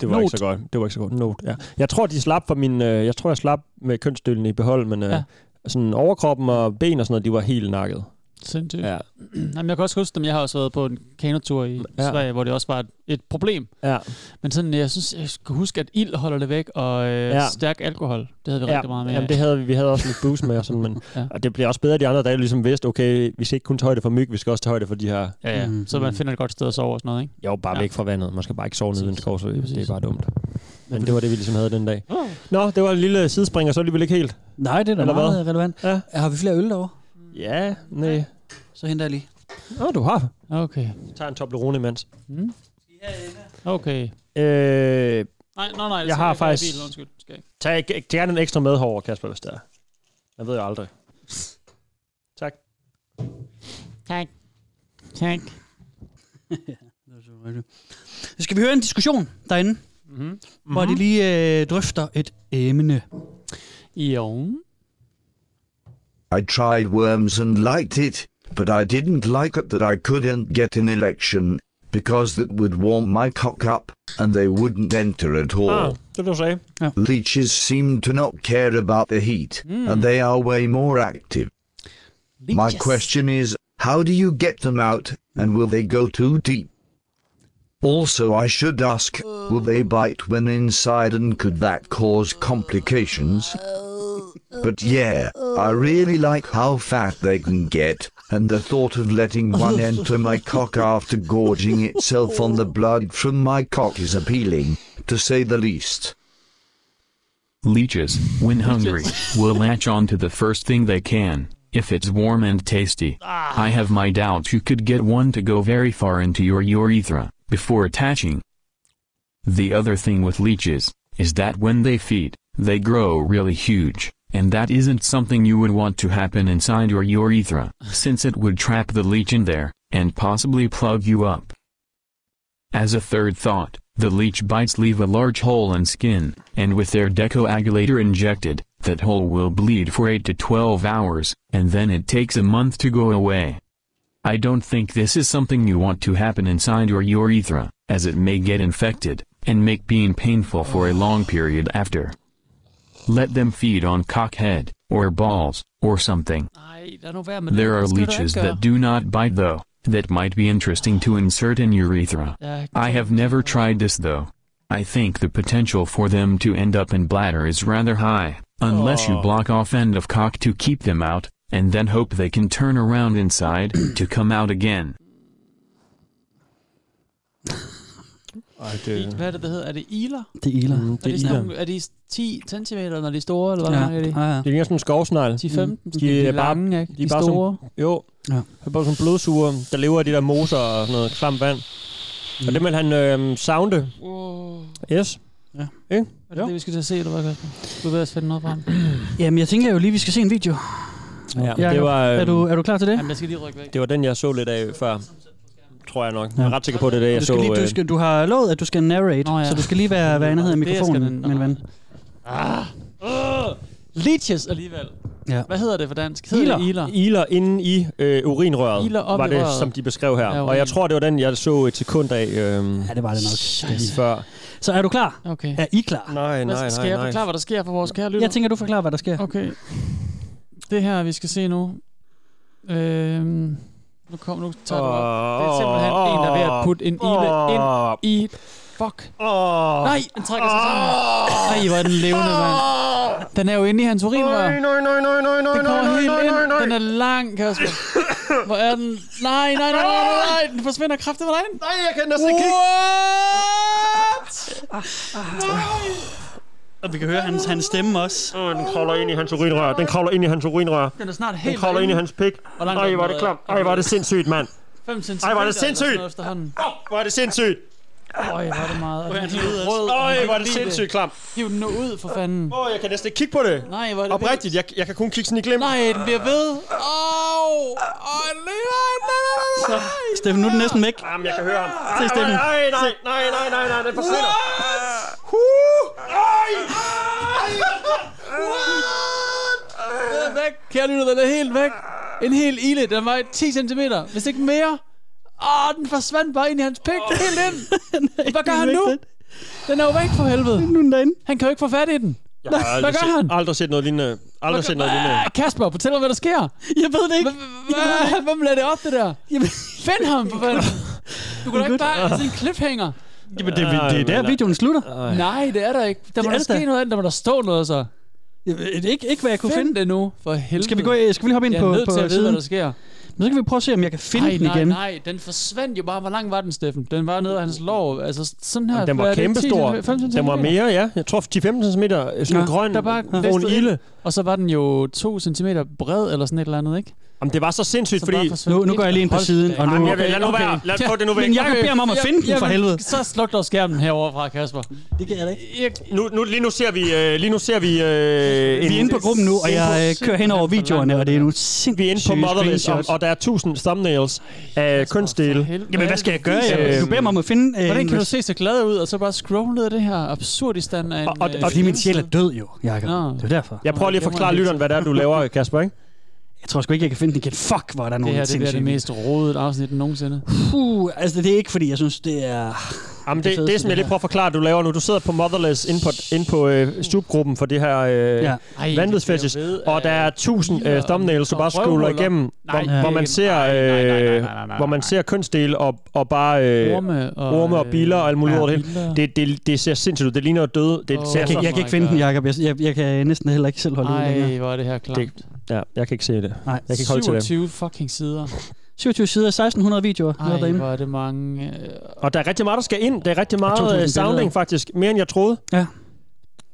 C: Det var
D: Note.
C: ikke så godt. Det var ikke så godt. Note, ja. Jeg tror, de slap for min... Øh, jeg tror, jeg slap med kønsdelen i behold, men øh,
D: Ja.
C: ja. sådan overkroppen og ben og sådan noget, de var helt nakket.
D: Sindssygt.
C: Ja.
D: Jamen, jeg kan også huske dem. Jeg har også været på en kanotur i ja.
C: Ja.
D: Sverige, hvor det også var et, et problem.
C: Ja.
D: Men sådan, jeg synes, jeg kan huske, at ild holder det væk, og øh, ja.
C: Ja.
D: stærk alkohol, det havde vi ja. rigtig meget med.
C: Jamen, det havde vi. Vi havde også lidt boost med og sådan, men
D: Ja.
C: ja. og det blev også bedre de andre dage, ligesom vidste, okay, vi skal ikke kun tage højde for myg, vi skal også tage højde for de her...
D: Ja, ja. Mm. Så man finder et godt sted at sove og sådan noget, ikke?
C: Jo, bare
D: ja.
C: ja. væk fra vandet. Man skal bare ikke sove nede i en skovsø. Det er bare dumt. Men
D: fordi-
C: det var det, vi ligesom havde den dag. Nå, det var en lille sidespringer, så alligevel ikke helt.
E: Nej, det er da
C: Eller
E: meget
C: hvad?
E: relevant.
C: Ja.
E: Har vi flere øl derovre?
C: Ja, nej.
E: Så henter jeg lige.
C: Nå, du har.
D: Okay.
C: Jeg tager en Toblerone imens.
D: Mm. Okay.
C: Øh,
D: Nej, nej, nej. det
C: Jeg har
D: skal ikke være i
C: faktisk-
D: Bilen, undskyld. Skal ikke.
C: tag g- gerne en ekstra med herover, Kasper, hvis der er. Jeg ved jo aldrig. Tak.
D: Tak. Tak.
E: Så skal vi høre en diskussion derinde,
C: Mhm.
D: mm-hmm.
E: hvor de lige øh, drøfter et emne.
D: Jo.
A: I tried worms and liked it, but I didn't like it that I couldn't get an election, because that would warm my cock up, and they wouldn't enter at all.
C: Ah, det vil du sige.
A: Leeches seem to not care about the heat, and they are way more active. My question is, how do you get them out, and will they go too deep? Also, I should ask, will they bite when inside, and could that cause complications? But yeah, I really like how fat they can get, and the thought of letting one enter my cock after gorging itself on the blood from my cock is appealing, to say the least.
H: Leeches, when hungry, will latch on to the first thing they can, if it's warm and tasty. I have my doubts you could get one to go very far into your urethra before attaching. The other thing with leeches is that when they feed, they grow really huge, and that isn't something you would want to happen inside your urethra, since it would trap the leech in there and possibly plug you up. As a third thought, the leech bites leave a large hole in skin, and with their decoagulator injected, that hole will bleed for 8 to 12 hours, and then it takes a month to go away. I don't think this is something you want to happen inside your urethra, as it may get infected, and make being painful for a long period after. Let them feed on cockhead, or balls, or something.
D: Ej, lad nu være med det.
H: There are
D: Det skal du da
H: leeches
D: ikke gøre.
H: that do not bite though, that might be interesting to insert in urethra.
D: Yeah,
H: I have never tried this though. I think the potential for them to end up in bladder is rather high, unless you
B: Oh.
H: block off end of cock to keep them out, and then hope they can turn around inside to come out again.
F: Ej, det...
D: Hvad er det, der hedder? Er det iler?
E: Det er iler. Mm,
D: Er de, sådan, nogle- er de 10 cm, når de er store, eller hvad
C: Ja.
D: mange er de?
C: Ja, ja. De ligner sådan en skovsnegl.
D: 10-15, sådan de lange, ikke?
C: De er
D: De
C: bare
D: store.
C: Sådan, jo. Ja. De er bare sådan blodsuger, der lever af de der moser og sådan noget klamt vand. Mm. Og det vil han øh, sounde.
D: Wow.
C: Yes.
E: Ja.
C: Ikke?
D: Er det det, vi skal til at se, eller hvad, Kasper? Du vil også finde noget frem.
E: Jamen, jeg tænker jo lige, vi skal se en video.
C: Ja,
E: Jakob,
C: det var, øh,
E: er, du, er du klar til det?
D: Jamen, jeg skal lige rykke væk.
C: Det var den, jeg så lidt af før. Tror jeg nok. Jeg er ret sikker på, at det er det, jeg
E: du, skal
C: så.
E: lige, du,
C: øh,
E: skal, du har lovet, at du skal narrate, Nå, ja. så du skal lige være, hvad andet hedder
D: Det, jeg skal den-
E: mikrofonen, min ven.
D: Ah. Uh, leeches alligevel.
E: Ja.
D: Hvad hedder det på dansk? Hedder det
C: Iler. Iler inde i øh, urinrøret,
D: Iler op
C: var
D: i
C: det,
D: røret.
C: som de beskrev her.
D: Ja,
C: og jeg tror, det var den, jeg så et sekund af. Øh, ja,
E: det var det nok.
C: Lige før.
E: Så er du klar?
D: Okay.
E: Er I klar?
C: Nej,
D: Hvad-
C: nej,
D: skal
C: nej,
D: jeg
C: nej.
D: forklare, hvad der sker for vores kære lytter?
E: Jeg tænker, du forklarer, hvad der sker.
D: Okay. Det her, vi skal se nu. Øhm, nu kom, nu tager du op. Det er simpelthen en, der er ved at putte en ile ind i... Fuck.
C: Ah.
D: Nej, den trækker sig sammen. Nej, hvor er den levende, mand. Den er jo inde i hans urinrør.
C: Nej, nej, nej, nej, nej, nej,
D: Den kommer
C: nej,
D: helt
C: nej, nej,
D: ind.
C: nej.
D: Den er lang, Kasper. Hvor er den? Nej, nej, nej, nej, nej, nej. Den forsvinder kraftigt med dig.
C: Nej, jeg kan næsten ikke kigge.
E: Og vi kan høre hans, hans stemme også.
C: Åh, den kravler ind i hans urinrør. Den kravler ind i hans urinrør.
D: Den er snart
C: Den
D: helt
C: kravler ind i
D: derinde.
C: hans pik.
D: Hvor langt er
C: Ej,
D: den
C: hvor er det
D: nået?
C: klamt. Ej, hvor er det sindssygt, mand.
D: 5 cm.
C: Ej, hvor er det sindssygt. Hvor er det sindssygt.
D: Øj, hvor er det meget. Og den er helt rød. og han
C: Øj,
D: kan
C: hvor er
D: ikke
C: det
D: lide
C: sindssygt klamt.
D: Hiv den nu ud, for fanden.
C: Åh, jeg kan næsten ikke kigge på det.
D: Nej, hvor er det
C: Oprigtigt, jeg, jeg kan kun kigge sådan i glimt.
D: Nej, den bliver ved. Au! Åh, nej, nej, nej, nej.
E: Steffen, nu er den næsten væk.
C: Jamen, jeg kan høre ham. Ah,
E: Se,
C: Ej,
E: Steffen.
C: Nej, nej, nej, nej, nej, nej, den forsvinder.
D: Den er væk. Kære lytter, den er helt væk. En hel ile, den var 10 cm, hvis ikke mere. Åh, den forsvandt bare ind i hans pik, helt ind. Og Hvad gør han nu? Den er jo væk for helvede.
E: Nu er den derinde.
D: Han kan jo ikke få fat i den.
C: Jeg
D: Hvad
C: har
D: hvad
C: aldrig,
D: gør han?
C: set, aldrig set noget lignende. Aldrig set noget lignende.
D: Ah, Kasper, fortæl mig, hvad der sker.
E: Jeg ved det ikke.
D: Hvad- Hvem lader det op, det der? Find ham, for fanden. Du kan da ikke bare have sådan en cliffhanger.
C: ah.
E: Jamen, det, er- det er der, videoen slutter.
D: Nej, det er der ikke. Der må
E: Det
D: der
E: er der.
D: ske noget andet. Der må der stå noget så.
E: Ikke, ikke hvad jeg kunne
D: Find
E: finde.
D: det nu, for helvede.
E: Skal vi, gå, i- skal vi lige hoppe ind
D: Jeg er
E: på,
D: nødt
E: på
D: til at vide,
E: siden?
D: hvad der sker.
E: Men så kan vi prøve at se, om jeg kan finde
D: nej,
E: den
D: nej,
E: igen.
D: nej. Den forsvandt jo bare. Hvor lang var den, Steffen? Den var nede af hans lår. Altså sådan her.
C: Den
D: Hvad
C: var
D: er det, 10
C: kæmpestor.
D: centimeter? 15
C: Den var
D: centimeter?
C: mere, ja. Jeg tror 10-15 cm. øh, Sådan en grøn,
D: der bare
C: brun
D: blæste
C: ilde.
D: ind, Og så var den jo 2 cm bred, eller sådan et eller andet, ikke?
C: Jamen, det var så sindssygt,
D: Så
C: fordi...
D: bare forsvandt Nu- nu går jeg lige ind på Hold siden, da. og nu-
C: Jamen, jeg vil- lad nu
D: Okay,
C: være. Lad
D: okay.
C: få det nu væk.
D: Men Jakob beder mig om at finde den, for helvede. Øh,
C: Så
D: sluk dog skærmen herovre fra, Kasper.
E: Det kan jeg da ikke.
C: Nu, nu, lige nu ser vi... Øh, lige nu ser vi... Øh,
E: Vi er inde på gruppen nu, og jeg øh, kører hen over videoerne, og det er nu
C: Vi er inde på
E: sindssyge
C: Motherless, og,
E: screenshots.
C: og der er 1000 thumbnails af kønsdele.
E: Jamen, hvad skal jeg gøre? Jeg- Du beder mig om at finde... øh,
D: Hvordan
E: en-
D: kan du se så glad ud, og så bare scrolle ned af det her absurdistan af en... øh, Og, og,
E: og fordi min sjæl er død jo, Jakob.
D: Nå.
E: Det er derfor.
D: Jeg prøver lige at forklare lytteren,
C: hvad det er, du laver, Kasper, ikke?
E: Jeg tror sgu ikke, jeg kan finde den igen. Fuck, hvor er der
D: Det
E: nogle
D: her det bliver det
E: sindssyge
D: mest rodede afsnit nogensinde.
E: Puh, altså det er ikke, fordi jeg synes, det er...
C: Jamen, det, det, det som jeg lige prøver at forklare, du laver nu. Du sidder på Motherless inde på, inde på øh, stupgruppen for det her øh,
E: Ja.
C: ja.
E: Ej,
C: vanvidsfetish, og der er 1000 øh, thumbnails, du bare scroller
D: røvhuller.
C: igennem,
D: Nej,
C: hvor, hvor man
D: ikke-
C: ser øh, hvor man ser kønsdele og, og bare øh,
D: Orme og-
C: orme og biler og alt muligt
D: Ja.
C: over det hele. Det, det, det ser sindssygt ud. Det ligner jo døde. Det
E: Oh,
C: ser
E: jeg, kan, jeg kan ikke finde den, Jacob. Jeg, jeg, jeg kan næsten heller ikke selv holde ud længere.
D: Ej, hvor er det her klamt.
C: Det- Ja, jeg kan ikke se det.
E: Nej.
C: Jeg kan ikke holde til det.
D: 27 fucking sider.
E: 27 sider, 1600 videoer.
D: Ej, hvor er det mange... øh,
C: Og der er rigtig meget, der skal ind. Der er rigtig
E: Og 2000
C: meget øh,
E: billeder.
C: sounding, faktisk. Mere end jeg troede.
E: Ja.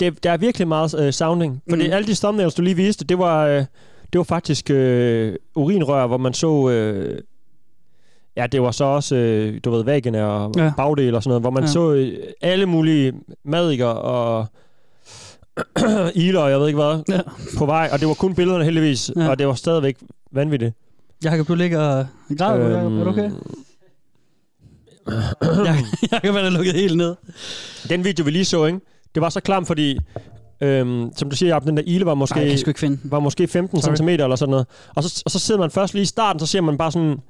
C: Det, der er virkelig meget øh, sounding. Fordi
E: Mm.
C: alle de thumbnails, du lige viste, det var... Øh, det var faktisk øh, urinrør, hvor man så... Øh, ja, det var så også, øh, du ved, væggene og
E: Ja.
C: ja. bagdel og sådan noget, hvor man
E: Ja.
C: ja. så øh, alle mulige madikker og iler, og jeg ved ikke hvad, ja. på vej. Og det var kun billederne heldigvis,
E: Ja.
C: ja. og det var stadigvæk vanvittigt.
E: Jakob, du ligger og græder. Jakob. Er du okay?
D: Øhm,
C: Jakob han er lukket helt ned. Den video, vi lige så, ikke? det var så klam, fordi... Øhm, som du siger, Jacob, den der ile var måske,
E: Ej, jeg kan sgu ikke finde.
C: var måske 15
E: Sorry.
C: cm eller sådan noget. Og så, og så sidder man først lige i starten, så ser man bare sådan,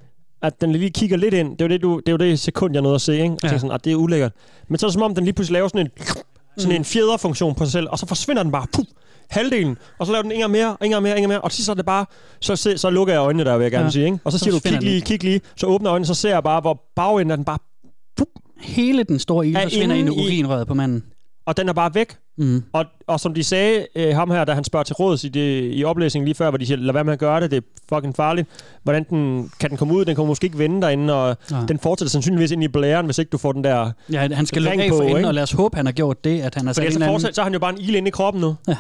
C: at den lige kigger lidt ind. Det er jo det, du, det, er jo det sekund, jeg nåede at se. Ikke? Og ja. sådan, at det er ulækkert. Men så er det som om, den lige pludselig laver sådan en, sådan en fjederfunktion på sig selv, og så forsvinder den bare. Puh, halvdelen, og så laver den en gang mere, og en gang mere, en gang mere, og til sidst så er det bare, så, se, så lukker jeg øjnene der, vil jeg gerne
E: Ja.
C: ja. sige, ikke? Og så,
E: Så
C: så siger du,
E: forsvinder
C: kig
E: den.
C: lige, kig lige, så åbner øjnene, så ser jeg bare, hvor bagenden af den bare
E: Hele den store ild
C: Er
E: forsvinder ind i
C: inde i-
E: urinrøret på manden.
C: og den er bare væk.
E: Mm.
C: Og, og som de sagde, øh, ham her, da han spørger til råds i, det, i oplæsningen lige før, hvor de siger, lad være med at gøre det, det er fucking farligt. Hvordan den, kan den komme ud? Den kommer måske ikke vende derinde, og
E: Nej.
C: Nej. den fortsætter sandsynligvis ind i blæren, hvis ikke du får den der
E: Ja, han skal lukke af for enden, og lad os håbe, han har gjort det, at han har
C: Altså,
E: sat en
C: så,
E: eller anden...
C: fortsat, så har han jo bare en ild inde i kroppen nu.
E: Ja.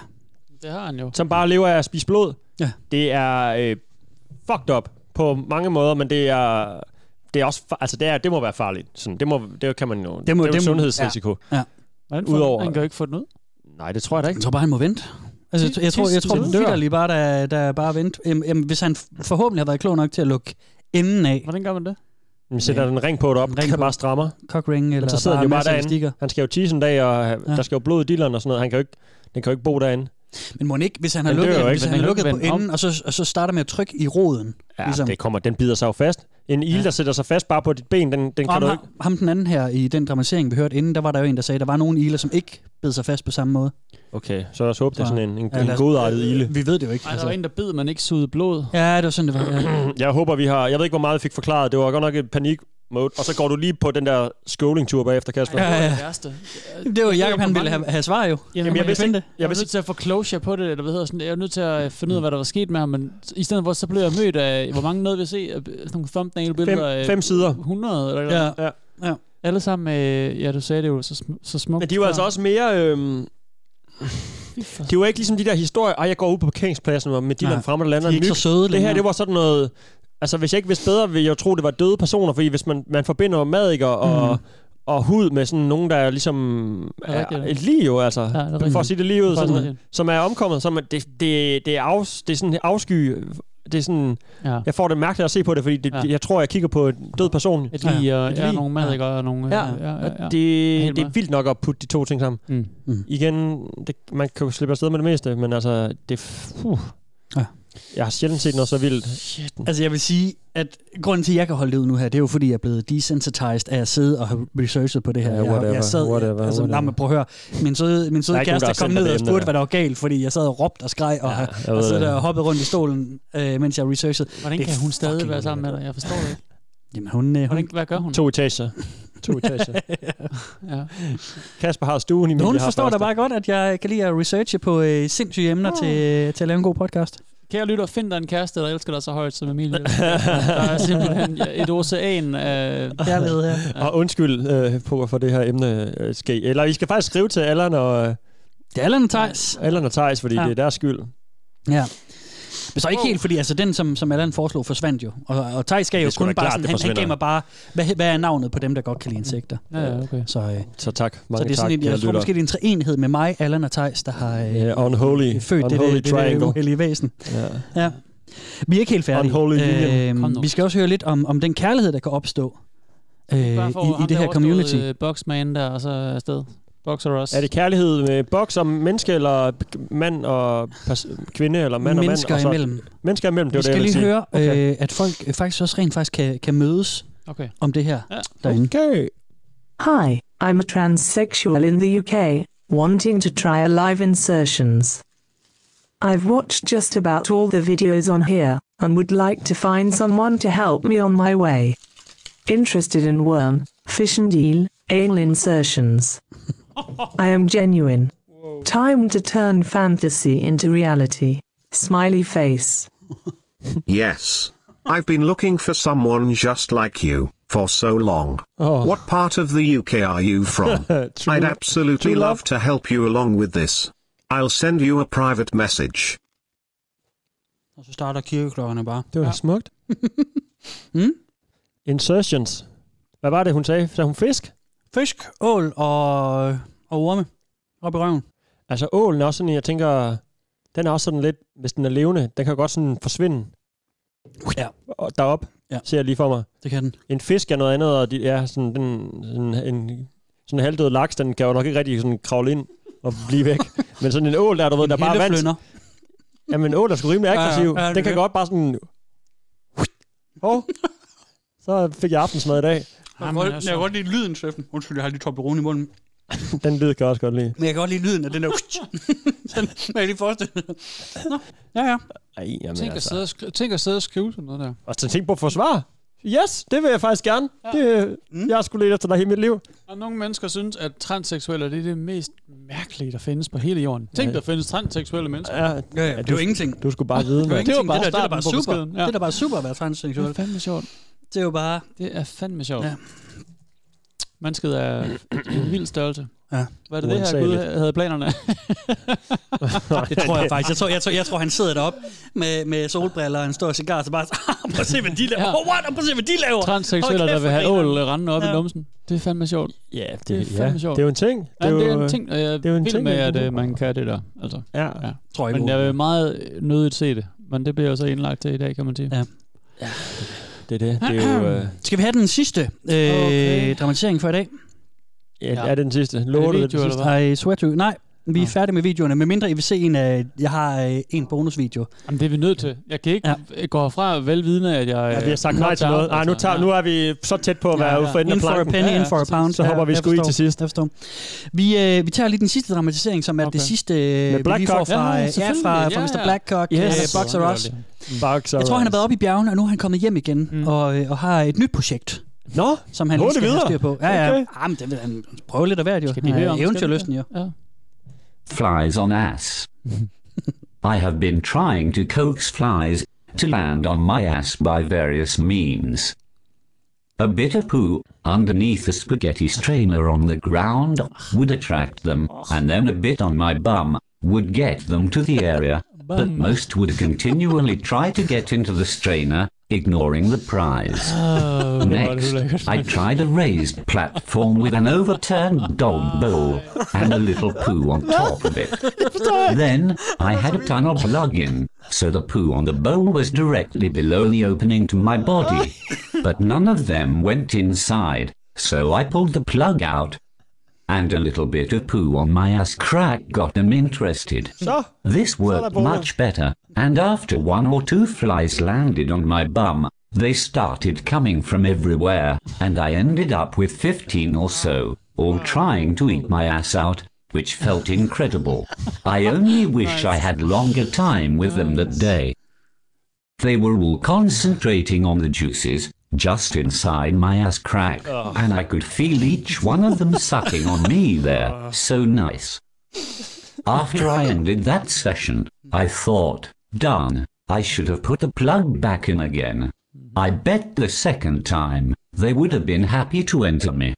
D: Det har han jo.
C: Som bare lever af at spise blod.
E: Ja.
C: Det er øh, fucked up på mange måder, men det er det er også fa- altså det er det må være farligt. Sådan, det må det kan man jo. Det, må, det er jo et sundhedsrisiko.
E: Ja. ja.
D: Hvordan
C: får- Udover- han
D: kan jo ikke få den ud.
C: Nej, det tror jeg da ikke.
E: Jeg tror bare, han må vente. Altså, jeg,
D: Tis-
E: jeg tror, jeg
D: tis-
E: tror
D: til den dør.
E: vitterlig bare, der, der er bare vent. Øhm, øhm, hvis han f- forhåbentlig har været klog nok til at lukke enden af.
D: Hvordan gør man det?
C: Man sætter ja. den ring på deroppe, ring kan bare strammer.
E: Cockring eller
C: Men så sidder han jo bare
E: masser af
C: derinde. Han skal jo tisse en dag, og ja. der skal jo blod i dilleren og sådan noget. Han kan jo ikke, den kan jo ikke bo derinde.
E: Men må ikke, hvis han har
C: Den dør
E: lukket,
C: jo
E: hvis
C: ikke,
E: han
C: men
E: har
C: den
E: lukket
C: kan
E: på
C: vende om.
E: enden, og så, og så starter med at trykke i roden.
C: Ja, ligesom. det kommer, den bider sig jo fast. En ild, ja. der sætter sig fast bare på dit ben, den, den
E: Og
C: kan du
E: ham,
C: ikke.
E: ham den anden her i den dramatisering, vi hørte inden, der var der jo en, der sagde, at der var nogle iler, som ikke bed sig fast på samme måde.
C: Okay, så lad os håbe, det er
E: Så-
C: sådan en, en,
E: Ja,
C: ja, en
E: lad os-
C: godartet ilde.
E: Vi ved det jo ikke. altså.
D: Ej, der var en, der bed, man ikke sugede blod.
E: Ja, det var sådan, det var. Ja.
C: Jeg håber, vi har... Jeg ved ikke, hvor meget vi fik forklaret. Det var godt nok et panik mode. Og så går du lige på den der scrolling-tur bagefter, Kasper.
D: Ja, det var det værste.
E: Det var Jacob, han ville have, have svar jo.
D: Jamen, jeg,
E: vil
D: vidste,
E: finde
D: ikke-
E: det.
D: jeg var nødt til at få closure på det, eller hvad hedder sådan det. Jeg var nødt til at finde ud af, hvad der var sket med ham, men i stedet for, så blev jeg mødt af, hvor mange nåede vi at se, af sådan nogle thumbnail-billeder.
C: Fem-
D: af
C: fem sider.
D: 100 eller
C: Ja.
D: eller-
E: ja.
D: Alle sammen, øh, ja, du sagde det jo så, sm- så smukt.
C: Men de var altså også mere... Øhm, det var ikke ligesom de der historier, ej, jeg går ud på parkeringspladsen og med
E: Nej,
C: Dylan frem og lander
E: de er ikke så søde
C: Det her,
E: længere.
C: det var sådan noget... Altså, hvis jeg ikke vidste bedre, ville jeg jo tro, det var døde personer, fordi hvis man, man forbinder madikker og,
E: Mm.
C: og hud med sådan nogen, der er ligesom
D: Ja,
C: er,
D: rigtigt.
C: et lige jo, altså.
D: rigtigt.
C: for at sige det lige ud,
D: Det er faktisk
C: sådan,
D: rigtigt.
C: som er omkommet. Som, er- det, det, det, er af, det er sådan afsky... Det er sådan,
D: Ja.
C: ja. Jeg får det mærkeligt at se på det, fordi det,
D: Ja.
C: ja. jeg tror, jeg kigger på en død person.
D: Et lige og
C: Et
D: øh, ja,
C: lig.
D: nogle madikker og nogle...
C: Ja,
D: ja, ja, ja.
C: og det,
D: Helt
C: det er
D: med.
C: vildt nok at putte de to ting sammen.
D: Mm.
E: Mm.
C: Igen, det, man kan jo slippe afsted med det meste, men altså, det... f- Uh.
E: Ja.
C: Jeg har sjældent set noget så vildt.
E: Altså jeg vil sige, at grunden til, at jeg kan holde det ud nu her, det er jo fordi, jeg er blevet desensitized af at sidde og have researchet på det her.
C: Ja,
E: Jeg-
C: whatever,
E: jeg sad,
C: whatever,
E: altså,
C: whatever.
E: Nej, men prøv at høre. Min søde, min
C: Der
E: søde
C: er ikke nogen, der
E: kæreste
C: har
E: kom
C: sendt dig
E: ned
C: det
E: og
C: emne
E: spurgte,
C: der.
E: hvad der var galt, fordi jeg sad og råbte og skreg og, ja,
C: jeg
E: og,
C: ved
E: så
C: det.
E: der hoppede rundt i stolen, øh, mens jeg researchede.
D: Hvordan
E: Det er
D: kan hun stadig være sammen med dig? Jeg forstår det ikke.
E: Jamen, hun, øh, hun,
D: Hvordan, hvad gør hun?
C: To etager. To etager.
D: ja.
C: Kasper har stuen i min
E: hun forstår da bare godt, at jeg kan lide at researche på øh, sindssyge emner oh. til, til at lave en god podcast.
D: Kære lytter, find dig en kæreste, der elsker dig så højt som Emilie. der er simpelthen et ocean af
E: kærlighed her.
C: Og undskyld øh, på, for det her emne øh, ske. Eller I skal faktisk skrive til Allan og... Øh,
E: det er Allan og Thijs.
C: Allan og Thijs, fordi
E: Ja.
C: ja. det er deres skyld.
E: Ja. Men så ikke helt, fordi altså, den, som, som Allan foreslog, forsvandt jo. Og, og Thijs gav
C: Det
E: jo
C: er sgu da
E: kun bare
C: klart,
E: sådan,
C: det
E: han, han
C: forsvinder.
E: gav mig bare, hvad, hvad er navnet på dem, der godt kan lide insekter?
D: Ja, ja, okay.
E: Så, øh,
C: så tak. Mange
E: så det er sådan,
C: tak,
E: en, jeg
C: kære
E: tror
C: lytter.
E: måske, det er en treenighed med mig, Allan og Thijs, der har øh,
C: Yeah, unholy,
E: født det,
C: unholy
E: det, det, det, det
C: triangle.
E: uheldige væsen.
C: Ja.
E: Ja. Vi er ikke helt færdige.
C: Unholy union. Kom nu.
E: øh, vi skal også høre lidt om, om den kærlighed, der kan opstå øh, i,
D: Bare for
E: i
D: ham
E: det her
D: derovre
E: community.
D: stod, øh, Boxman der, og så afsted. Boxer Ross.
C: Er det kærlighed med boks om menneske, eller mand og pers- kvinde, eller mand
E: Mennesker
C: og mand? og så-
E: imellem.
C: Mennesker imellem, det
E: vi
C: var det,
E: skal
C: jeg ville
E: lige
C: sige.
E: høre, øh, at folk øh, faktisk også rent faktisk kan, kan mødes
D: Okay.
E: om det her.
D: Ja.
E: Derinde.
C: Okay.
B: Hi, I'm a transsexual in the UK, wanting to try alive insertions. I've watched just about all the videos on here, and would like to find someone to help me on my way. Interested in worm, fish and eel, anal insertions. I am genuine. Time to turn fantasy into reality. Smiley face.
S: Yes. I've been looking for someone just like you for so long.
C: Oh.
S: What part of the UK are you from?
C: True-
S: I'd absolutely
C: true love.
S: love to help you along with this. I'll send you a private message.
E: Og så starter kirkeklokkerne bare.
C: Det var ja. smukt. mm? Insertions. Hvad var det, hun sagde? Sagde hun fisk?
E: Fisk, ål og, og orme. Op i røven.
C: Altså ålen er også sådan, jeg tænker, den er også sådan lidt, hvis den er levende, den kan godt sådan forsvinde.
E: Ja.
C: Og derop, ja. ser jeg lige for mig.
E: Det kan den.
C: En fisk er noget andet, og de, ja, sådan, den, sådan, en, sådan en halvdød laks, den kan jo nok ikke rigtig sådan kravle ind og blive væk. Men sådan en ål der, du ved, der bare er vand. Jamen en ål er sgu rimelig aggressiv. Ja, ja, ja, den kan det. godt bare sådan... Oh, så fik jeg aftensmad i dag.
E: Jamen, jeg, jeg kan
D: altså.
E: godt lide lyden, Steffen. Undskyld, jeg har lige Toblerone i munden.
C: Den lyd kan jeg også godt lide.
E: Men jeg kan godt lide lyden af den der... den, jeg kan lige forestille Nå, ja, ja.
C: Ej, jamen,
D: tænk, altså. at sidde og skrive, tænk at sidde og skrive sådan noget der.
C: Og så tænk på at forsvare. Yes, det vil jeg faktisk gerne. Ja. Det, mm. Jeg har skulle lede efter dig hele mit liv.
D: Og nogle mennesker synes, at transseksuelle det er det mest mærkelige, der findes på hele jorden. Tænk, ja. der findes transseksuelle mennesker.
E: Ja, ja, ja, ja det er jo ingenting.
C: Du skulle bare vide,
E: det, var
C: det var
E: bare det, der, det er bare super. Ja. Det er da bare super at være transseksuel.
D: Det er fandme sjovt.
E: Det er jo bare...
D: Det er fandme sjovt. Ja. Mennesket er en vild størrelse.
E: Ja.
D: Hvad er det, det her Gud havde planerne?
E: det tror jeg faktisk. Jeg tror, jeg tror, jeg tror han sidder deroppe med, med solbriller og en stor cigar, så bare, prøv at se, hvad de laver. Ja. Oh, what? Prøv at se, hvad de laver.
D: Transseksuelle, der vil have ål rendende op ja. i numsen. Det er fandme sjovt.
C: Ja, det,
D: det er fandme
C: ja.
D: sjovt.
C: Det er jo øh, en ting.
D: Det er, ja, det er en ting, og jeg det er jo en ting, med, at øh, man kan det der. Altså,
C: ja, ja.
D: Tror jeg men jeg vil meget nødigt se det. Men det bliver jo så indlagt til i dag, kan man sige.
E: Ja. ja.
C: Det er det. det er jo, øh...
E: Skal vi have den sidste øh, okay. dramatisering for i dag?
C: Ja, ja. er det den sidste? Lover det,
E: det den sidste? I swear to Nej, vi er ja. færdige med videoerne, medmindre I vil se en af... Jeg har øh, en bonusvideo.
D: Jamen, det er vi nødt til. Jeg kan ikke ja. gå herfra velvidende, at jeg...
C: Øh, ja, vi har sagt nej til noget. Nej, nu, tager, ja. nu er vi så tæt på at være ja, ja. for enden
E: In for a penny, ja, ja. in for a pound.
C: Så, så hopper vi sgu i til sidst.
E: Jeg forstår. Vi, øh, vi tager lige den sidste dramatisering, som er okay. det sidste, øh, vi får fra, ja, ja, fra, fra Mr. Blackcock, yes. øh, Boxer Ross.
C: Boxer
E: Jeg tror, han har været oppe i bjergene, og nu er han kommet hjem igen, mm. og, øh, og har et nyt projekt.
C: Nå,
E: som han lige skal videre. have styr på. Ja, ja. Okay. Ah, men det vil han prøve lidt af hvert, jo. Skal blive ja, eventyrlysten, jo. Ja.
J: Flies on ass. I have been trying to coax flies to land on my ass by various means. A bit of poo underneath a spaghetti strainer on the ground would attract them, and then a bit on my bum would get them to the area, but most would continually try to get into the strainer, ignoring the prize.
D: Oh,
J: Next, I tried a raised platform with an overturned dog bowl and a little poo on top of it. Then I had a tunnel plug in, so the poo on the bowl was directly below the opening to my body, but none of them went inside, so I pulled the plug out and a little bit of poo on my ass crack got them interested.
C: So,
J: this worked much better, and after one or two flies landed on my bum, they started coming from everywhere, and I ended up with 15 or so, all trying to eat my ass out, which felt incredible. I only wish I had longer time with them that day. They were all concentrating on the juices, just inside my ass crack, oh. and I could feel each one of them sucking on me there. So nice. After I ended that session, I thought, done, I should have put the plug back in again. I bet the second time they would have been happy to enter me.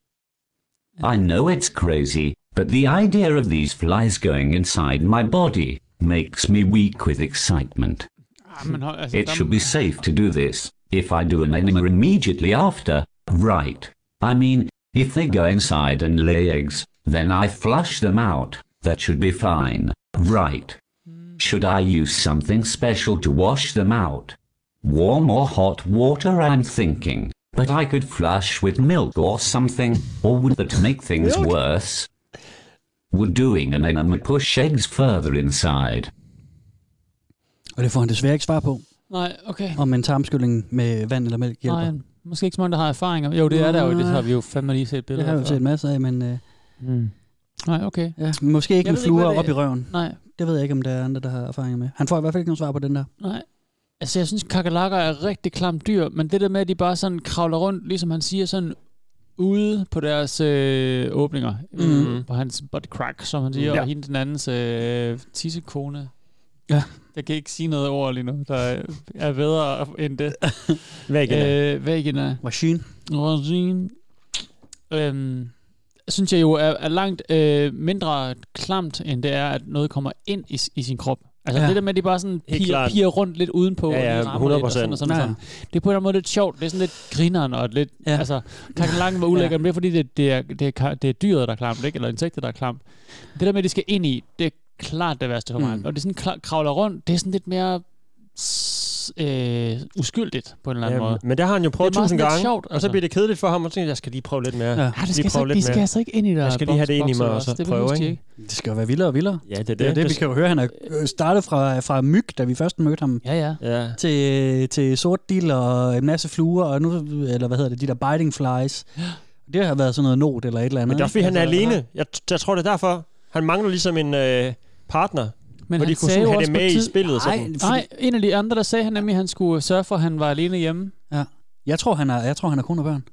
J: I know it's crazy, but the idea of these flies going inside my body makes me weak with excitement.
D: Ah, altså,
J: It should be safe to do this if I do an enema immediately after, right. I mean, if they go inside and lay eggs, then I flush them out. That should be fine, right. Should I use something special to wash them out? Warm or hot water, I'm thinking. But I could flush with milk or something, or would that make things worse? Would doing an enema push eggs further inside?
E: Og det får han desværre ikke svar på.
D: Nej, okay.
E: Om en tarmskylling med vand eller mælk hjælper. Nej,
D: måske ikke så mange, der har erfaringer. Jo, det er der jo. Det har vi jo fandme lige set billeder
E: af. Det har vi set masser af, men... Øh, mm.
D: Nej, okay.
E: Ja, måske ikke jeg en flue op
D: det...
E: i røven.
D: Nej.
E: Det ved jeg ikke, om der er andre, der har erfaringer med. Han får i hvert fald ikke nogen svar på den der.
D: Nej. Altså, jeg synes, kakalakker er rigtig klamt dyr, men det der med, at de bare sådan kravler rundt, ligesom han siger, sådan ude på deres øh, åbninger. Mm. På hans butt crack, som han siger, ja. og hende den andens øh, tissekone.
E: Ja.
D: Jeg kan ikke sige noget ord lige nu, der er bedre end det.
C: Vagina.
D: Øh, vagina.
E: Machine.
D: Machine. Øhm, synes jeg jo er, er langt øh, mindre klamt, end det er, at noget kommer ind i, i sin krop. Altså ja. det der med, at de bare sådan
C: Helt
D: piger,
C: klart.
D: piger rundt lidt udenpå.
C: Ja, ja,
D: og de rammer lidt
C: 100%.
D: Og sådan og sådan, og
C: Ja.
D: sådan. Det er på en eller anden måde lidt sjovt. Det er sådan lidt grineren og lidt... Ja. Altså, kakkelangen var ulækkert, ja. men det er fordi, det, det, er, det, er, ka- det er dyret, der er klamt, ikke? Eller insekter, der er klamt. Det der med, at de skal ind i, det er klart det værste for mig.
F: Mm.
D: Mm. Og det er sådan kla- kravler rundt, det er sådan lidt mere s- øh, uskyldigt på en eller anden
C: Ja,
D: måde.
C: men der har han jo prøvet
D: Det er meget
C: tusind
D: sådan
C: gange,
D: lidt sjovt, altså.
C: sjovt, og så bliver det kedeligt for ham, og så tænker jeg, jeg skal lige prøve lidt mere.
D: Ja. Ja, det skal
C: lige
D: altså
C: prøve
D: ikke- de skal altså ikke ind i der
C: Jeg skal lige have det ind i
D: boks-
C: mig, og
D: boks-
C: så
D: det
C: prøve,
D: behøves de
C: ikke?
E: Det skal jo være vildere og vildere.
C: Ja, det er
E: Det er
C: det.
E: det, vi
C: Det-
E: kan jo høre. Han er øh, startet fra, fra myg, da vi først mødte ham.
D: Ja, ja.
C: ja.
E: Til, øh, til sort dild og en masse fluer, og nu, eller hvad hedder det, de der biting flies. Det har været sådan noget not eller et eller andet.
C: Men det er også fordi,
E: ikke?
C: han er
E: Altså,
C: alene. Jeg, t- jeg tror, det er derfor. Han mangler ligesom en øh, partner.
D: Men
C: hvor de kunne
D: han sagde
C: sådan
D: jo
C: have
D: også
C: det med
D: på
C: i
D: tid-
C: spillet.
D: Nej,
C: sådan.
D: nej, en af de andre, der sagde han nemlig, at han skulle sørge for, at han var alene hjemme.
E: Ja. Jeg tror, han er, jeg tror, han er kone og børn.
C: Nå,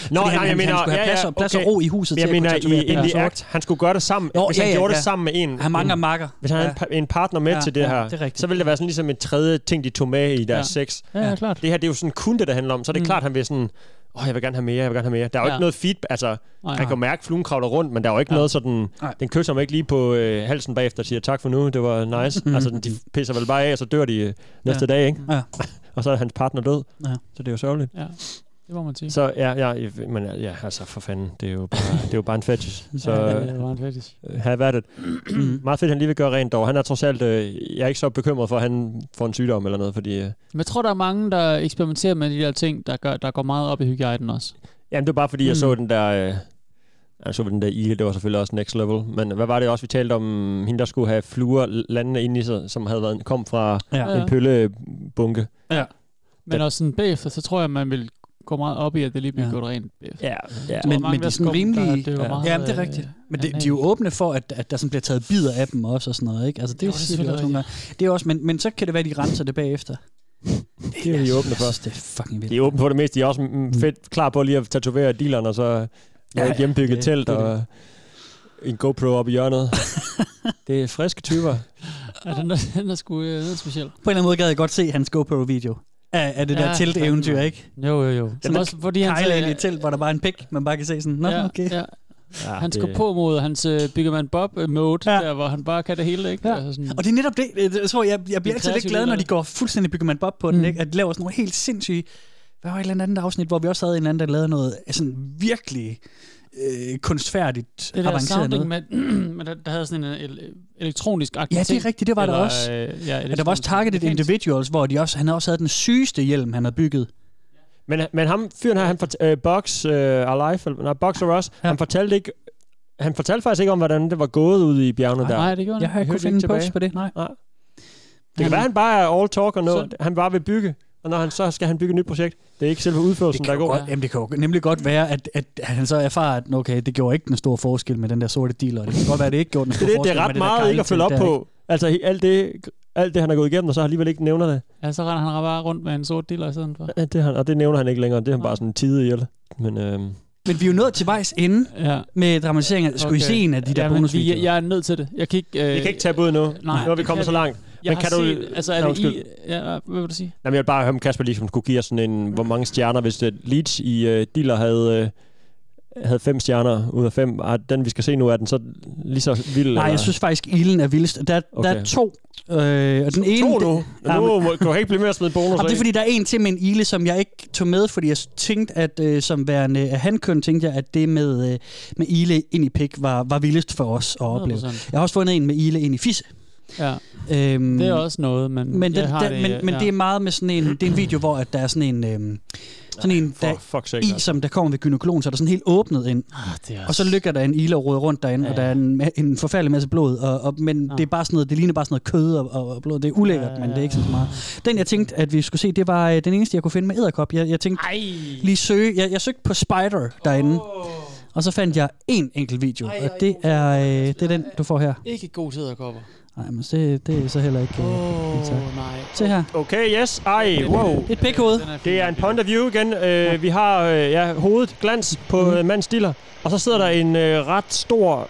E: Fordi
C: nej,
E: han-
C: jeg
E: han-
C: mener,
E: han skulle have
C: ja, ja,
E: plads og- plads og
C: okay.
E: ro i huset
C: Men Jeg
E: til at
C: mener,
E: kunne tatovere
C: i
E: den her
C: Indie
E: sort.
C: Act, han skulle gøre det sammen.
E: Nå,
C: hvis
E: ja,
C: han
E: ja,
C: gjorde
E: ja.
C: det sammen med en.
E: Han mangler
C: en-
E: makker.
C: Hvis han havde
E: Ja.
C: en, pa- en partner med
E: Ja,
C: til det
E: ja,
C: her,
E: det er rigtigt.
C: så ville det være sådan ligesom en tredje ting, de tog med i deres
E: Ja.
C: sex.
E: Ja, ja, klart. Mm.
C: Det her, det er jo sådan kun det, det handler om. Så er det klart, han vil sådan, åh, jeg vil gerne have mere, jeg vil gerne have mere. Der er jo
E: Ja.
C: ikke noget feedback. Altså,
E: Nej,
C: han
E: nej.
C: kan jo mærke, at fluen kravler rundt, men der er jo ikke noget sådan, den kysser mig ikke lige på øh, halsen bagefter og siger, tak for nu, det var nice. Altså, den- de pisser vel bare af, og så dør de øh, næste
D: Ja.
C: dag, ikke?
E: Mm. Ja.
C: og så er hans partner død.
E: Ja.
C: Så det er jo sørgeligt.
D: Ja, det må man sige.
C: Så ja, ja, men ja, altså for fanden, det er jo bare, det er jo bare en fetish. Så,
D: Ja, det er bare en fetish.
C: øh, Have været det. Meget fedt, han lige vil gøre rent dog. Han er trods alt, øh, jeg er ikke så bekymret for, at han får en sygdom eller noget, fordi... Øh,
D: Men jeg tror, der er mange, der eksperimenterer med de der ting, der, gør, der går meget op i hygiejden også.
C: jamen, det var bare fordi, jeg
D: Mm.
C: så den der... Øh, jeg så den der i, det var selvfølgelig også next level. Men hvad var det også, vi talte om? Hende, der skulle have fluer landende inde i sig, som havde været, kom fra
D: Ja.
C: ja. en pøllebunke.
D: Ja. Men også sådan bagefter, så tror jeg, man vil gå meget op i, at det lige bliver ja. gjort rent bagefter.
C: Ja,
E: Ja, men, men de er sådan rimelige...
D: Det var meget,
E: ja, men det er
D: øh,
E: rigtigt. Men det, de er jo åbne for, at, at der sådan bliver taget bidder af dem også og sådan noget, ikke? Altså, det,
D: Jo,
E: jo,
D: det er
E: det, siger de
D: selvfølgelig
E: også nogle gange. Det er også, men, men så kan det være, de renser det bagefter.
C: Det er de åbne for.
E: det er fucking vildt.
C: De er åbne for det meste. De er også mm, fedt klar på lige at tatovere dealeren, og så ja, et hjembygget
E: det-
C: telt
E: det er
C: og en GoPro op i hjørnet. det er friske typer.
D: Ja, den der, den der sgu øh, den er speciel.
E: På en eller anden måde gad jeg godt se hans GoPro-video af, af det der
D: Ja,
E: telt-eventyr, ikke?
D: Jo, jo, jo.
E: Sådan også, fordi han
D: sagde-
E: kejler ind i et telt, hvor der bare er en pik, man bare kan se sådan, nå,
D: Ja,
E: okay.
D: ja.
C: Ja,
D: Hans
E: det-
D: det... på mod hans uh, Byggerman Bob øh, mode, ja. der, hvor han bare kan det hele, ikke? Ja. Altså sådan,
E: Og det er netop det, øh, jeg tror, jeg, jeg
D: Det er
E: bliver altid lidt
D: kreativt,
E: glad, når
D: eller
E: de
D: det?
E: går fuldstændig bygger man Bob på
D: Mm.
E: den, ikke? At de laver sådan nogle helt sindssyge... Hvad var et eller andet afsnit, hvor vi også havde en eller anden, der lavede noget sådan virkelig øh, kunstfærdigt
D: det der
E: avanceret noget.
D: sounding, med, men der, der havde sådan en øh, el- elektronisk
E: Ja,
D: aktivitet.
E: det er rigtigt, det var der
D: Eller,
E: også.
D: Øh, ja,
E: ja, der var også Targeted Individuals, hvor de også, han også havde den sygeste hjelm, han havde bygget.
C: Men, men ham, fyren her, han fort, øh, Box øh, Alive, eller, nej, Box og Ross, ja. han fortalte ikke, han fortalte faktisk ikke om, hvordan det var gået ude i bjergene der.
D: nej, det gjorde han
E: Jeg
D: ikke.
E: har ikke
D: Jeg
E: kunnet
D: hørte
E: finde
D: ikke
E: en post
D: tilbage.
E: på det, nej.
C: nej. Det kan være, han bare er all talk og noget. Han bare vil bygge, og når han så skal han bygge et nyt projekt. Det er ikke selve udførelsen, der er god.
E: Godt, jamen, det kan jo nemlig godt være, at, at han så erfarer, at okay, det gjorde ikke den store forskel med den der sorte dealer. Det kan godt være, at det ikke gjorde den
C: Det,
E: store
C: er det,
E: forskel
C: det er
E: med
C: ret
E: der
C: meget ikke at følge op
E: gejlting der,
C: på. Altså he- alt det, alt det, han har gået igennem, og så alligevel ikke nævner det.
D: Ja, så render han bare rundt med en sort dealer i stedet for.
C: Ja, det er han, og det nævner han ikke længere. Det er han bare sådan tid ihjel. Men øh,
E: Men vi er jo nået til vejs ende
D: ja.
E: med dramatiseringen. Skulle okay. I se en af de der
D: Jamen, vi-
E: bonusvideoer?
D: Jeg er nødt til det. Jeg kan ikke... Øh,
C: vi kan ikke tage ud nu.
D: Nej,
C: nu er vi kommet
D: det kan
C: så
D: vi
C: langt.
D: ikke. Jeg
C: Men
D: har
C: kan
D: set,
C: du...
D: altså, er
C: Nå,
D: det
C: undskyld.
D: I, ja, hvad vil du sige?
C: Jamen, jeg vil bare høre, om Kasper ligesom skulle give os sådan en, hvor mange stjerner, hvis det Leeds i øh, Diller havde, øh, havde fem stjerner ud af fem. Er den, vi skal se nu, er den så lige så vild?
E: Nej, jeg synes faktisk, ilden er vildest. Der, okay. der er
C: Okay.
E: to. Øh, og den ene,
C: To nu?
E: Ja,
C: Nu
E: men-
C: må- kan du ikke blive med at smide bonus
E: Jamen, det er
C: af.
E: fordi, der er en til med en ile, som jeg ikke tog med, fordi jeg tænkte, at øh, som værende af handkøn, tænkte jeg, at det med, øh, med ile ind i pik var, var vildest for os at opleve.
D: 100%.
E: Jeg har også fundet en med ile ind i fisse.
D: Ja.
E: Øhm,
D: Det er også noget, men,
E: Men,
D: jeg
E: den,
D: har
E: der, men,
D: ja.
E: men det er meget med sådan en, det er en video, hvor at der er sådan en, øhm, sådan en der,
C: fuck
E: i, som der kommer ved gynekologen, så er der sådan helt åbnet ind.
D: altså. Ah, det er
E: Og så lykker der en ile og råder rundt derinde, ja. og der er en, en forfærdelig masse blod. Og, og, men
D: Ah.
E: det er bare sådan noget, det ligner bare sådan noget kød og, og, og blod. Det er ulækkert, ja. men det er ikke så meget. Den jeg tænkte, at vi skulle se, det var øh, den eneste, jeg kunne finde med æderkop. Jeg, jeg tænkte Ej. lige søge, jeg, jeg søgte på spider derinde. Og så fandt jeg en enkelt video, og det er, øh, det er den, du får her.
D: Ikke god tid at kopper.
E: Nej, men det, det er så heller ikke... Åh,
D: oh, nej.
E: Se her.
C: Okay, yes. Ej, wow.
E: Et pikhoved.
C: Det er en point of view igen. Øh, Vi har øh, ja, hovedet glans på
E: Mhm.
C: mm. mands stiller, og så sidder der en øh, ret stor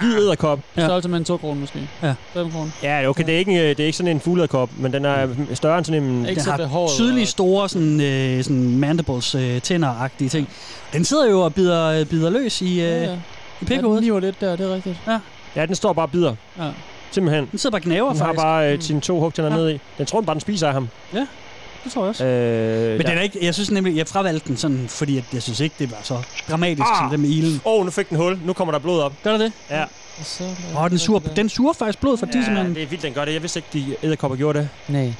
C: hvid æderkop.
D: Ja. Størrelse med en 2 kroner måske.
E: Ja.
D: 5 kroner.
C: Ja, okay, det er ikke, en, øh, det er ikke sådan en fuglederkop, men den er øh, større end sådan en...
E: Den har tydelige store sådan, øh, sådan mandibles øh, tænder-agtige ting. Den sidder jo og bider, bider løs øh, i, øh, ja, ja. i pikkehovedet.
D: Den lidt der, det er rigtigt.
E: Ja.
C: Ja, den står bare og bider.
D: Ja.
C: Simpelthen.
E: Den sidder bare og gnæver,
C: Den har
E: faktisk. Mm.
C: bare øh, sine to hugtænder ned i. Den tror den bare, den spiser af ham.
E: Ja, det tror jeg også.
C: Øh,
E: Men den er ikke, jeg synes nemlig, jeg fravalgte den sådan, fordi at jeg synes ikke, det var så dramatisk ah! som det med ilen.
C: Åh, oh, nu fik den hul. Nu kommer der blod op.
E: Gør det det?
C: Ja.
E: Åh, oh, den, suger, den suger faktisk blod fra
C: Ja,
E: tissemanden.
C: det er vildt, den gør det. Jeg vidste ikke, de æderkopper gjorde det.
E: Nej.
C: Ej!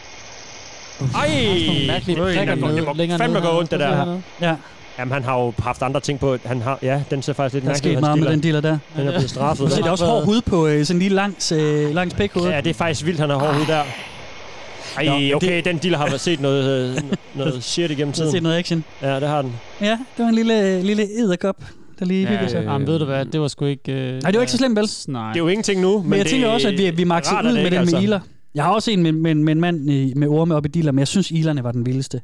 E: mærkelige
C: Øj,
E: prikker
C: det må-
E: nede-
C: det må
E: længere
C: fandme
E: nede
C: gå
E: her.
C: ondt, det
E: Hvorfor
C: der.
E: hernede? Ja.
C: Jamen, han har jo haft andre ting på. Han har, ja, den ser faktisk lidt
E: Der er
C: mærkelig
E: sket
C: ud,
E: meget
C: hans
E: med den dealer der.
C: Den er blevet straffet.
E: Du ser, der er også hård hud på øh, sådan en lille langs, øh, langs pækhoved.
C: Ja, det er faktisk vildt, han har hård hud der.
E: Nå,
C: Ej,
E: men
C: okay,
E: det-
C: den dealer har været set noget, øh, noget shit igennem
E: Så
C: tiden.
E: se noget action.
C: Ja, det har den.
E: Ja, det var en lille, lille edderkop, der lige ja, hyggede sig.
D: Jamen, ved du hvad, det var sgu ikke... Øh,
E: Nej, det var ikke så slemt, vel?
D: Nej.
C: øh, Det er jo ingenting nu,
E: Men, men jeg tænker også, at vi, vi maxede
C: rart
E: ud
C: er
E: med
C: det
E: den
C: ikke, altså.
E: med iler. Jeg har også en med, med, med en mand i- med orme op i dealer, men jeg synes, ilerne var den vildeste.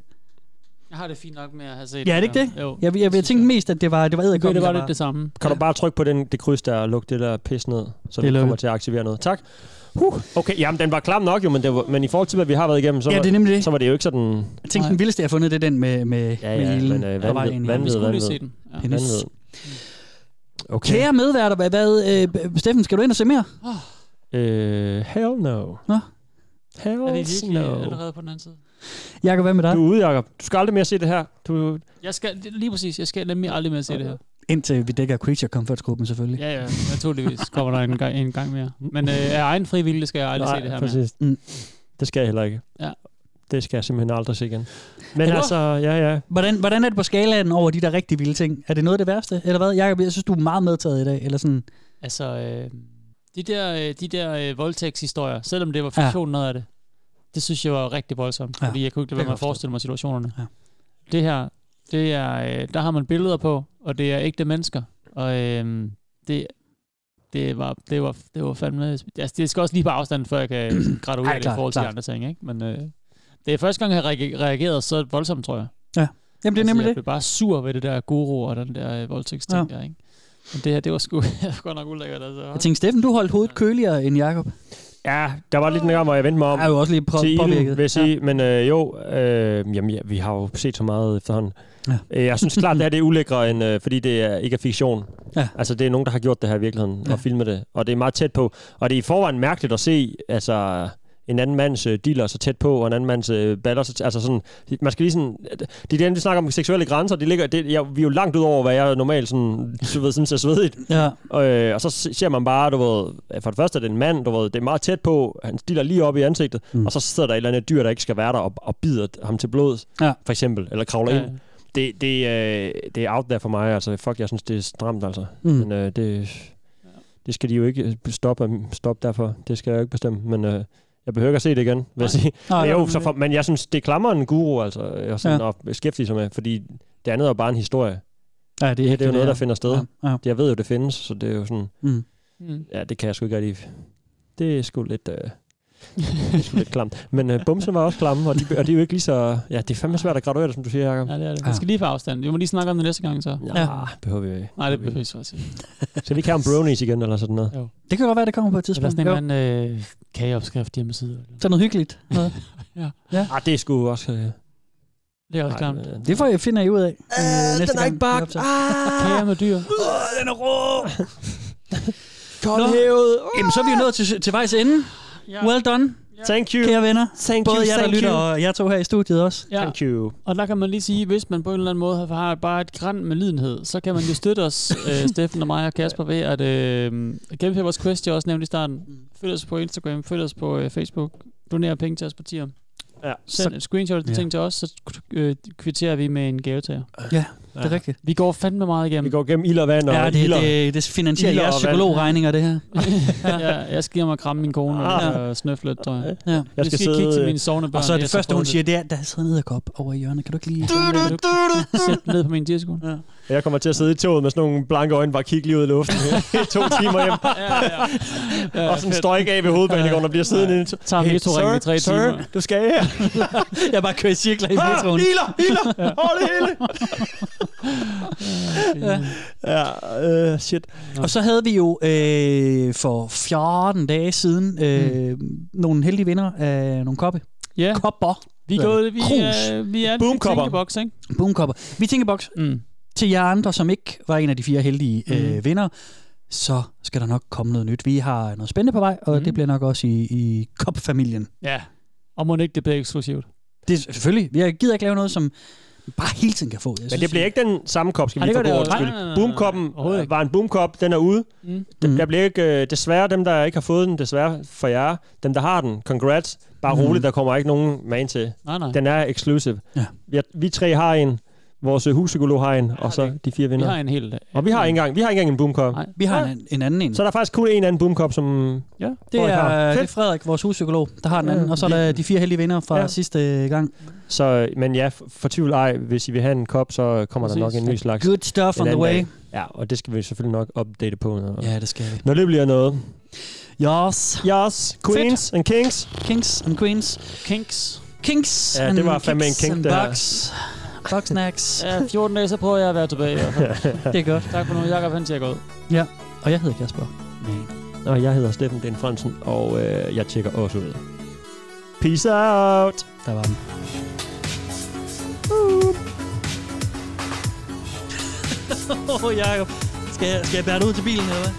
D: Jeg har det fint nok med at have set
E: Ja, er det ikke det?
D: der. Jo.
E: Jeg, jeg, jeg tænkte mest, at det var, det var edderkoppen, der var-
C: Kan du bare trykke på den, det kryds der og lukke det der pis ned, så
E: Det er
C: vi kommer
E: lukket.
C: til at aktivere noget. Tak. Huh. Okay, jamen den var klam nok jo, men, det var, men i forhold til, hvad vi har været igennem, så,
E: Ja,
C: var-
E: det er nemlig det.
C: så var det jo ikke sådan...
E: Jeg tænkte, den vildeste, jeg har fundet, det er den med, med,
C: Ja,
E: med
C: ja,
E: ilen.
C: men, øh,
E: der
C: vanvid-
E: var en-
C: vanvid, Vi skulle lige vanvid. se den. Ja.
E: Penis.
C: Vanvid. Okay.
E: Kære medværter, hvad, hvad øh, Steffen, skal du ind og se mere?
C: Øh, hell no.
E: Nå.
C: Hell
D: Er det virkelig
C: no.
D: allerede på den anden side?
E: Jakob, hvad med dig?
C: Du er ude, Jacob. Du skal aldrig mere se det her. Du,
D: Jeg skal, det- lige præcis, jeg skal nemlig aldrig mere se det her.
E: Indtil vi dækker Creature Comforts-gruppen, selvfølgelig.
D: Ja, ja, naturligvis kommer der en gang, en gang mere. Men øh, af egen frivillige skal jeg aldrig
C: Nej,
D: se det her mere.
C: præcis.
E: Mm.
C: Det skal jeg heller ikke.
D: Ja.
C: Det skal jeg simpelthen aldrig se igen. Men
E: Er det-
C: altså, ja, ja.
E: Hvordan, hvordan er det på skalaen over de der rigtig vilde ting? Er det noget af det værste? Eller hvad? Jakob, jeg synes, du er meget medtaget i dag. Eller sådan.
D: Altså, øh, de der, øh, de der øh, voldtægtshistorier, selvom det var fiktion noget af det, det synes jeg var rigtig voldsomt,
E: Ja,
D: fordi jeg kunne ikke
E: det
D: lade være
E: kan
D: med
E: jeg
D: at forestille mig situationerne. Ja. Det her, det er, øh, der har man billeder på, og det er ægte mennesker, og øh, det, det var, det var, det var fandme... Altså, det skal også lige på afstand, før jeg kan graduere
E: Ej,
D: det i
E: klart,
D: forhold til
E: klart.
D: de andre ting, ikke? Men øh, det er første gang, jeg har reage- reageret så voldsomt, tror jeg.
E: Ja. Jamen, det er
D: altså,
E: nemlig
D: jeg
E: det.
D: blev bare sur ved det der guru og den der øh, voldtægtsting ja. der, ikke? Men det her, det var sgu godt nok ulækkert, altså.
E: Jeg tænkte, Steffen, du holdt hovedet køligere end Jakob.
C: Ja, der var lidt en gang, hvor jeg vendte mig om.
E: Jeg er jo også lige prø-
C: til ilden,
E: påvirket.
C: vil jeg sige. Men øh, jo, øh, jamen, ja, vi har jo set så meget efterhånden.
E: Ja.
C: Øh, Jeg synes klart, det her det er ulækre, end, øh, fordi det er, ikke er fiktion.
E: Ja.
C: Altså, det er nogen, der har gjort det her i virkeligheden ja. og filmet det. Og det er meget tæt på. Og det er i forvejen mærkeligt at se altså, en anden mands øh, dealer så tæt på, og en anden mands øh, baller så tæt. Altså sådan, man skal lige sådan... Det er det, vi snakker om seksuelle grænser. Det ligger, det, jeg, vi er jo langt ud over, hvad jeg normalt sådan, du ved, synes er svedigt.
E: Ja.
C: Øh, og så se- ser man bare, du ved, for det første er det en mand, du ved, det er meget tæt på, han stiller lige op i ansigtet, mm. og så sidder der et eller andet dyr, der ikke skal være der, og, og bider ham til blodet,
E: ja.
C: for eksempel, eller kravler
E: Ja.
C: ja. ind. Det, det, øh, det er out there for mig, altså fuck, jeg synes, det er stramt, altså.
E: Mm.
C: Mm. Men øh, det, det skal de jo ikke øh, stoppe, stoppe derfor, det skal jeg jo ikke bestemme, men øh, jeg behøver ikke at se det igen, vil jeg sige.
E: Nej,
C: men,
E: nej,
C: jo,
E: nej,
C: så
E: nej.
C: for, men jeg synes, det klammer en guru, altså, og sådan
E: Ja.
C: ja. at beskæftige sig med, fordi det andet er jo bare en historie.
E: Ja, det,
C: det, her, det er jo
E: det
C: noget,
E: er.
C: der finder sted.
E: Ja, ja.
C: Jeg ved jo, det findes, så det er jo sådan...
E: Mm.
D: Mm.
C: Ja, det kan jeg sgu ikke rigtig... Det er sgu lidt... Øh, det er sgu lidt klamt. Men øh, bumsene var også klamme, og de, og de er jo ikke lige så... Ja, det er fandme svært at graduere det, som du siger, Jacob.
D: Ja, det er det. Vi skal lige få afstand. Vi må lige snakke om det næste gang, så.
C: Ja. Behøver vi ikke.
D: Nej, det behøver vi altså så at sige.
C: Skal vi ikke have en bronies igen, eller sådan noget?
D: Jo.
E: Det kan godt være, det kommer på et tidspunkt.
D: Eller sådan en
E: Jo.
D: eller anden øh, kageopskrift hjemmeside.
E: Så noget hyggeligt. Noget.
D: ja.
E: ja.
C: Ah, det er sgu også... Øh,
D: Det er også
C: Nej,
D: klamt.
C: men,
E: Det får jeg finder jeg ud af. Øh,
C: den er ikke bagt.
E: Ah!
D: Kager med dyr.
E: den er rå! Koldhævet. Uh! Jamen, så er vi jo nået til, til vejs ende.
D: Ja.
E: Well done.
C: Thank you.
E: Kære venner.
C: Thank
E: Både
C: you,
E: jer, der
C: thank
E: lytter,
C: you.
E: og jeg to her i studiet også.
D: Ja.
C: Thank you.
D: Og der kan man lige sige, hvis man på en eller anden måde har bare et græn med lidenhed, så kan man jo støtte os, øh, Steffen og mig og Kasper, ved at øh, gennemføre vores quest, jeg også nævnte i
E: Mm.
D: starten. Følg os på Instagram, følg os på øh, Facebook, doner penge til os på tier.
C: Ja.
D: Send
E: Så-
D: et screenshot af de
E: Ja.
D: ting til os, så øh, kvitterer vi med en gave til jer.
E: Ja, det er rigtigt.
D: Vi går fandme meget igennem. Vi
C: går gennem ild og vand og
E: Ja, det,
C: ilder.
E: det, det finansierer
C: Ilder
E: jeres
C: og vand.
E: psykologregninger, det her.
D: ja, jeg skal hjem og kramme min kone
E: Ja.
C: Ah.
D: og øh, snøffe lidt, tror jeg.
E: Ja.
D: Jeg skal, skal kigge til mine sovende børn.
E: Og så er
D: de
E: det
D: har
E: første, hun
D: fået
E: siger, det er, der sidder en edderkop over i hjørnet. Kan du ikke lige...
D: Sæt den ned på min disko.
E: Ja.
C: Jeg kommer til at sidde i toget med sådan nogle blanke øjne, bare kigge lige ud i luften i to timer hjem. ja, ja. Og sådan en støjk af ved hovedbanegården, og bliver siddende inde.
D: Tager
C: hey,
D: metroringen i tre
C: sir,
D: timer."
C: Sir, du skal her.
E: jeg bare kører i cirkler
C: Ah,
E: i metroen.
C: Hiler, hiler, hold det hele. ja, øh, shit.
E: Og så havde vi jo øh, for 14 dage siden øh, nogle heldige vinder af nogle koppe.
D: Hmm. Ja.
E: Kopper.
D: Vi er gået, vi,
E: Krus.
D: er, vi er
E: Boomkopper.
D: box, ikke?
E: Boomkopper. Vi tænker boks.
D: Mm. Hmm.
E: Til jer andre, som ikke var en af de fire heldige øh, vinder, så skal der nok komme noget nyt. Vi har noget spændende på vej,
D: Hmm.
E: og mm. det bliver nok også i, i COP-familien.
D: Ja. Og må det ikke, det bliver eksklusivt.
E: Det er selvfølgelig. Jeg gider ikke lave noget, som bare hele tiden kan få. Jeg
C: Men det bliver ikke den samme kop, skal
E: Ej,
C: vi
E: det
C: lige
E: gør
C: få
E: det
C: ordens
E: jo-
C: skyld.
E: Nej, nej, nej, nej,
C: Boomkoppen øh, var en boomkop, den er ude. Mm. Der bliver ikke, øh, desværre, dem der ikke har fået den, desværre for jer, dem der har den, congrats. Bare
D: Mm.
C: roligt, der kommer ikke nogen man til.
D: Nej, nej.
C: Den er exclusive.
E: Ja.
C: Vi, har- vi tre har en, vores øh, huspsykolog har en, og så de fire vinder.
D: har en hel-
C: Og vi har ikke engang, vi har ikke engang en boomkop.
E: Vi har en, en anden en.
C: Så der er faktisk kun en anden boomkop, som...
D: Ja,
E: Det er, det er Frederik, vores huspsykolog, der har den anden. Og så er der de fire heldige vinder fra ja. sidste gang.
C: Så, øh, men ja, f- fortvivl ej, hvis I vil have en kop, så kommer der nok
E: Præcis.
C: en ny slags.
E: Good stuff
C: en
E: on the
C: anden
E: way.
C: dag. Ja, og det skal vi selvfølgelig nok update på. Når,
E: Ja, det skal vi.
C: Når det bliver noget.
E: Yes.
C: Yes. Queens and kings.
E: Kings and queens.
D: Kinks.
E: Kinks
C: Ja,
E: and
C: det var fandme en
E: kicks
C: kink,
E: and
C: det her.
E: bucks. Buck snacks.
D: Ja, 14 dage, så prøver jeg at være tilbage. i hvert fald.
E: Det er godt.
D: Tak for nu. Jakob, han tjekker ud.
E: Ja, og jeg hedder Kasper.
C: Og jeg hedder Steffen Den Fransen, og øh, jeg tjekker også ud. Peace out.
E: Der var den. Åh, oh, Jacob. Skal jeg, skal jeg bære det ud til bilen, eller hvad?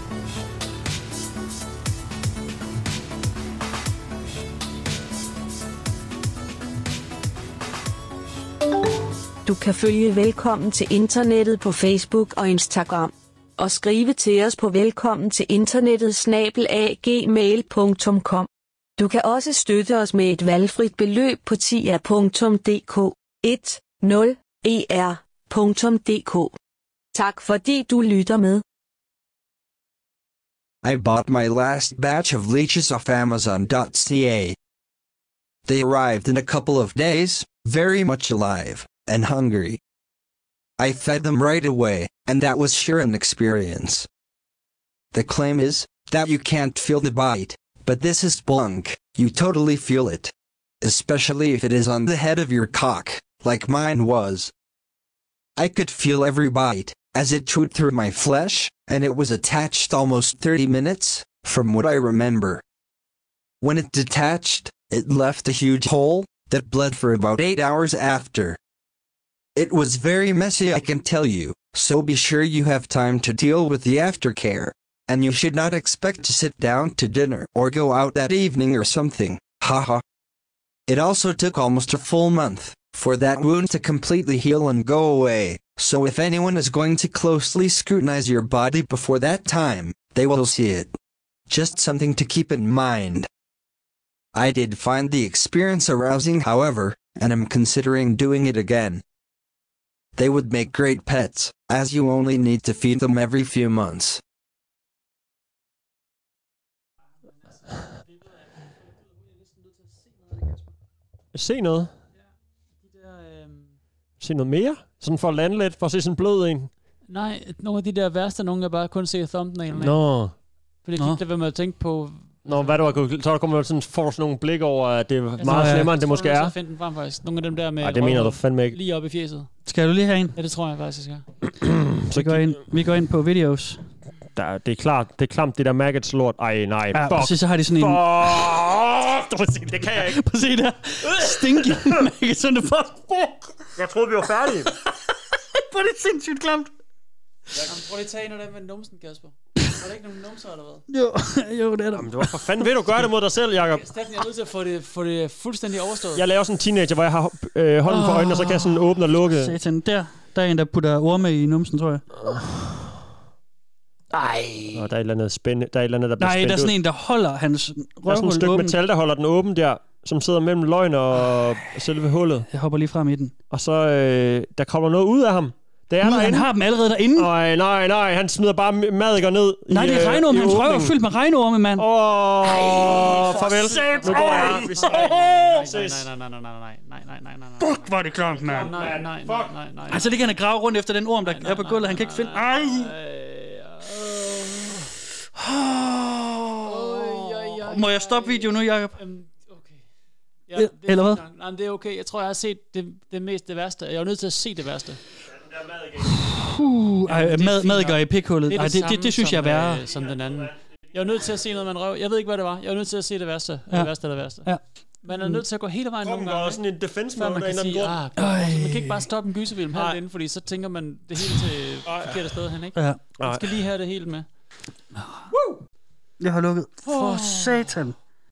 K: Du kan følge Velkommen til Internettet på Facebook og Instagram. Og skrive til os på velkommen til internettet snabelagmail.com. Du kan også støtte os med et valgfrit beløb på tia.dk E 10er.dk. Tak fordi du lytter med.
R: I bought my last batch of leeches off Amazon.ca. They arrived in a couple of days, very much alive and hungry. I fed them right away, and that was sure an experience. The claim is that you can't feel the bite, but this is bunk, you totally feel it. Especially if it is on the head of your cock, like mine was. I could feel every bite as it chewed through my flesh, and it was attached almost 30 minutes, from what I remember. When it detached, it left a huge hole that bled for about 8 hours after. It was very messy, I can tell you, so be sure you have time to deal with the aftercare. And you should not expect to sit down to dinner or go out that evening or something, haha. It also took almost a full month for that wound to completely heal and go away. So if anyone is going to closely scrutinize your body before that time, they will see it. Just something to keep in mind. I did find the experience arousing, however, and am considering doing it again. They would make great pets, as you only need to feed them every few months.
C: Se noget. Se noget mere? Sådan for at lande lidt, for at se sådan en blød en.
D: Nej, nogle af de der værste, nogen jeg bare kun ser thumbnailene. af.
C: Nå.
D: Fordi jeg kan ikke lade være med at tænke på...
C: Nå, hvad du har gået, så er der kommer sådan, får sådan nogle blik over, at det er meget
D: Altså,
C: slemmere, end det
D: så
C: måske
D: er du nødt til
C: er.
D: at finde den frem, faktisk. Nogle af dem der med...
C: Ej, det mener
D: røven
C: du fandme ikke.
D: Lige op i fjeset.
E: Skal du lige have en?
D: Ja, det tror jeg faktisk, jeg skal.
E: Så vi går, ind, vi går ind på videos.
C: Mm, Der, det er klart, det er klamt, det der maggots lort. Ej, nej,
E: Ja,
C: fuck.
E: præcis, så har de sådan en-
C: Fuck! Præcis, det kan jeg ikke.
E: Prøv at se der. Stinky maggots on the fuck.
C: Jeg troede, vi var færdige.
E: Hvor er det sindssygt klamt.
D: Jamen, prøv lige at tage en af dem med numsen, Kasper. Var det ikke nogen numser, eller hvad?
E: Jo, jo, det er der.
C: Jamen, det var for fanden ved du gøre det mod dig selv, Jacob.
D: Steffen, jeg er nødt til at få det, få det fuldstændig overstået.
C: Jeg laver sådan en teenager, hvor jeg har øh, hånden for øjnene, og så kan jeg sådan åbne og lukke.
E: Satan, der. Der er en, der putter orme i numsen, tror jeg.
C: Nej. Og der er et eller andet spændende, der er et eller andet, der bliver
E: Nej,
C: spændt
E: der er sådan
C: ud.
E: en, der holder hans
C: Der er sådan
E: røvhul
C: et stykke
E: åben.
C: metal, der holder den åben der, som sidder mellem løgn og selve hullet.
E: Jeg hopper lige frem i den.
C: Og så, øh, der kommer noget ud af ham. Det er
E: Gud, han
C: derinde.
E: har dem allerede derinde.
C: Nej, nej, nej, han smider bare madikker ned.
E: Nej,
C: i,
E: det er
C: øh,
E: regnorme.
C: i
E: Hans røv er
C: åbningen.
E: fyldt med regnorme, mand.
C: Åh, oh, farvel. Nu går jeg. Vi ses.
D: Nej, nej, nej, nej, nej, nej, nej, nej, nej, nej.
E: Fuck, hvor er det klamt, mand.
D: Nej, nej, nej, nej, nej.
E: Altså, det kan han grave rundt efter den orm, der er på gulvet. Han kan ikke finde... Ej! Må jeg stoppe videoen nu, Jacob?
D: Ja, det er
E: Eller hvad?
D: fint nok. Nej, men det er okay. Jeg tror, jeg har set det, det mest det værste. Jeg er jo nødt til at se det værste.
E: Uh, ej,
D: det er
E: mad,
D: fint
E: mad gør
D: nok.
E: i pikhullet.
D: Det er
E: Ej,
D: det
E: det, det,
D: samme
E: det, synes jeg er
D: som,
E: værre.
D: øh, som den anden. Jeg er nødt til at se noget med en røv. Jeg ved ikke, hvad det var. Jeg er nødt til at se det værste. Ja.
E: Ja.
D: Det værste eller værste.
E: Ja.
D: Man er nødt til at gå hele vejen
C: Kroppen
D: nogle
C: går
D: gange.
C: også sådan en defense
D: før
C: mode
D: man
C: af en
D: kan
C: eller
D: sige,
C: anden
D: ah,
C: grund."
D: altså, man
C: Ej.
D: kan ikke bare stoppe en gyserfilm halvt inden, fordi så tænker man det hele til forkerte sted hen, ikke?
E: Ja.
D: Man skal lige have det helt med.
E: Jeg har lukket. For satan.